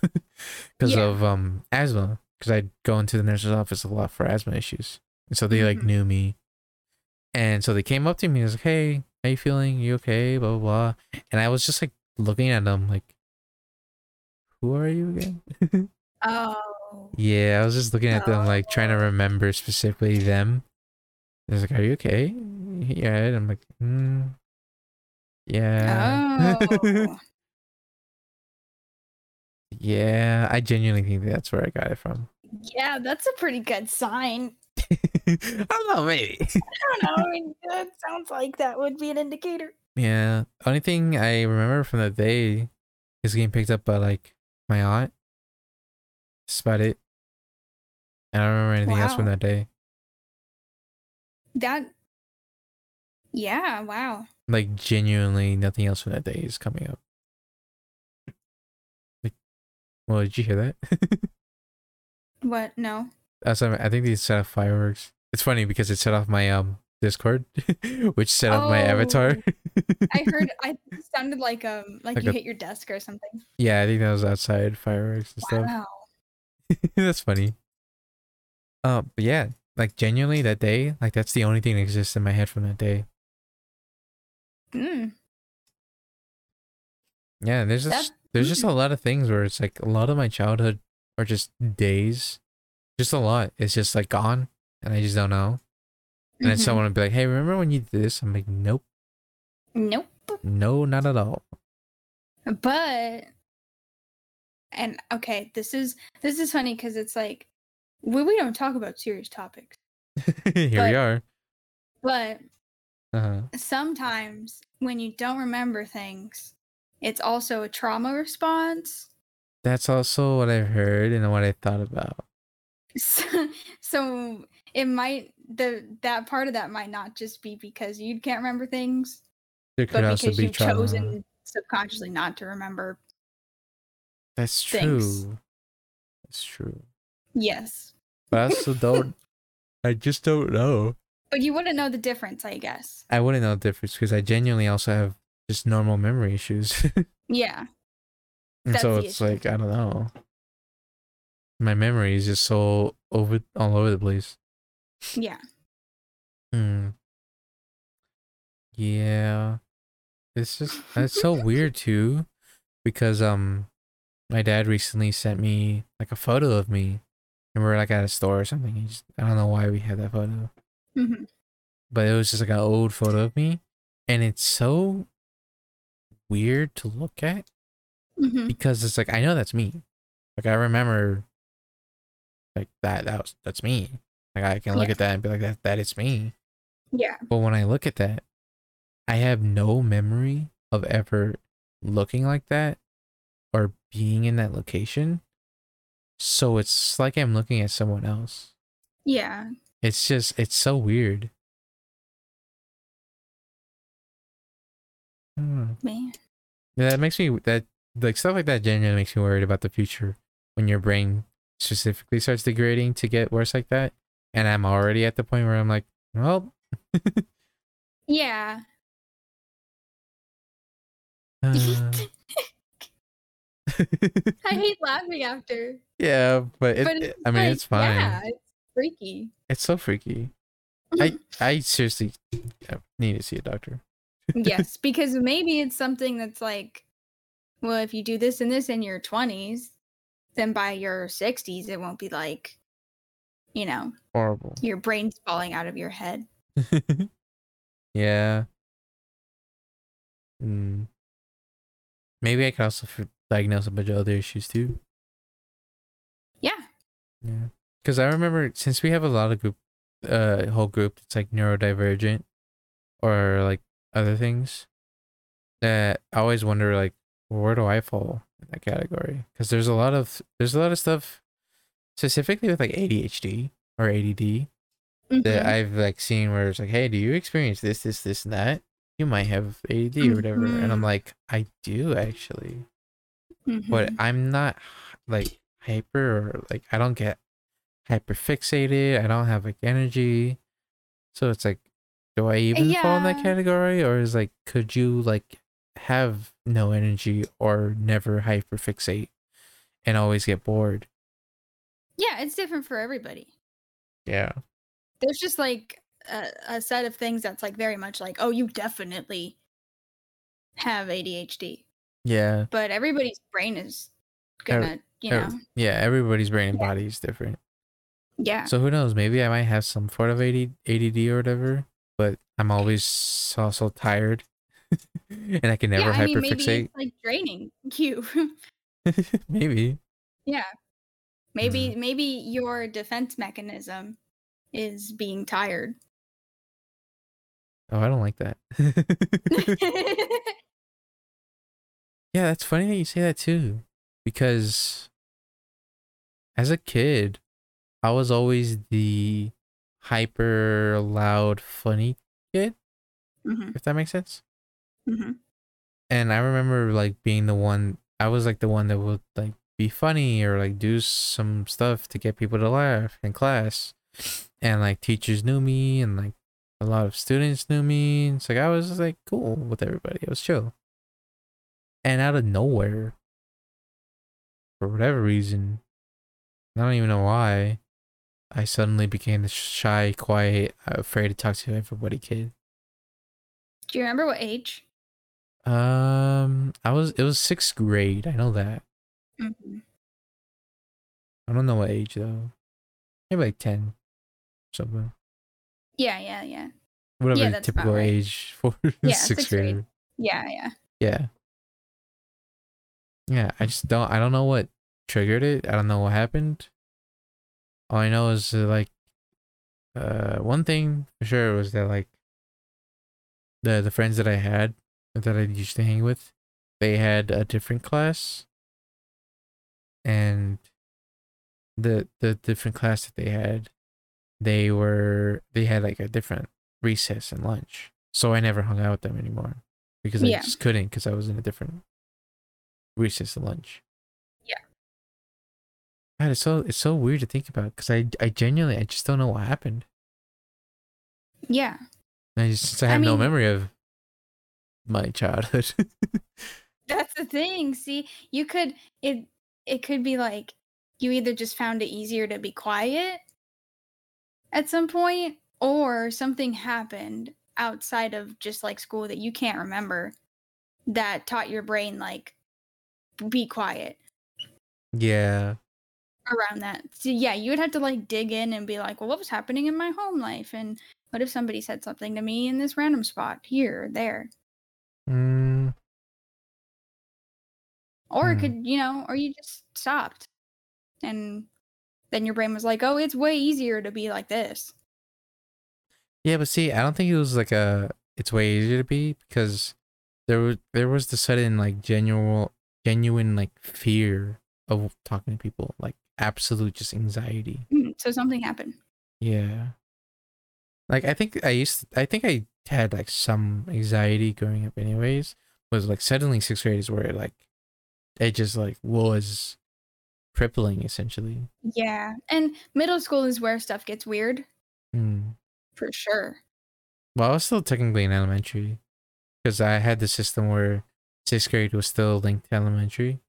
A: because
B: Yeah.
A: of um asthma because I'd go into the nurse's office a lot for asthma issues and so they like
B: Mhm.
A: knew me and so they came up to me and was like hey how you feeling you okay blah blah blah and I was just like looking at them like who are you again
B: Oh.
A: Yeah, I was just looking at them, like trying to remember specifically them. I was like, "Are you okay? Yeah." And I'm like, mm, "Yeah,
B: Oh.
A: yeah." I genuinely think that's where I got it from.
B: yeah, that's a pretty good sign.
A: I don't know, maybe.
B: I don't know. I mean, that sounds like that would be an indicator.
A: Yeah. Only thing I remember from that day is getting picked up by like my aunt. That's about it. I don't remember anything else from
B: Wow.
A: that day.
B: That. Yeah. Wow.
A: Like genuinely nothing else from that day is coming up. Like, well, did you hear that?
B: What? No.
A: That's I think they set off fireworks. It's funny because it set off my um Discord, which set off my avatar.
B: Oh. I heard. I it sounded like um, like,
A: Like
B: you
A: a-
B: hit your desk or something.
A: yeah, I think that was outside fireworks and stuff.
B: Wow.
A: that's funny. Uh, but yeah, like genuinely that day, like that's the only thing that exists in my head from that day.
B: Mm.
A: Yeah, and there's
B: That-
A: just there's just a lot of things where it's like a lot of my childhood are just days, just a lot. It's just like gone, and I just don't know. And then
B: Mhm.
A: someone would be like, "Hey, remember when you did this?" I'm like, "Nope,
B: Nope.
A: no, not at all."
B: but and okay this is this is funny because it's like we, we don't talk about serious topics
A: Here
B: But-
A: we are.
B: but
A: Uh-huh.
B: sometimes when you don't remember things it's also a trauma response
A: That's also what I've heard and what I thought about.
B: so, so it might the that part of that might not just be because you can't remember things
A: There could
B: but
A: also
B: because
A: be
B: you've
A: trauma.
B: chosen subconsciously not to remember
A: That's true.
B: things.
A: That's true.
B: yes
A: But I also don't. I just don't know.
B: but you wouldn't know the difference i guess
A: I wouldn't know the difference because I genuinely also have just normal memory issues, and
B: yeah
A: so
B: That's the
A: it's
B: issue.
A: like I don't know. My memory is just so over all over the place.
B: yeah
A: Hmm. Yeah, it's just it's so weird too, because um, my dad recently sent me like a photo of me, and we are like at a store or something. He just, I don't know why we had that photo.
B: hmm
A: but it was just like an old photo of me and it's so weird to look at
B: hmm
A: because it's like i know that's me like i remember like that that was that's me like i can look
B: Yeah.
A: at that and be like that that is me
B: yeah
A: but when i look at that i have no memory of ever looking like that or being in that location so it's like i'm looking at someone else
B: yeah
A: it's just it's so weird Hmm.
B: man
A: Yeah, that makes me that like stuff like that genuinely makes me worried about the future when your brain specifically starts degrading to get worse like that. And I'm already at the point where I'm like, well,
B: Yeah.
A: uh,
B: I hate laughing after.
A: yeah, but, it,
B: but
A: it-
B: it's
A: I mean,
B: like,
A: it's fine.
B: Yeah, it's freaky.
A: It's so freaky. I I seriously uh, need to see a doctor.
B: yes, because maybe it's something that's like, well, if you do this and this in your 20s, then by your 60s, it won't be like, you know,
A: Horrible.
B: your brain's falling out of your head.
A: yeah. Mm. Maybe I could also f- diagnose a bunch of other issues too.
B: Yeah.
A: Yeah. Because I remember since we have a lot of group, uh, whole group that's like neurodivergent or like other things, that I always wonder like where do I fall in that category? Because there's a lot of there's a lot of stuff specifically with like ADHD or ADD that
B: Mhm.
A: I've like seen where it's like, hey, do you experience this, this, this, and that? You might have AD or whatever. And I'm
B: Mhm.
A: like, I do actually, but
B: Mhm.
A: I'm not h- like hyper or like I don't get hyper fixated. I don't have like energy. So it's like, do I even fall in that
B: Yeah.
A: category, or is like, could you like have no energy or never hyper fixate and always get bored?
B: yeah, it's different for everybody.
A: Yeah.
B: There's just like a, a set of things that's like very much like, oh, you definitely have ADHD.
A: Yeah.
B: but everybody's brain is
A: Ev-
B: gonna, you know,
A: ev- Yeah, everybody's brain and body is different.
B: yeah.
A: So who knows? Maybe I might have some sort of AD, ADD or whatever, but I'm always so, so tired, and I can never
B: yeah, I mean, maybe
A: hyperfixate.
B: it's like draining you.
A: maybe.
B: yeah, maybe
A: Mm-hmm.
B: maybe your defense mechanism is being tired.
A: Oh, I don't like that.
B: Mm-hmm,
A: yeah, that's funny that you say that too, because as a kid, I was always the hyper loud, funny.
B: Mhm,
A: If that makes sense.
B: mhm.
A: and I remember like being the one I was like the one that would like be funny or like do some stuff to get people to laugh in class. And like teachers knew me and like a lot of students knew me. and It's like I was just, like cool with everybody. It was chill. And out of nowhere, for whatever reason, I don't even know why, I suddenly became the shy, quiet, afraid to talk to everybody kid.
B: Do you remember what age?
A: Um, I was it was sixth grade. I know that.
B: Mhm.
A: I don't know what age though. Maybe like ten, something.
B: Yeah, yeah, yeah,
A: Whatever the
B: that's about
A: typical
B: right.
A: age for
B: Yeah,
A: sixth
B: sixth grade.
A: grade.
B: yeah, yeah.
A: Yeah. Yeah, I just don't. I don't know what triggered it. I don't know what happened. All I know is uh, like, uh, one thing for sure was that like, the the friends that I had that I used to hang with, they had a different class. And the the different class that they had, they were they had like a different recess and lunch. So I never hung out with them anymore because I
B: Yeah.
A: just couldn't because I was in a different recess and lunch.
B: Yeah.
A: God, it's so it's so weird to think about because I I genuinely I just don't know what happened.
B: Yeah.
A: And I just since I
B: I
A: have no
B: mean-
A: memory of my childhood.
B: That's the thing. See, you could it it could be like you either just found it easier to be quiet at some point or something happened outside of just like school that you can't remember that taught your brain like be quiet
A: yeah.
B: around that. So yeah, you would have to like dig in and be like, "Well, what was happening in my home life and what if somebody said something to me in this random spot here or there?"
A: Mm,
B: or
A: Hmm.
B: it could you know or you just stopped and then your brain was like oh it's way easier to be like this
A: yeah, but see, I don't think it was like a. It's way easier to be because there was there was the sudden like genuine genuine like fear of talking to people like absolute just anxiety.
B: Hmm, so something happened
A: Yeah. Like I think I used I think I had like some anxiety growing up anyways. Was like suddenly sixth grade is where it like it just like was crippling essentially.
B: yeah and middle school is where stuff gets weird
A: Mm.
B: for sure
A: Well, I was still technically in elementary because I had the system where sixth grade was still linked to elementary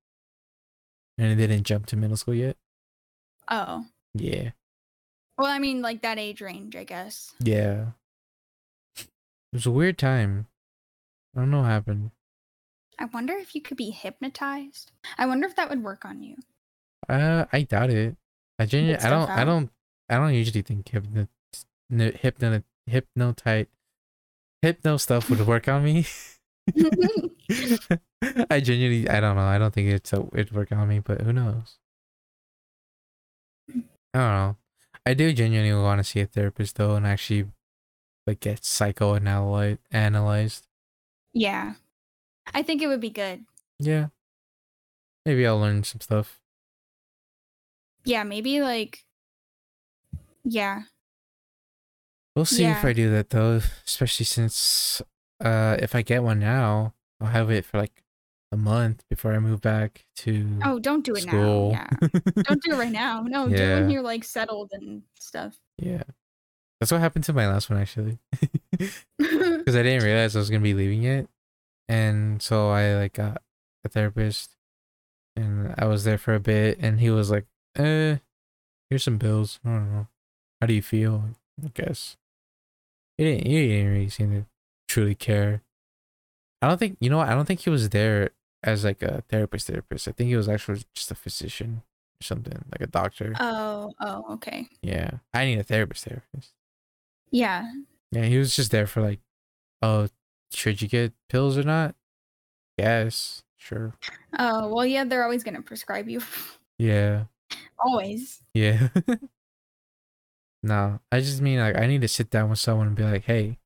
A: and it didn't jump to middle school yet.
B: oh
A: Yeah.
B: well i mean like that age range i guess
A: Yeah. It was a weird time. I don't know what happened.
B: i wonder if you could be hypnotized i wonder if that would work on you
A: Uh, I doubt it. I genu-
B: Get
A: I don't.
B: stuff
A: I
B: out.
A: don't. I don't usually think hypno, n- hypno, hypnotite, hypno stuff would work on me. I genuinely. I don't know. I don't think it's a, it'd work on me, but who knows? I don't know. I do genuinely want to see a therapist though, and actually, like, get psychoanalyzed. Analyzed.
B: yeah i think it would be good
A: Yeah. Maybe I'll learn some stuff.
B: yeah maybe like yeah
A: We'll see if
B: Yeah.
A: I do that though, especially since uh if I get one now, I'll have it for like a month before I move back to
B: oh don't do it
A: school.
B: now yeah don't do it right now. No, do it
A: Yeah.
B: when you're like settled and stuff.
A: yeah. That's what happened to my last one actually. Because I didn't realize I was gonna be leaving it. And so I like got a therapist and I was there for a bit and he was like, Eh, here's some bills. I don't know. How do you feel? I guess. He didn't he didn't really seem to truly care. I don't think you know what, I don't think he was there as like a therapist therapist. I think he was actually just a physician or something, like a doctor.
B: Oh, oh, okay.
A: yeah. I need a therapist therapist.
B: Yeah.
A: Yeah, he was just there for like, oh, should you get pills or not? Yes, sure.
B: Oh, well, yeah, they're always going to prescribe you.
A: Yeah.
B: always.
A: Yeah. no, I just mean like I need to sit down with someone and be like, hey,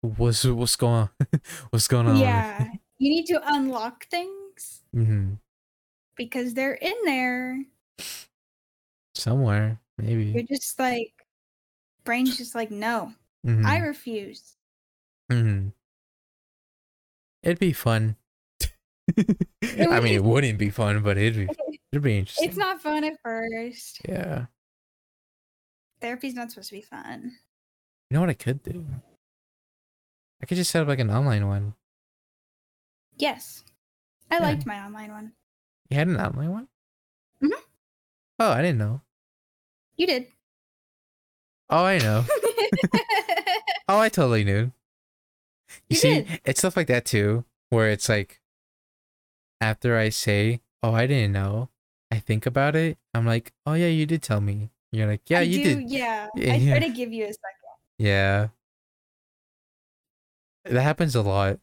A: what's what's going on? what's going on?
B: Yeah. you need to unlock things
A: hmm
B: because they're in there.
A: Somewhere,
B: You're
A: maybe.
B: just like, brain's just like, no,
A: Mhm,
B: I refuse.
A: mhm. It'd be fun. I mean,
B: would be-
A: it wouldn't be fun, but it'd be it'd be interesting.
B: It's not fun at first.
A: yeah.
B: Therapy's not supposed to be fun.
A: You know what I could do? I could just set up like an online one.
B: Yes. I
A: Yeah.
B: liked my online one.
A: You had an online one?
B: Mhm.
A: Oh, I didn't know.
B: You did.
A: Oh, I know. Oh, I totally knew. You,
B: You
A: see,
B: did.
A: it's stuff like that too, where it's like, after I say, "Oh, I didn't know," I think about it. I'm like, "Oh yeah, you did tell me." You're like, "Yeah,
B: I
A: you
B: do-
A: did."
B: Yeah.
A: Yeah,
B: I
A: yeah.
B: try to give you a second.
A: Yeah, that happens a lot.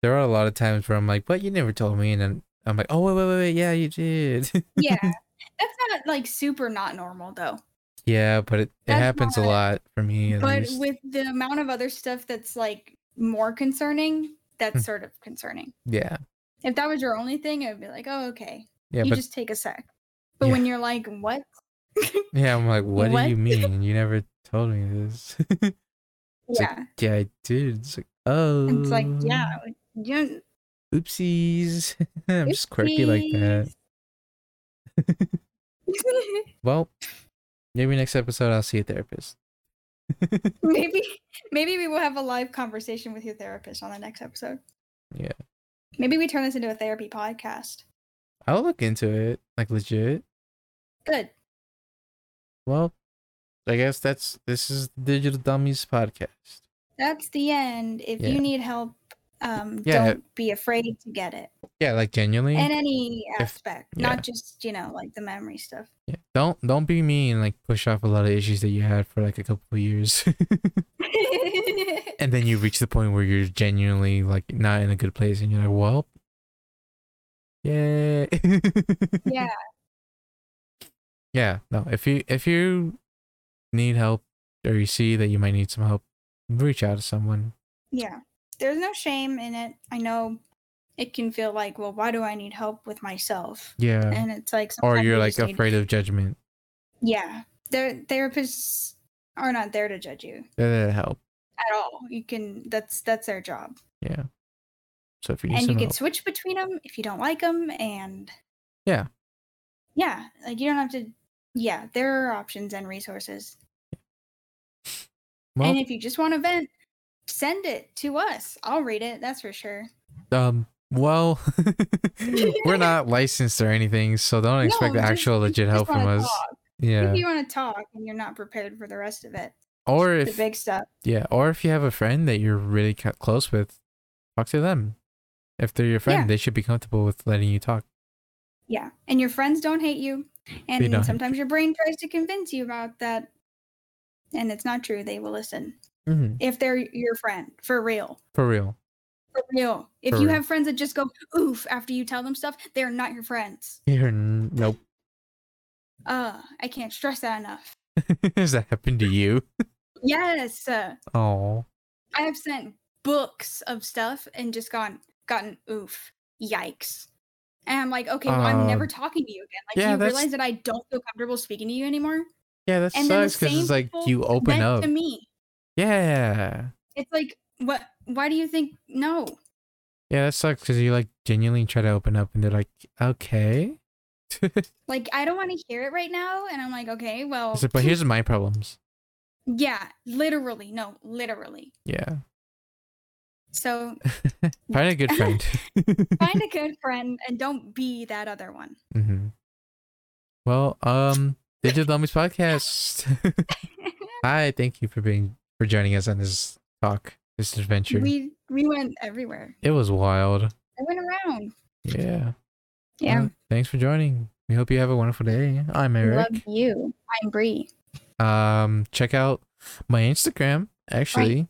A: There are a lot of times where I'm like, "But you never told me," and then I'm like, "Oh wait, wait, wait, wait yeah, you did."
B: Yeah. That's not like super not normal though.
A: yeah, but it, it
B: That's
A: happens a
B: not-
A: lot for me. At
B: But
A: least.
B: with the amount of other stuff that's like more concerning,
A: Hmm.
B: that's sort of concerning.
A: yeah,
B: If that was your only thing, it would be like, oh, okay.
A: yeah,
B: you
A: but
B: just take a sec. But
A: Yeah.
B: when you're like, what?
A: yeah, I'm like, "What, do
B: What?
A: you mean? You never told me this." It's like,
B: yeah.
A: yeah, I did. It's like, oh,
B: And it's like, yeah. like, You don't-
A: oopsies. I'm just quirky like that.
B: oopsies.
A: Well, maybe next episode I'll see a therapist.
B: maybe maybe we will have a live conversation with your therapist on the next episode.
A: Yeah.
B: Maybe we turn this into a therapy podcast.
A: I'll look into it, like legit.
B: Good.
A: Well, I guess that's this is the Digital Dummies podcast.
B: That's the end. If
A: Yeah.
B: you need help, um,
A: Yeah.
B: don't be afraid to get it.
A: Yeah, like genuinely.
B: in any aspect,
A: yeah.
B: not just you know like the memory stuff.
A: yeah. Don't don't be mean. Like push off a lot of issues that you had for like a couple of years, and then you reach the point where you're genuinely like not in a good place, and you're like, well, yeah,
B: yeah,
A: yeah no if you if you need help or you see that you might need some help reach out to someone
B: yeah. There's no shame in it. I know it can feel like, well, why do I need help with myself?
A: yeah
B: And it's like,
A: or
B: sometimes
A: you're
B: you
A: like
B: just need-
A: afraid of judgment
B: Yeah, their therapists are not there to judge you
A: they're there to help
B: at all. You can. That's that's their job,
A: yeah so if you need
B: and you
A: some
B: can
A: help
B: switch between them if you don't like them, and
A: Yeah.
B: yeah, like you don't have to. Yeah, there are options and resources.
A: well
B: and if you just want to vent, send it to us. I'll read it. That's for sure.
A: um well we're not licensed or anything so don't expect
B: No, just-
A: actual
B: if you
A: legit
B: just
A: help from
B: wanna
A: us
B: talk.
A: yeah
B: If you want to talk and you're not prepared for the rest of it,
A: or
B: the
A: if
B: big stuff.
A: yeah or if you have a friend that you're really ca- close with talk to them if they're your friend
B: Yeah.
A: they should be comfortable with letting you talk
B: Yeah. And your friends don't hate you. And
A: don't hate
B: sometimes your brain tries to convince you about that. And it's not true. They will listen.
A: Mhm,
B: If they're your friend, for real.
A: for real
B: For real. If
A: For
B: you
A: real.
B: have friends that just go oof after you tell them stuff, they're not your friends.
A: You're n- nope.
B: Uh, I can't stress that enough.
A: Has that happened to you?
B: Yes. Uh,
A: Oh,
B: I have sent books of stuff and just gone gotten oof, yikes. And I'm like, okay, well,
A: Uh,
B: I'm never talking to you again. Like,
A: yeah,
B: you
A: that's-
B: realize that I don't feel comfortable speaking to you anymore.
A: yeah, that
B: And then the
A: sucks because
B: same
A: it's like
B: people
A: you open
B: Then
A: up.
B: to me.
A: Yeah,
B: It's like, what? Why do you think no?
A: yeah, that sucks because you like genuinely try to open up, and they're like, okay. It's
B: Like, I don't want to hear it right now. And I'm like, okay, well,
A: like, but here's my problems.
B: yeah, literally, no, literally.
A: Yeah,
B: So
A: find a good friend.
B: find a good friend and don't be that other one.
A: hmm Well, um, Digital Dummies podcast. Hi, thank you for being for joining us on this talk, this adventure.
B: we we went everywhere.
A: it was wild.
B: I went around.
A: Yeah.
B: Yeah.
A: Well, thanks for joining. We hope you have a wonderful day. I'm Eric.
B: Love you. I'm Bree.
A: Um, check out my Instagram actually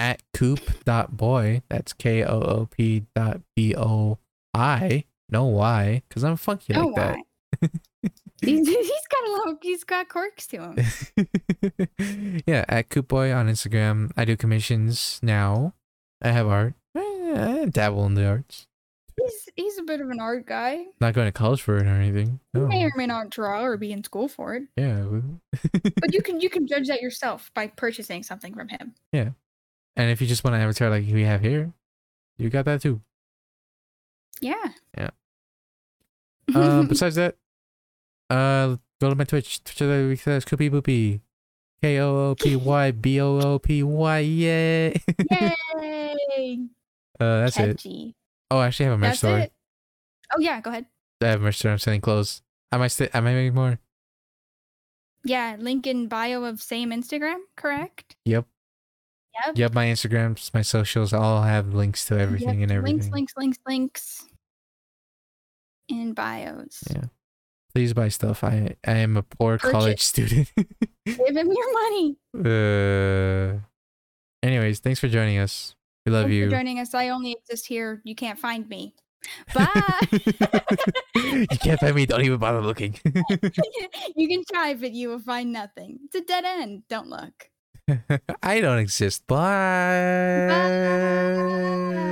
A: at coop.boy. That's K O O P dot B O I. No why, because I'm funky
B: Oh,
A: like that.
B: why? he's, he's got a little. He's got quirks to him.
A: yeah, at Coopboy on Instagram. I do commissions now. I have art. Eh, I dabble in the arts.
B: He's he's a bit of an art guy.
A: Not going to college for it or anything.
B: You may
A: No.
B: or may not draw or be in school for it,
A: Yeah. we-
B: but you can you can judge that yourself by purchasing something from him.
A: And if you just want an avatar like we have here, you got that too.
B: Yeah.
A: Yeah. Uh, besides that, uh, go to my Twitch. Twitch uh, of the week says Koopy Boopy. K O O P Y B O O P Y. Yay.
B: Yay!
A: Uh, that's it.
B: Catchy.
A: Oh, I actually have a merch
B: That's
A: store.
B: it. Oh yeah, go ahead.
A: I have a merch store. I'm selling clothes. I might, st- I might make more.
B: Yeah, link in bio of same Instagram, correct?
A: Yep.
B: Yep.
A: Yep, my Instagrams, my socials, all have links to everything
B: Yep,
A: and everything.
B: Links, links, links, links. In bios.
A: Yeah. Please buy stuff. I I am a poor
B: Purchase.
A: college student.
B: Give him your money.
A: uh, anyways, thanks for joining us. We love
B: Thanks
A: you.
B: For joining us. I only exist here. You can't find me. Bye.
A: you can't find me. Don't even bother looking.
B: you can try, but you will find nothing. It's a dead end. Don't look.
A: I don't exist. Bye.